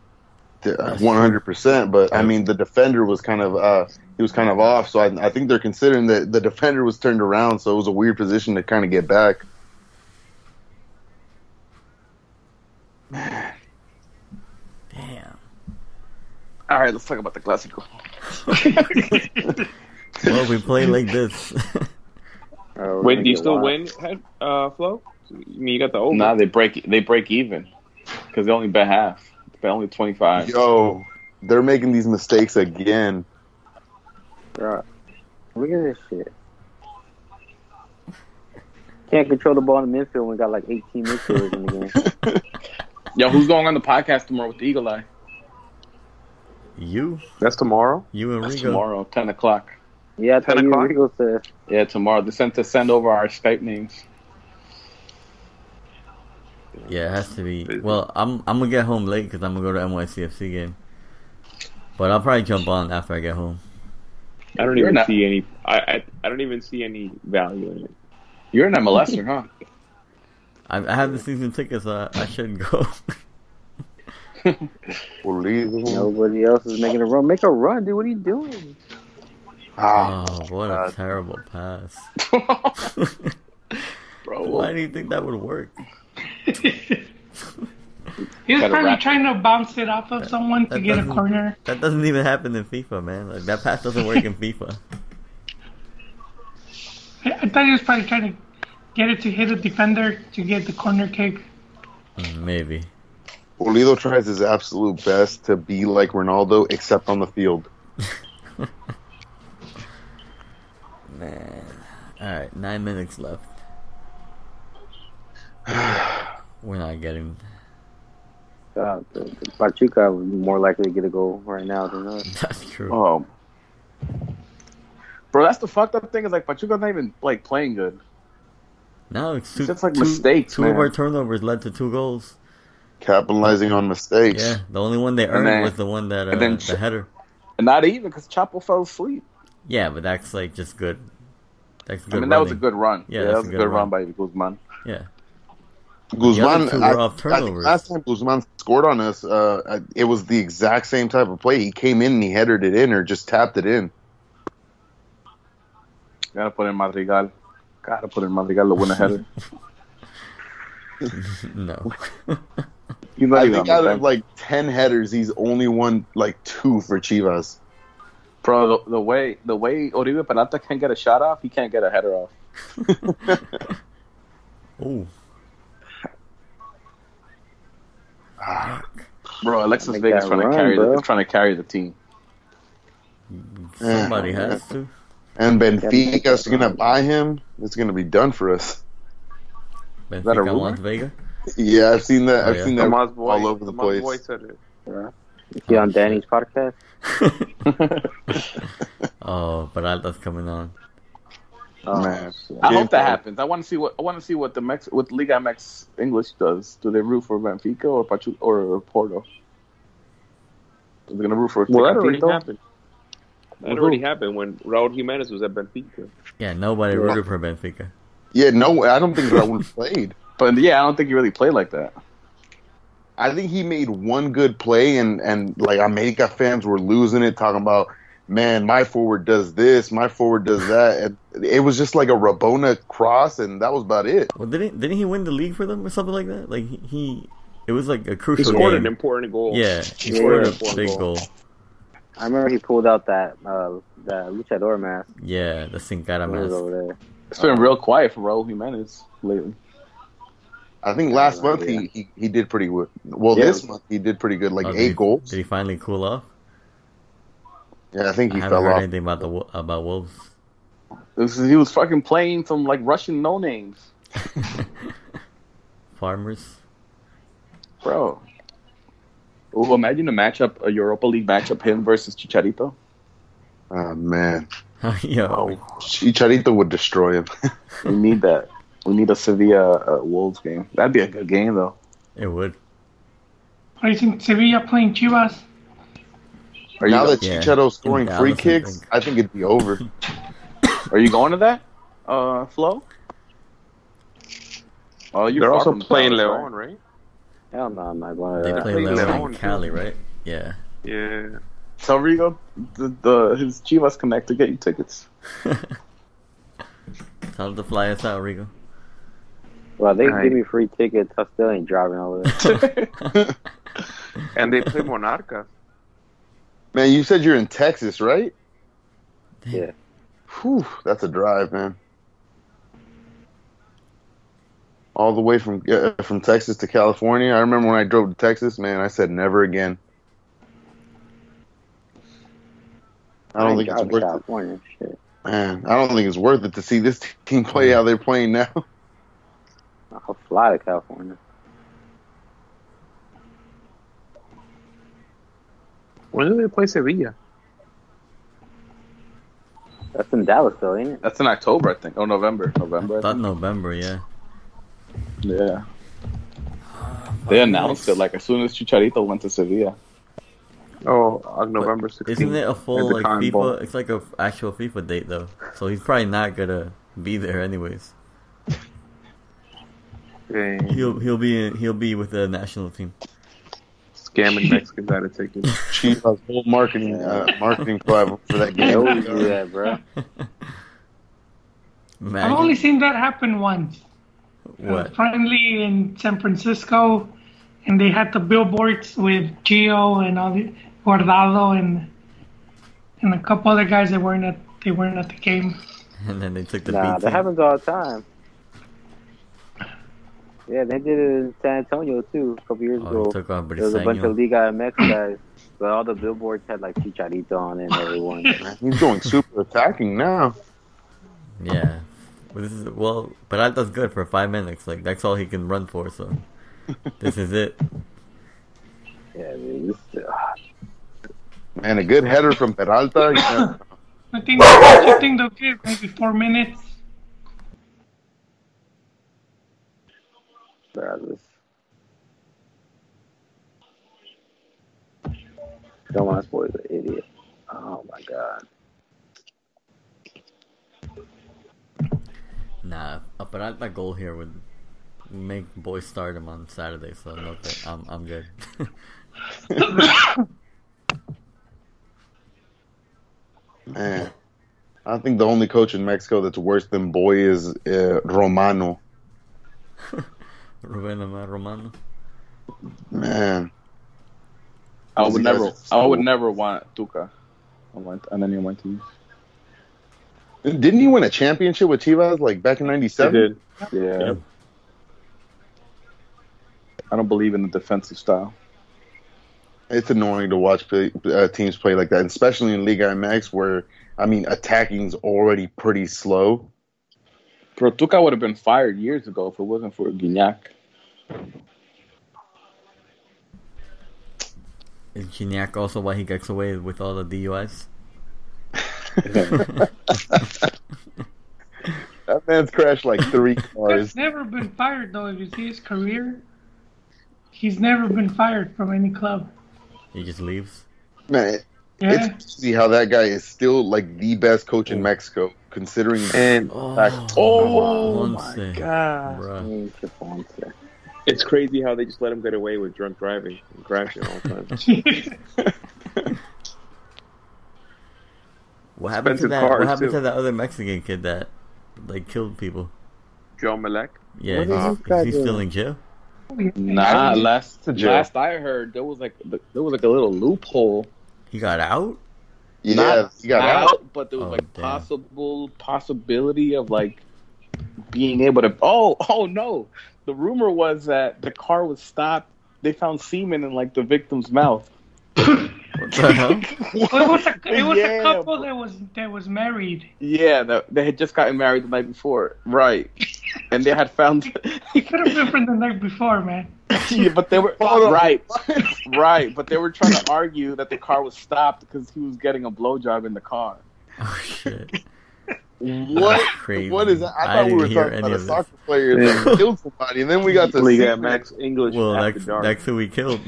one hundred percent. But I mean, the defender was kind of uh, he was kind of off. So I, I think they're considering that the defender was turned around, so it was a weird position to kind of get back.
Damn.
All right, let's talk about the Clásico.
Well, we play like this.
Uh,
Wait, do you
Rigo
still
Waro.
win, head, uh, Flo? I mean, you got the over.
Nah, they break they break even because they only bet half. They bet only twenty five.
Yo, they're making these mistakes again.
Bruh. Look at this shit. Can't control the ball in the midfield when we got like 18 midfielders in the game.
Yo, who's going on the podcast tomorrow with the Eagle Eye?
you,
That's tomorrow.
you and
That's
Rigo.
tomorrow, ten o'clock.
Yeah, I thought
10
you
o'clock?
Rigo said.
Yeah, tomorrow. They sent to send over our Skype names.
Yeah, it has to be. Well, I'm I'm gonna get home late because I'm gonna go to NYCFC game. But I'll probably jump on after I get home.
I don't
You're
even
not-
see any. I, I I don't even see any value in it.
You're an MLSer, huh?
I, I have the season tickets. So I, I should go.
Unbelievable.
Nobody else is making a run. Make a run, dude. What are you doing?
Ah,
oh, what a terrible pass!
Bro,
Why do you think that would work?
He was
Gotta
probably
wrap it.
trying to bounce it off of someone to
that
get a
doesn't-
corner.
That doesn't even happen in FIFA, man. Like that pass doesn't work in FIFA.
I I thought he was probably trying to get it to hit a defender to get the corner kick.
Mm, Maybe.
Pulido tries his absolute best to be like Ronaldo, except on the field.
Man. Alright, nine minutes left. We're not getting.
Uh, the, the Pachuca was more likely to get a goal right now than us.
That's true.
um, bro, that's the fucked up thing. Is like Pachuca's not even like playing good.
No, it's two,
It's just like
two-
mistakes,
two
man.
of our turnovers led to two goals.
Capitalizing on mistakes.
Yeah, the only one they earned
then-
was the one that uh,
and then
the header.
and not even because Chapo fell asleep.
Yeah, but that's like just good. That's good.
I mean, that was a
running.
good run.
Yeah,
Yeah,
that's
that was a good, run. by Guzman.
Yeah,
Guzman,
The other two were
I,
off
I think
turnovers.
last time Guzman scored on us, uh, I- it was the exact same type of play. He came in and he headed it in or just tapped it in.
Gotta put in Madrigal. Gotta put in Madrigal to win a header.
no.
He's not
I
even on
think out
the
of
bench.
like 10 headers, he's only won like two for Chivas.
Bro, the, the way the way Oribe Peralta can't get a shot off, he can't get a header off.
oh,
Bro, Alexis
Make
Vegas
that
trying
run,
to carry
bro.
the, trying to carry the team.
somebody has to.
And Benfica's
that's
going to
right.
buy him. It's going to be done for us.
that a
Benfica
rumor?
wants Vega.
Yeah, I've seen that.
Oh,
I've
yeah.
seen that
Tomas Boy,
all over the
Tomas
place.
Boy said it.
You
Oh,
see on Danny's podcast?
oh, Peralta's coming on.
Oh,
Man.
shit.
I hope that
Gameplay.
happens. I want to see what I want to see what the Mex what Liga MX English does. Do they root for Benfica or Pachu or Porto? They're gonna root for
Well, that already
Tecatito?
happened. That already happened when Raul Jimenez was at Benfica.
Yeah, nobody rooted for Benfica.
Yeah, no, I don't think that one played.
But yeah, I don't think he really played like that.
I think he made one good play, and and like America fans were losing it, talking about, man, my forward does this, my forward does that, and it was just like a Rabona cross, and that was about it.
Well, didn't didn't he win the league for them or something like that? Like he, he it was like a
He
crucial
scored
game.
an important goal.
yeah, he
Yeah,
scored a
important
big
goal.
goal.
I remember he pulled out that uh, that luchador mask.
Yeah, the Sin Cara
when he was
mask.
over there.
It's been real quiet for Raul Jimenez lately.
I think last
no
month he, he he did pretty good. Well,
Yeah.
this month he did pretty good, like
Oh,
eight
did he-
goals.
Did he finally cool off?
yeah, I think
I
he
haven't
fell
heard
off.
anything about the Wo- about Wolves.
This is, he was fucking playing some like Russian no names,
Farmers.
bro. Ooh, imagine a matchup, a Europa League matchup, him versus Chicharito.
Oh man,
Yo,
Oh.
Chicharito would destroy him.
We need that. We need a Sevilla uh, Wolves game. That'd be a good game though.
it would.
Or isn't Sevilla playing Chivas?
Are you
now that
Yeah.
Chicharito's scoring
Yeah,
free
that's what I
kicks,
think.
I think it'd be over.
are you going to that? Uh, Flo. Oh, you're
They're
far
also
from
playing
Dallas,
Leon,
right?
right?
Hell no, I'm not going
They
to
play
think
Leon
Leon
and
too.
Cali, right? Yeah.
Yeah.
Tell Rigo the, the his Chivas Connect to get you tickets.
Tell them to fly us out, Rigo.
Well, they
Right.
give me free tickets. I still ain't driving over there.
And they play Monarca.
man, you said you're in Texas, right?
Yeah.
Whew, that's a drive, man. All the way from uh, from Texas to California. I remember when I drove to Texas, man. I said never again. I don't
ain't
think it's
driving
worth it.
California. Shit.
Man, I don't think it's worth it to see this team play how they're playing now.
I'll fly to California.
When do they play Sevilla?
That's in Dallas, though, ain't it?
That's in October, I think. Oh, November. November. I
Thought
think.
November, yeah.
Yeah. They announced it like as soon as Chicharito went to Sevilla.
Oh, on November 16th.
Isn't it a full
It's a
like
con
FIFA?
ball.
It's like a f- actual FIFA date though, so he's probably not gonna be there anyways.
Dang.
He'll he'll be in, he'll be with the national team.
Scamming Mexicans out of tickets.
Chief has whole marketing uh, marketing club for that
They
game.
always do that, bro.
Imagine
I've only seen that happen once.
what?
Finally, in San Francisco, and they had the billboards with Gio and all the Guardado and and a couple other guys that weren't at they weren't at the game.
And then they took the
Nah, that
beat.
happens all the time. Yeah, they did it in San Antonio too a couple years
Oh,
ago.
he took off
There was a bunch of
Briseño.
Liga MX guys, but all the billboards had like Chicharito on it and everyone.
He's going super attacking now.
Yeah. Well, This is, well, Peralta's good for five minutes. Like that's all he can run for. So this is it.
Yeah, dude, this, ah,
Man, a good header from Peralta. yeah.
I think I think they'll give maybe four minutes.
bro, this. Don't want to spoil an idiot. Oh my god.
Nah, a Peralta goal here would make boys start him on Saturday. So no, th- I'm I'm good.
Man, I think the only coach in Mexico that's worse than Boy is uh, Romano.
Ruben Amar Romano.
Man,
I
Those
would
guys
never.
are
I would
cool.
never want Tuca. I want on anyone to.
didn't he win a championship with Chivas like back in
They
'97?
did.
Yeah.
Yep.
I don't believe in the defensive style.
It's annoying to watch play, uh, teams play like that, especially in Liga MX, where I mean, attacking's already pretty slow.
Bro, Tuca would have been fired years ago if it wasn't for Guignac.
Is Gignac also why he gets away with all the DUIs?
That man's crashed like three cars.
He's never been fired though. If you see his career, he's never been fired from any club.
He just leaves.
Man,
Yeah.
It's crazy how that guy is still like the best coach in Mexico, considering.
And
Oh,
Fact.
oh my
Ponce,
god,
uh, bruh.
Mm, good point, yeah.
it's crazy how they just let him get away with drunk driving and crashing all the time.
What happened to
Expensive
that?
cars,
What happened
too.
to that other Mexican kid that like killed people?
Joe Malek.
Yeah,
What is
he's-
this guy
is he still
doing?
in jail?
Nah, Ah, last
jail.
last I heard, there was like there was like a little loophole
He got out.
yeah,
not
he got out.
out, but there was
Oh,
like
damn.
possible possibility of like being able to. Oh, oh no! The rumor was that the car was stopped. They found semen in like the victim's mouth.
What the hell?
Well, it was a, it was
Yeah,
a couple that was that was married.
Yeah, that- they had just gotten married the night before, right? And they had found,
It could have been from the night before, man.
yeah, but they were
Hold on.
right, right. But they were trying to argue that the car was stopped because he was getting a blowjob in the car.
Oh shit!
What?
That's crazy.
What is that? I
I
thought we
didn't
were
hear
talking
any
about a
of this.
soccer player that killed somebody, and then we got
Well,
the
you got Max English
Well,
after
that's
dark.
that's who we killed.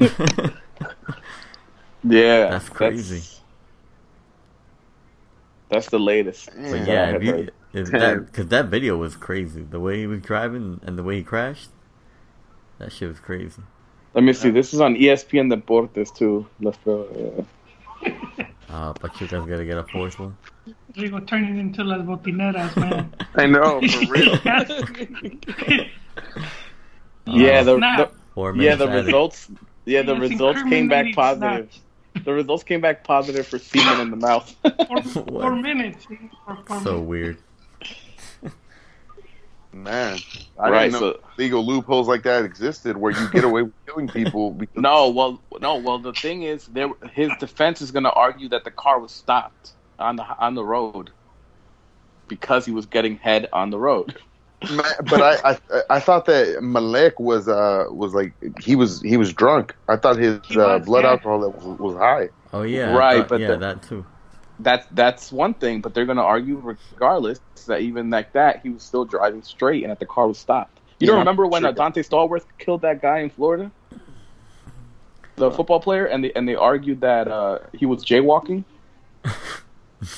Yeah,
That's crazy.
That's the latest.
but
thing that I
yeah,
had
if you,
heard.
if
Damn.
that because that video was crazy. The way he was driving and the way he crashed, that shit was crazy.
Let me see. This is on E ESPN Deportes too. Let's go. yeah.
Uh, Pachuca's gotta get a fourth one. Uh,
Rigo turning into las botineras, man.
I know for real.
Yeah, the,
Snap.
Or
the yeah the
Minnesota.
results yeah the
Yes,
results came back
incriminating
positive. The results came back positive for semen in the mouth.
Four, four
What?
minutes. Four, four
So
minutes.
weird.
man. I
right.
didn't know
So
legal loopholes like that existed where you get away with killing people. Because
no, well, no, well. The thing is, there his defense is going to argue that the car was stopped on the on the road because he was getting head on the road.
Ma- but I, I I thought that Malek was uh was like he was he was drunk. I thought his
He
uh,
was,
blood
yeah.
alcohol level was high.
Oh yeah, I
Right,
thought-
but
yeah,
the-
that too.
That's that's one thing, but they're going to argue regardless that even like that he was still driving straight and that the car was stopped. You don't
Yeah.
remember when uh, Dante Stallworth killed that guy in Florida, the football player, and they and they argued that uh, he was jaywalking.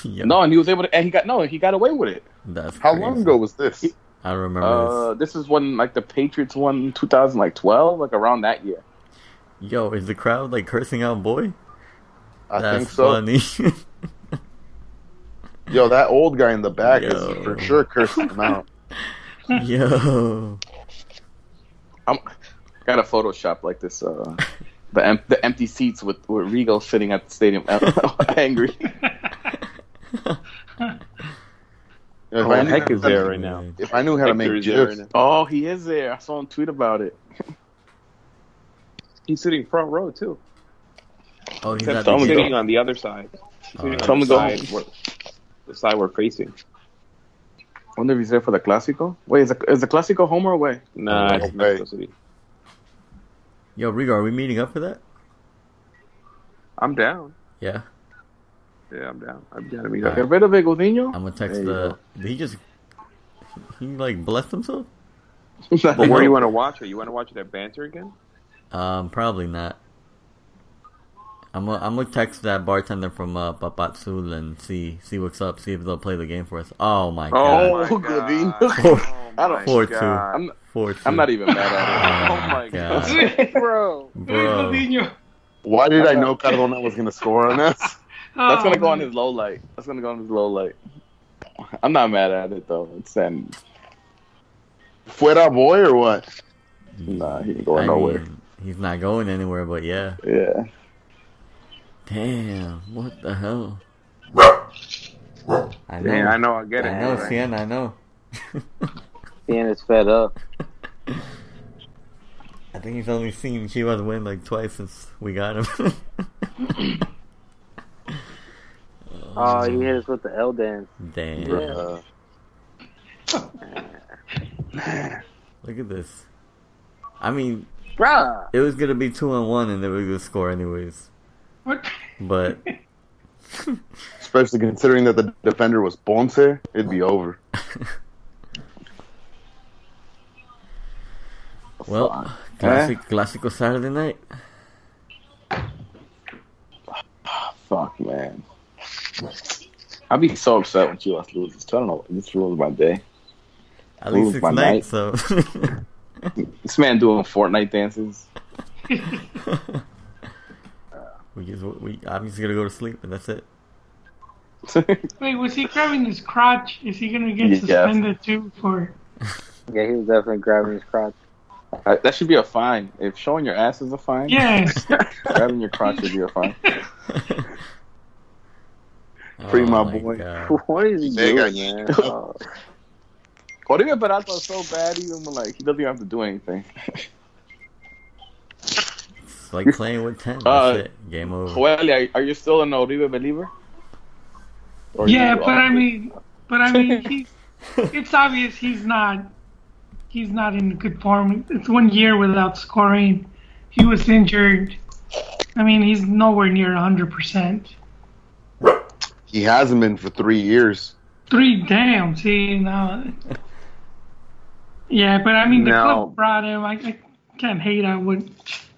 yeah,
No, and he was able to, and he got no, he got away with it.
that's
How
crazy.
long ago was this?
I remember
Uh, this is when like the Patriots won 2012, like around that year.
this. Yo, is the crowd like cursing out boy?
I
that's
think so.
funny.
Yo, that old guy in the back
Yo.
is for sure cursing him out.
Yo,
I'm got a Photoshop like this. Uh, the em- the empty seats with with Regal sitting at the stadium, angry.
If
Colin
knew-
Heck is there right now.
If I knew how
Hector
to make
is there
gifs,
right now.
Oh, he is there. I saw him tweet about it.
He's sitting front row too.
Oh, he's
Except
at
the
the
only
He's
go.
gate.
sitting on the other side. He's sitting
Alright.
on
Someone
the
go
side, where, the side we're facing.
I wonder if he's there for the Clásico. Wait, is the, is the Clásico home or away?
Nah,
Okay.
it's Mexico City.
Yo, Rigo, are we meeting up for that?
I'm down.
Yeah,
Yeah, I'm down. I'm down to meet
Get
up.
rid of it, Godinho.
I'm gonna text
There you
the. Did he just? He like blessed himself?
But where do you want to watch it? You want to watch it at Banter again?
Um, probably not. I'm gonna I'm gonna text that bartender from uh, Papatsul and see see what's up. See if they'll play the game for us. Oh my god,
Oh, Godinho.
Four-
I Oh, don't-
four two.
God.
I'm
four two.
I'm not even mad at it.
Oh
Oh
my
my
God.
god.
Bro.
Bro.
Ronaldinho.
why did I know Cardona was going to score on us?
That's gonna
Oh,
go on his low light. That's gonna go on his low light. I'm not mad at it though. It's an
Fuera boy or what?
nah, he ain't
I
going nowhere.
mean, he's not going anywhere. But yeah,
Yeah.
damn, what the hell? I know,
Man, I know. I get it.
I know,
Right.
Sienna, I know.
Sienna's fed up.
I think he's only seen Chivas win like twice since we got him.
Oh, you hit us with the L dance.
Damn.
Bruh.
Look at this. I mean,
Bruh.
it was gonna be two and one, and they were gonna score anyways.
What?
But
Especially considering that the defender was Ponce, it'd be over.
well, classic classical Saturday night.
Fuck man. I'd be so upset when Chivas loses. too. I don't know. This ruins my day.
At least
Ooh,
it's
my
late,
night.
so
This man doing Fortnite dances.
we just we I'm just gonna go to sleep and that's it.
Wait, was he grabbing his crotch? Is he gonna get
Yes.
suspended too for?
Yeah, he was definitely grabbing his crotch.
I, that should be a fine. If showing your ass is a fine,
Yes.
grabbing your crotch should be a fine. Free
Oh
my boy.
God.
What is he
They got-
doing, man? Oh,
Oribe Peralta is so bad, even when like he doesn't even have to do anything.
It's like playing with ten. That's
Uh,
it. Game over.
Joel, are, are you still an Oribe believer? Or
yeah,
you- uh,
but I mean, but I mean, he, it's obvious he's not. He's not in good form. It's one year without scoring. He was injured. I mean, he's nowhere near 100%.
He hasn't been for three years.
Three damn, see now. Yeah, but I mean, the
No.
club brought him. I, I can't hate. I would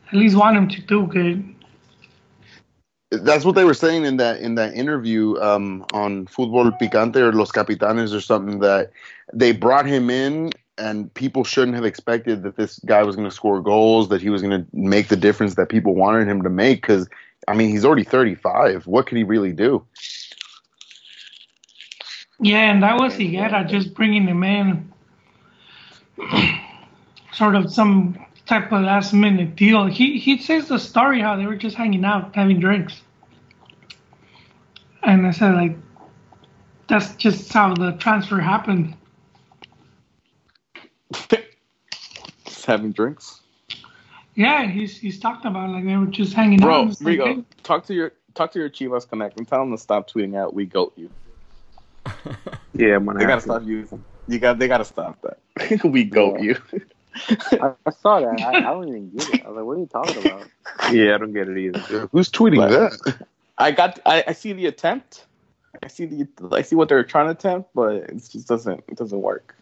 at least want him to do good.
That's what they were saying in that in that interview um, on Fútbol Picante or Los Capitanes or something that they brought him in and people shouldn't have expected that this guy was going to score goals, that he was going to make the difference that people wanted him to make. Because I mean, he's already thirty five. What could he really do?
Yeah, and that was Higuera just bringing him in, sort of some type of last minute deal. He he says the story how they were just hanging out, having drinks, and I said like, that's just how the transfer happened.
just having drinks.
Yeah, he's he's talked about like they were just hanging out.
Bro,
It's like,
Rigo, talk to your talk to your Chivas Connect and tell them to stop tweeting out "We goat you."
Yeah, I'm gonna
They gotta
have to.
stop using. You got. They gotta stop that. we goat you.
I, I saw that. I, I don't even get it. I was like, what are you talking about?
Yeah, I don't get it either.
Who's tweeting
Right.
that?
I got. I, I see the attempt. I see the. I see what they're trying to attempt, but it just doesn't. It doesn't work.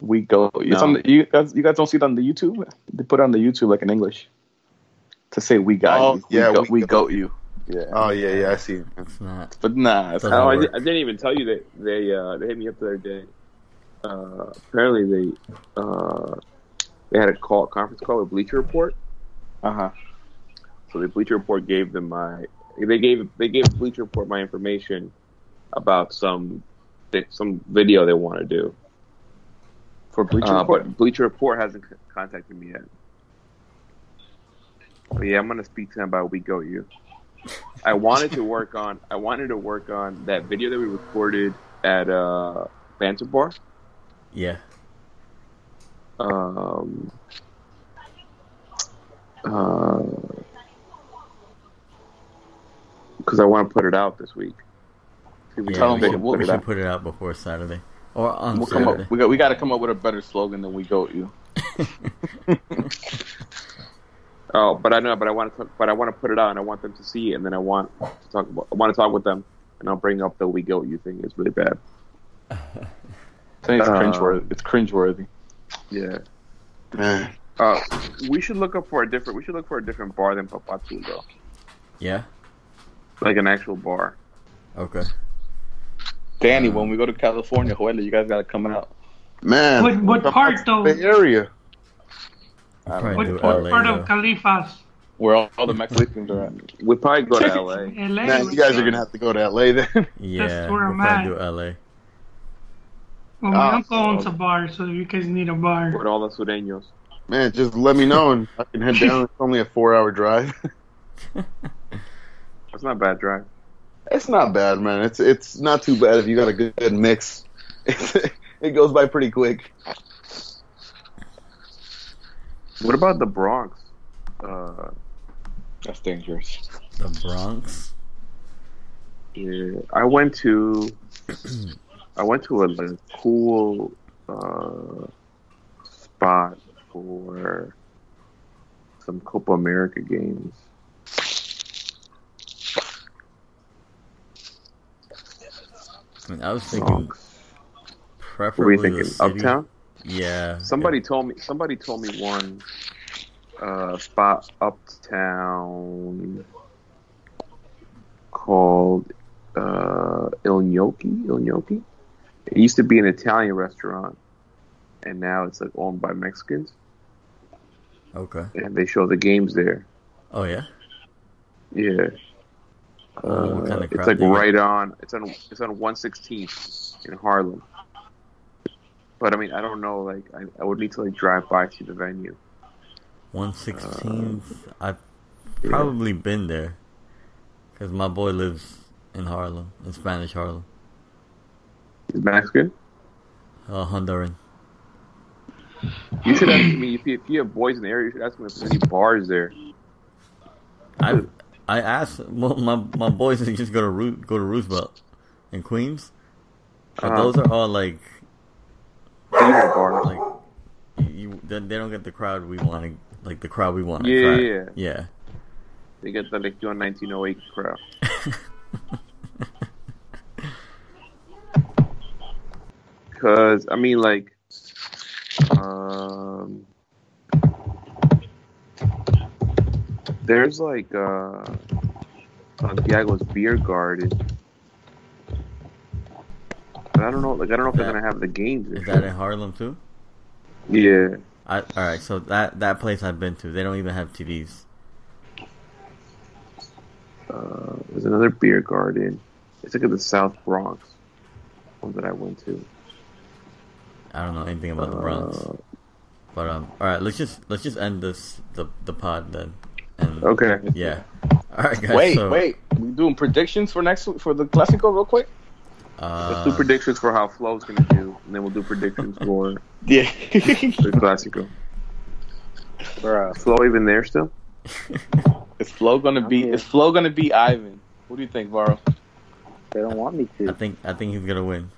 We go. It's
No.
on the, you guys. You guys don't see it on the YouTube. They put it on the YouTube like in English to say we got
Oh,
you.
yeah,
we, go,
we
we,
goat
goat you. Yeah,
Oh yeah, yeah, I see.
It's not.
but nah. It's
Doesn't
Oh,
not,
I,
work.
di- I didn't even tell you that they uh, they hit me up the other day. Uh, apparently they uh, they had a call conference call with Bleacher Report.
uh huh.
So the Bleacher Report gave them my they gave they gave Bleacher Report my information about some some video they want to do.
For Bleacher
Uh,
Report.
But Bleacher Report hasn't c- contacted me yet. But yeah, I'm gonna speak to him about We Go You. I wanted to work on I wanted to work on that video that we recorded at uh Banter Bar.
Yeah.
Um, uh, because I want to put it out this week. See if we
yeah
tell
can
we,
them
should,
put
we
it
should
out.
put it out before Saturday or on
We'll come
Saturday.
up. We got. We got to come up with a better slogan than "We goat you."
Oh, but I know, but I want to, but I want to put it out, and I want them to see it, and then I want to talk about, I want to talk with them, and I'll bring up the we go you thing. It's really bad.
I think it's
Uh,
cringeworthy. It's cringeworthy.
Yeah.
Man.
Uh, we should look up for a different. We should look for a different bar than Papatulo,
Yeah.
like an actual bar.
Okay.
Danny, when we go to California, Joel, you guys gotta come out.
Man,
What- what
From
part, though?
Bay Area.
I don't
Probably
What
do
what
LA,
part of
though.
Califas?
Where all, all the Mexicans are at.
We'd probably go to LA.
LA.
Man, you guys are gonna have to go to LA then.
Yeah.
That's
we'll
where I'm
probably
at.
do LA.
Well, my
Ah,
uncle owns a bar, so if you guys need a bar.
with all the Sureños.
Man, just let me know and I can head down. It's only a four-hour drive.
That's not a bad drive.
It's not bad, man. It's it's not too bad if you got a good, good mix. it goes by pretty quick.
What about the Bronx? Uh,
That's dangerous.
The Bronx.
yeah, I went to, I went to a like, cool uh, spot for some Copa America games.
I, mean, I was thinking
Bronx. What were
preferably
you thinking?
the Mhm. city.
Uptown?
Yeah.
Somebody told me. Somebody told me one uh, spot uptown called uh, Il Gnocchi. Il Gnocchi. It used to be an Italian restaurant, and now it's like owned by Mexicans,
Okay.
and they show the games there.
Oh yeah.
Yeah.
Oh, what kind of
Uh,
crap
it's like
they get?
right on. It's on. It's on one sixteenth in Harlem. But I mean, I don't know. Like, I, I would need to like drive by to the venue.
One
Uh,
sixteenth. I've probably been there because my boy lives in Harlem, in Spanish Harlem,
Is Mexican?
uh, Honduran.
You should. Ask, I mean, if you, if you have boys in the area, you should ask them if there's any bars there.
I I asked well, my my boys to just go to Roo- go to Roosevelt in Queens, but
Uh-huh.
those are all like
There's a bar.
like you they, they don't get the crowd we want to like the crowd we want.
Yeah,
crowd.
yeah,
yeah.
They get the like doing 1908 crowd. Cause I mean, like, um, there's like uh, Santiago's beer garden, but I don't know. Like, I don't know if they're
That-
gonna have the games. Or
Is that
shit.
in Harlem too?
Yeah,
I, all right, so that that place I've been to, they don't even have TVs.
uh, there's another beer garden. It's like in the South Bronx, one that I went to.
I don't know anything about the Bronx,
Uh,
but um, all right, let's just let's just end this the the pod then. And,
Okay.
Yeah. All right, guys.
Wait,
so,
wait. We doing predictions for next for the Clásico real quick?
Uh,
Let's do predictions for how Flo's gonna do, and then we'll do predictions for
Yeah.
the Classico.
Bruh.
Is Flo even there still?
is Flo gonna be
Okay.
is Flo gonna be Ivan? What do you think, Varo?
They don't want me
I
to.
think I think he's gonna win.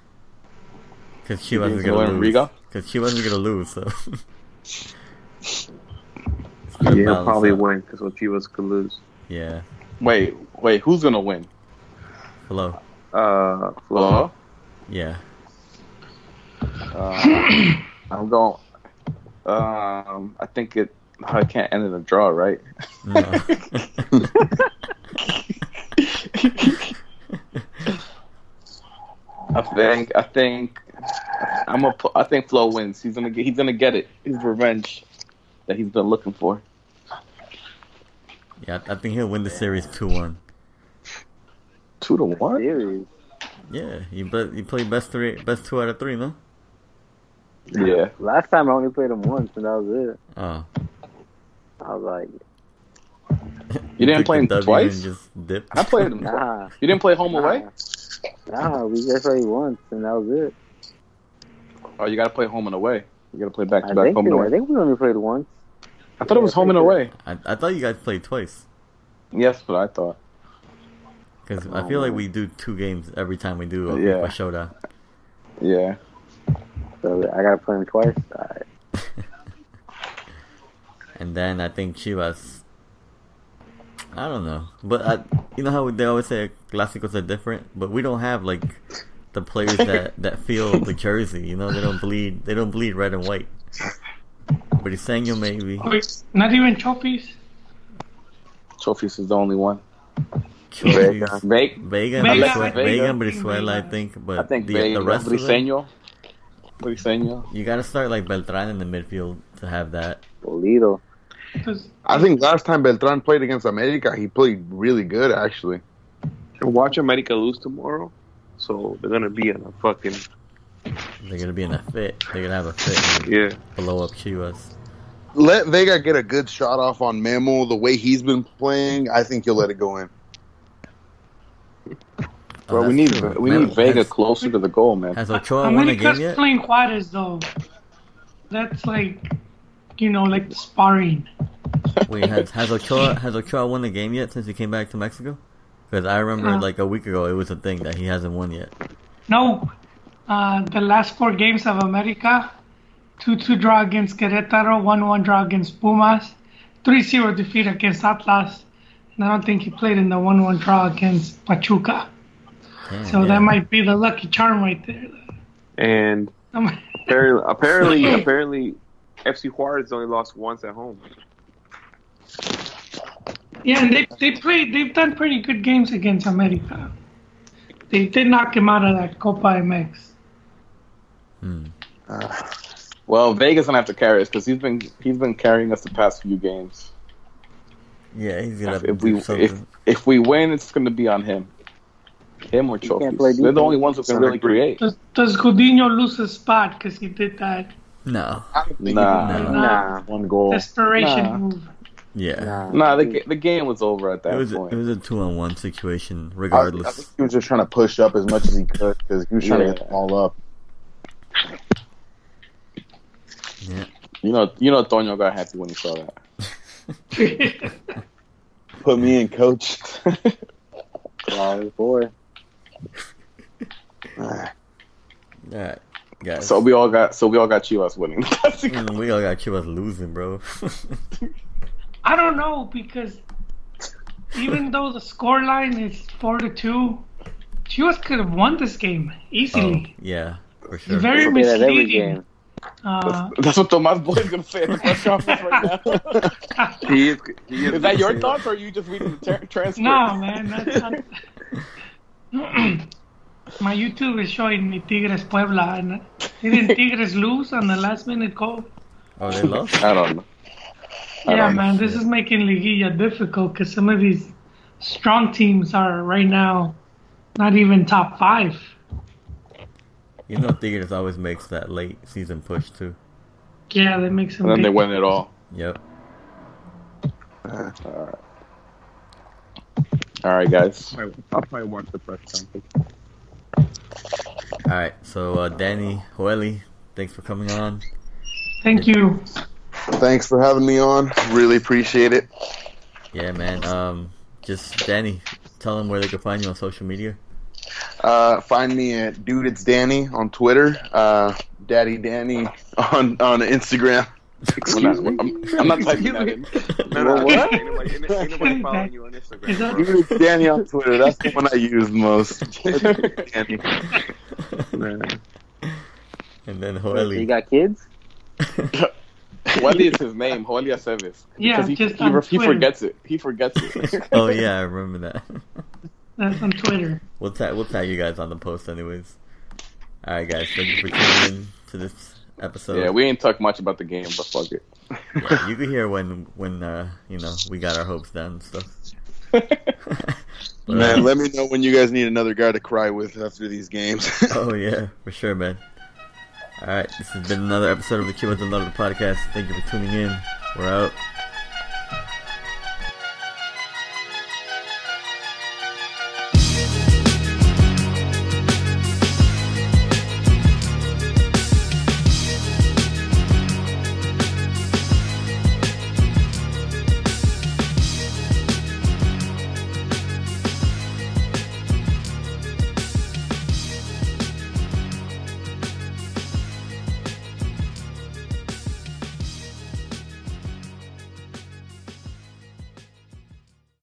Cause
You
Chivas
think
is
he's
gonna
gonna win
lose.
Riga?
Cause Chivas is gonna lose. So
Yeah, he'll
balance
probably
out.
win because Chivas could lose.
yeah.
Wait, wait, who's gonna win?
Hello.
Uh, Flo,
Flo?
Yeah.
Uh, I'm going um I think it I can't end in a draw, right?
No.
I think I think I'm a I think Flo wins. He's gonna get he's gonna get it. His revenge that he's been looking for.
yeah. I think he'll win the series two one.
Two to one.
Serious.
Yeah. You bet. You play best three, best two out of three, no?
Yeah.
Last time I only played them once, and that was it.
Oh.
I was like,
You didn't
took
play
the
him
W
twice?
And just dipped.
I played him.
nah,
You didn't play home away?
nah, we just played once, and that was it.
Oh, you gotta play home and away. You gotta play back
I
to back
think,
home and
it- I
away.
think we only played once.
I thought it was home and away.
I, I thought you guys played twice.
Yes, but I thought.
Because I feel like we do two games every time we do a
Yeah.
Copa showdown.
Yeah.
So I gotta play them twice. All right.
And then I think Chivas. I don't know, but I, you know how they always say clásicos are different, but we don't have like the players that that feel the jersey. You know, they don't bleed. They don't bleed red and white. But Isenio maybe.
Wait, not even trophies.
Trophies is the only one.
Chofis,
Vega.
Vega,
Vega,
Brizuela,
Vega.
Vega, and Brizuela, I think. But
I think
the,
Vega.
the rest of them,
Briseño. Briseño.
you gotta start like Beltran in the midfield to have that.
Uh,
Bolito.
Does-
I think last time Beltran played against America, he played really good actually.
and watch America lose tomorrow, so they're gonna be in a fucking
They're gonna be in a fit. They're gonna have a fit. And
yeah.
blow up Chivas. Oh,
Let Vega get a good shot off on Memo the way he's been playing. I think he'll let it go in.
Bro, we
that's
need
true.
we
Man,
need Vega
that's-
closer to the goal, man.
Has Ochoa won a game
America's
yet?
playing Juarez though. That's like, you know, like sparring.
Wait, has, has Ochoa has Ochoa won the game yet since he came back to Mexico? Because I remember
No.
like a week ago it was a thing that he hasn't won yet.
No, uh, the last four games of America 2 2 draw against Querétaro, 1 1 draw against Pumas, 3 0 defeat against Atlas, and I don't think he played in the 1 1 draw against Pachuca.
Damn,
So
yeah.
that might be the lucky charm right there.
And
Um,
apparently, apparently, apparently, FC Juarez only lost once at home.
yeah, and they, they played, they've done pretty good games against America. they did knock him out of that Copa MX.
Well, Vegas gonna have to carry us because he's been he's been carrying us the past few games.
Yeah, he's gonna
If
do
we
something.
if if we win, it's gonna be on him. Him or
can't
trophies.
play
They're the
defense.
only ones who can really create.
Does does Coutinho lose his spot because he did that
no,
I don't think
Nah.
no,
Nah,
One goal.
desperation
Nah.
move.
yeah.
nah.
Nah, the ga- the game was over at
It
that
was
point.
it was a two on one situation,
I, I think
regardless.
he was just trying to push up as much as he could because he was trying
Yeah.
to get them all up.
Yeah.
you know, you know, Tonyo got happy when he saw that.
Put me in, coach.
Well, boy.
All right, guys.
So we all got so we all got Chivas winning.
Mm, we all got Chivas losing, bro.
I don't know because even though the score line is four to two, Chivas could have won this game
oh,
easily.
yeah, for
It's
sure.
very
Say that every
misleading.
game.
Oh.
Uh,
That's what Tomas Boy is gonna say in the press conference right now.
he is. He is
Is that your thoughts, or are you just reading the ter- transcript?
no, man, that's not. My YouTube is showing me Tigres Puebla, and didn't Tigres lose on the last minute goal?
Oh, they lost.
I don't know. I
Yeah,
don't
man, this is making Liguilla difficult because some of these strong teams are right now not even top five.
You know, Tigres always makes that late season push too.
Yeah, that makes them.
And then they
big.
win it all.
Yep.
All right, guys.
I'll probably watch the press conference.
All right. So uh, Danny Hoeli, thanks for coming on.
Thank you.
Thanks for having me on.
Really appreciate it.
Yeah, man. Um, just Danny, tell them where they can find you on social media.
Uh, find me at dude. It's Danny on Twitter. Uh, Daddy Danny on on Instagram.
We're not- I'm, I'm not typing that in.
No, no,
What?
Ain't nobody, ain't nobody following you on Instagram.
Is that-
bro.
Dude, it's Danny on Twitter. That's the one I use most. Danny.
And then
So you
Hoeli.
got kids?
Wally is his name. Wally Aceves.
Yeah,
he,
just
he,
on
re- he
Twitter.
forgets it. He forgets it.
Oh yeah, I remember that.
That's on Twitter.
We'll tag we'll tag you guys on the post, anyways. All right, guys. Thank you for tuning in to this episode.
yeah, we ain't talk much about the game, but fuck it.
Yeah, you can hear when when uh you know we got our hopes down and stuff. But, uh,
Man, let me know when you guys need another guy to cry with after these games.
oh yeah, for sure, man. All right, this has been another episode of the Kid with the Love of the podcast. Thank you for tuning in. We're out.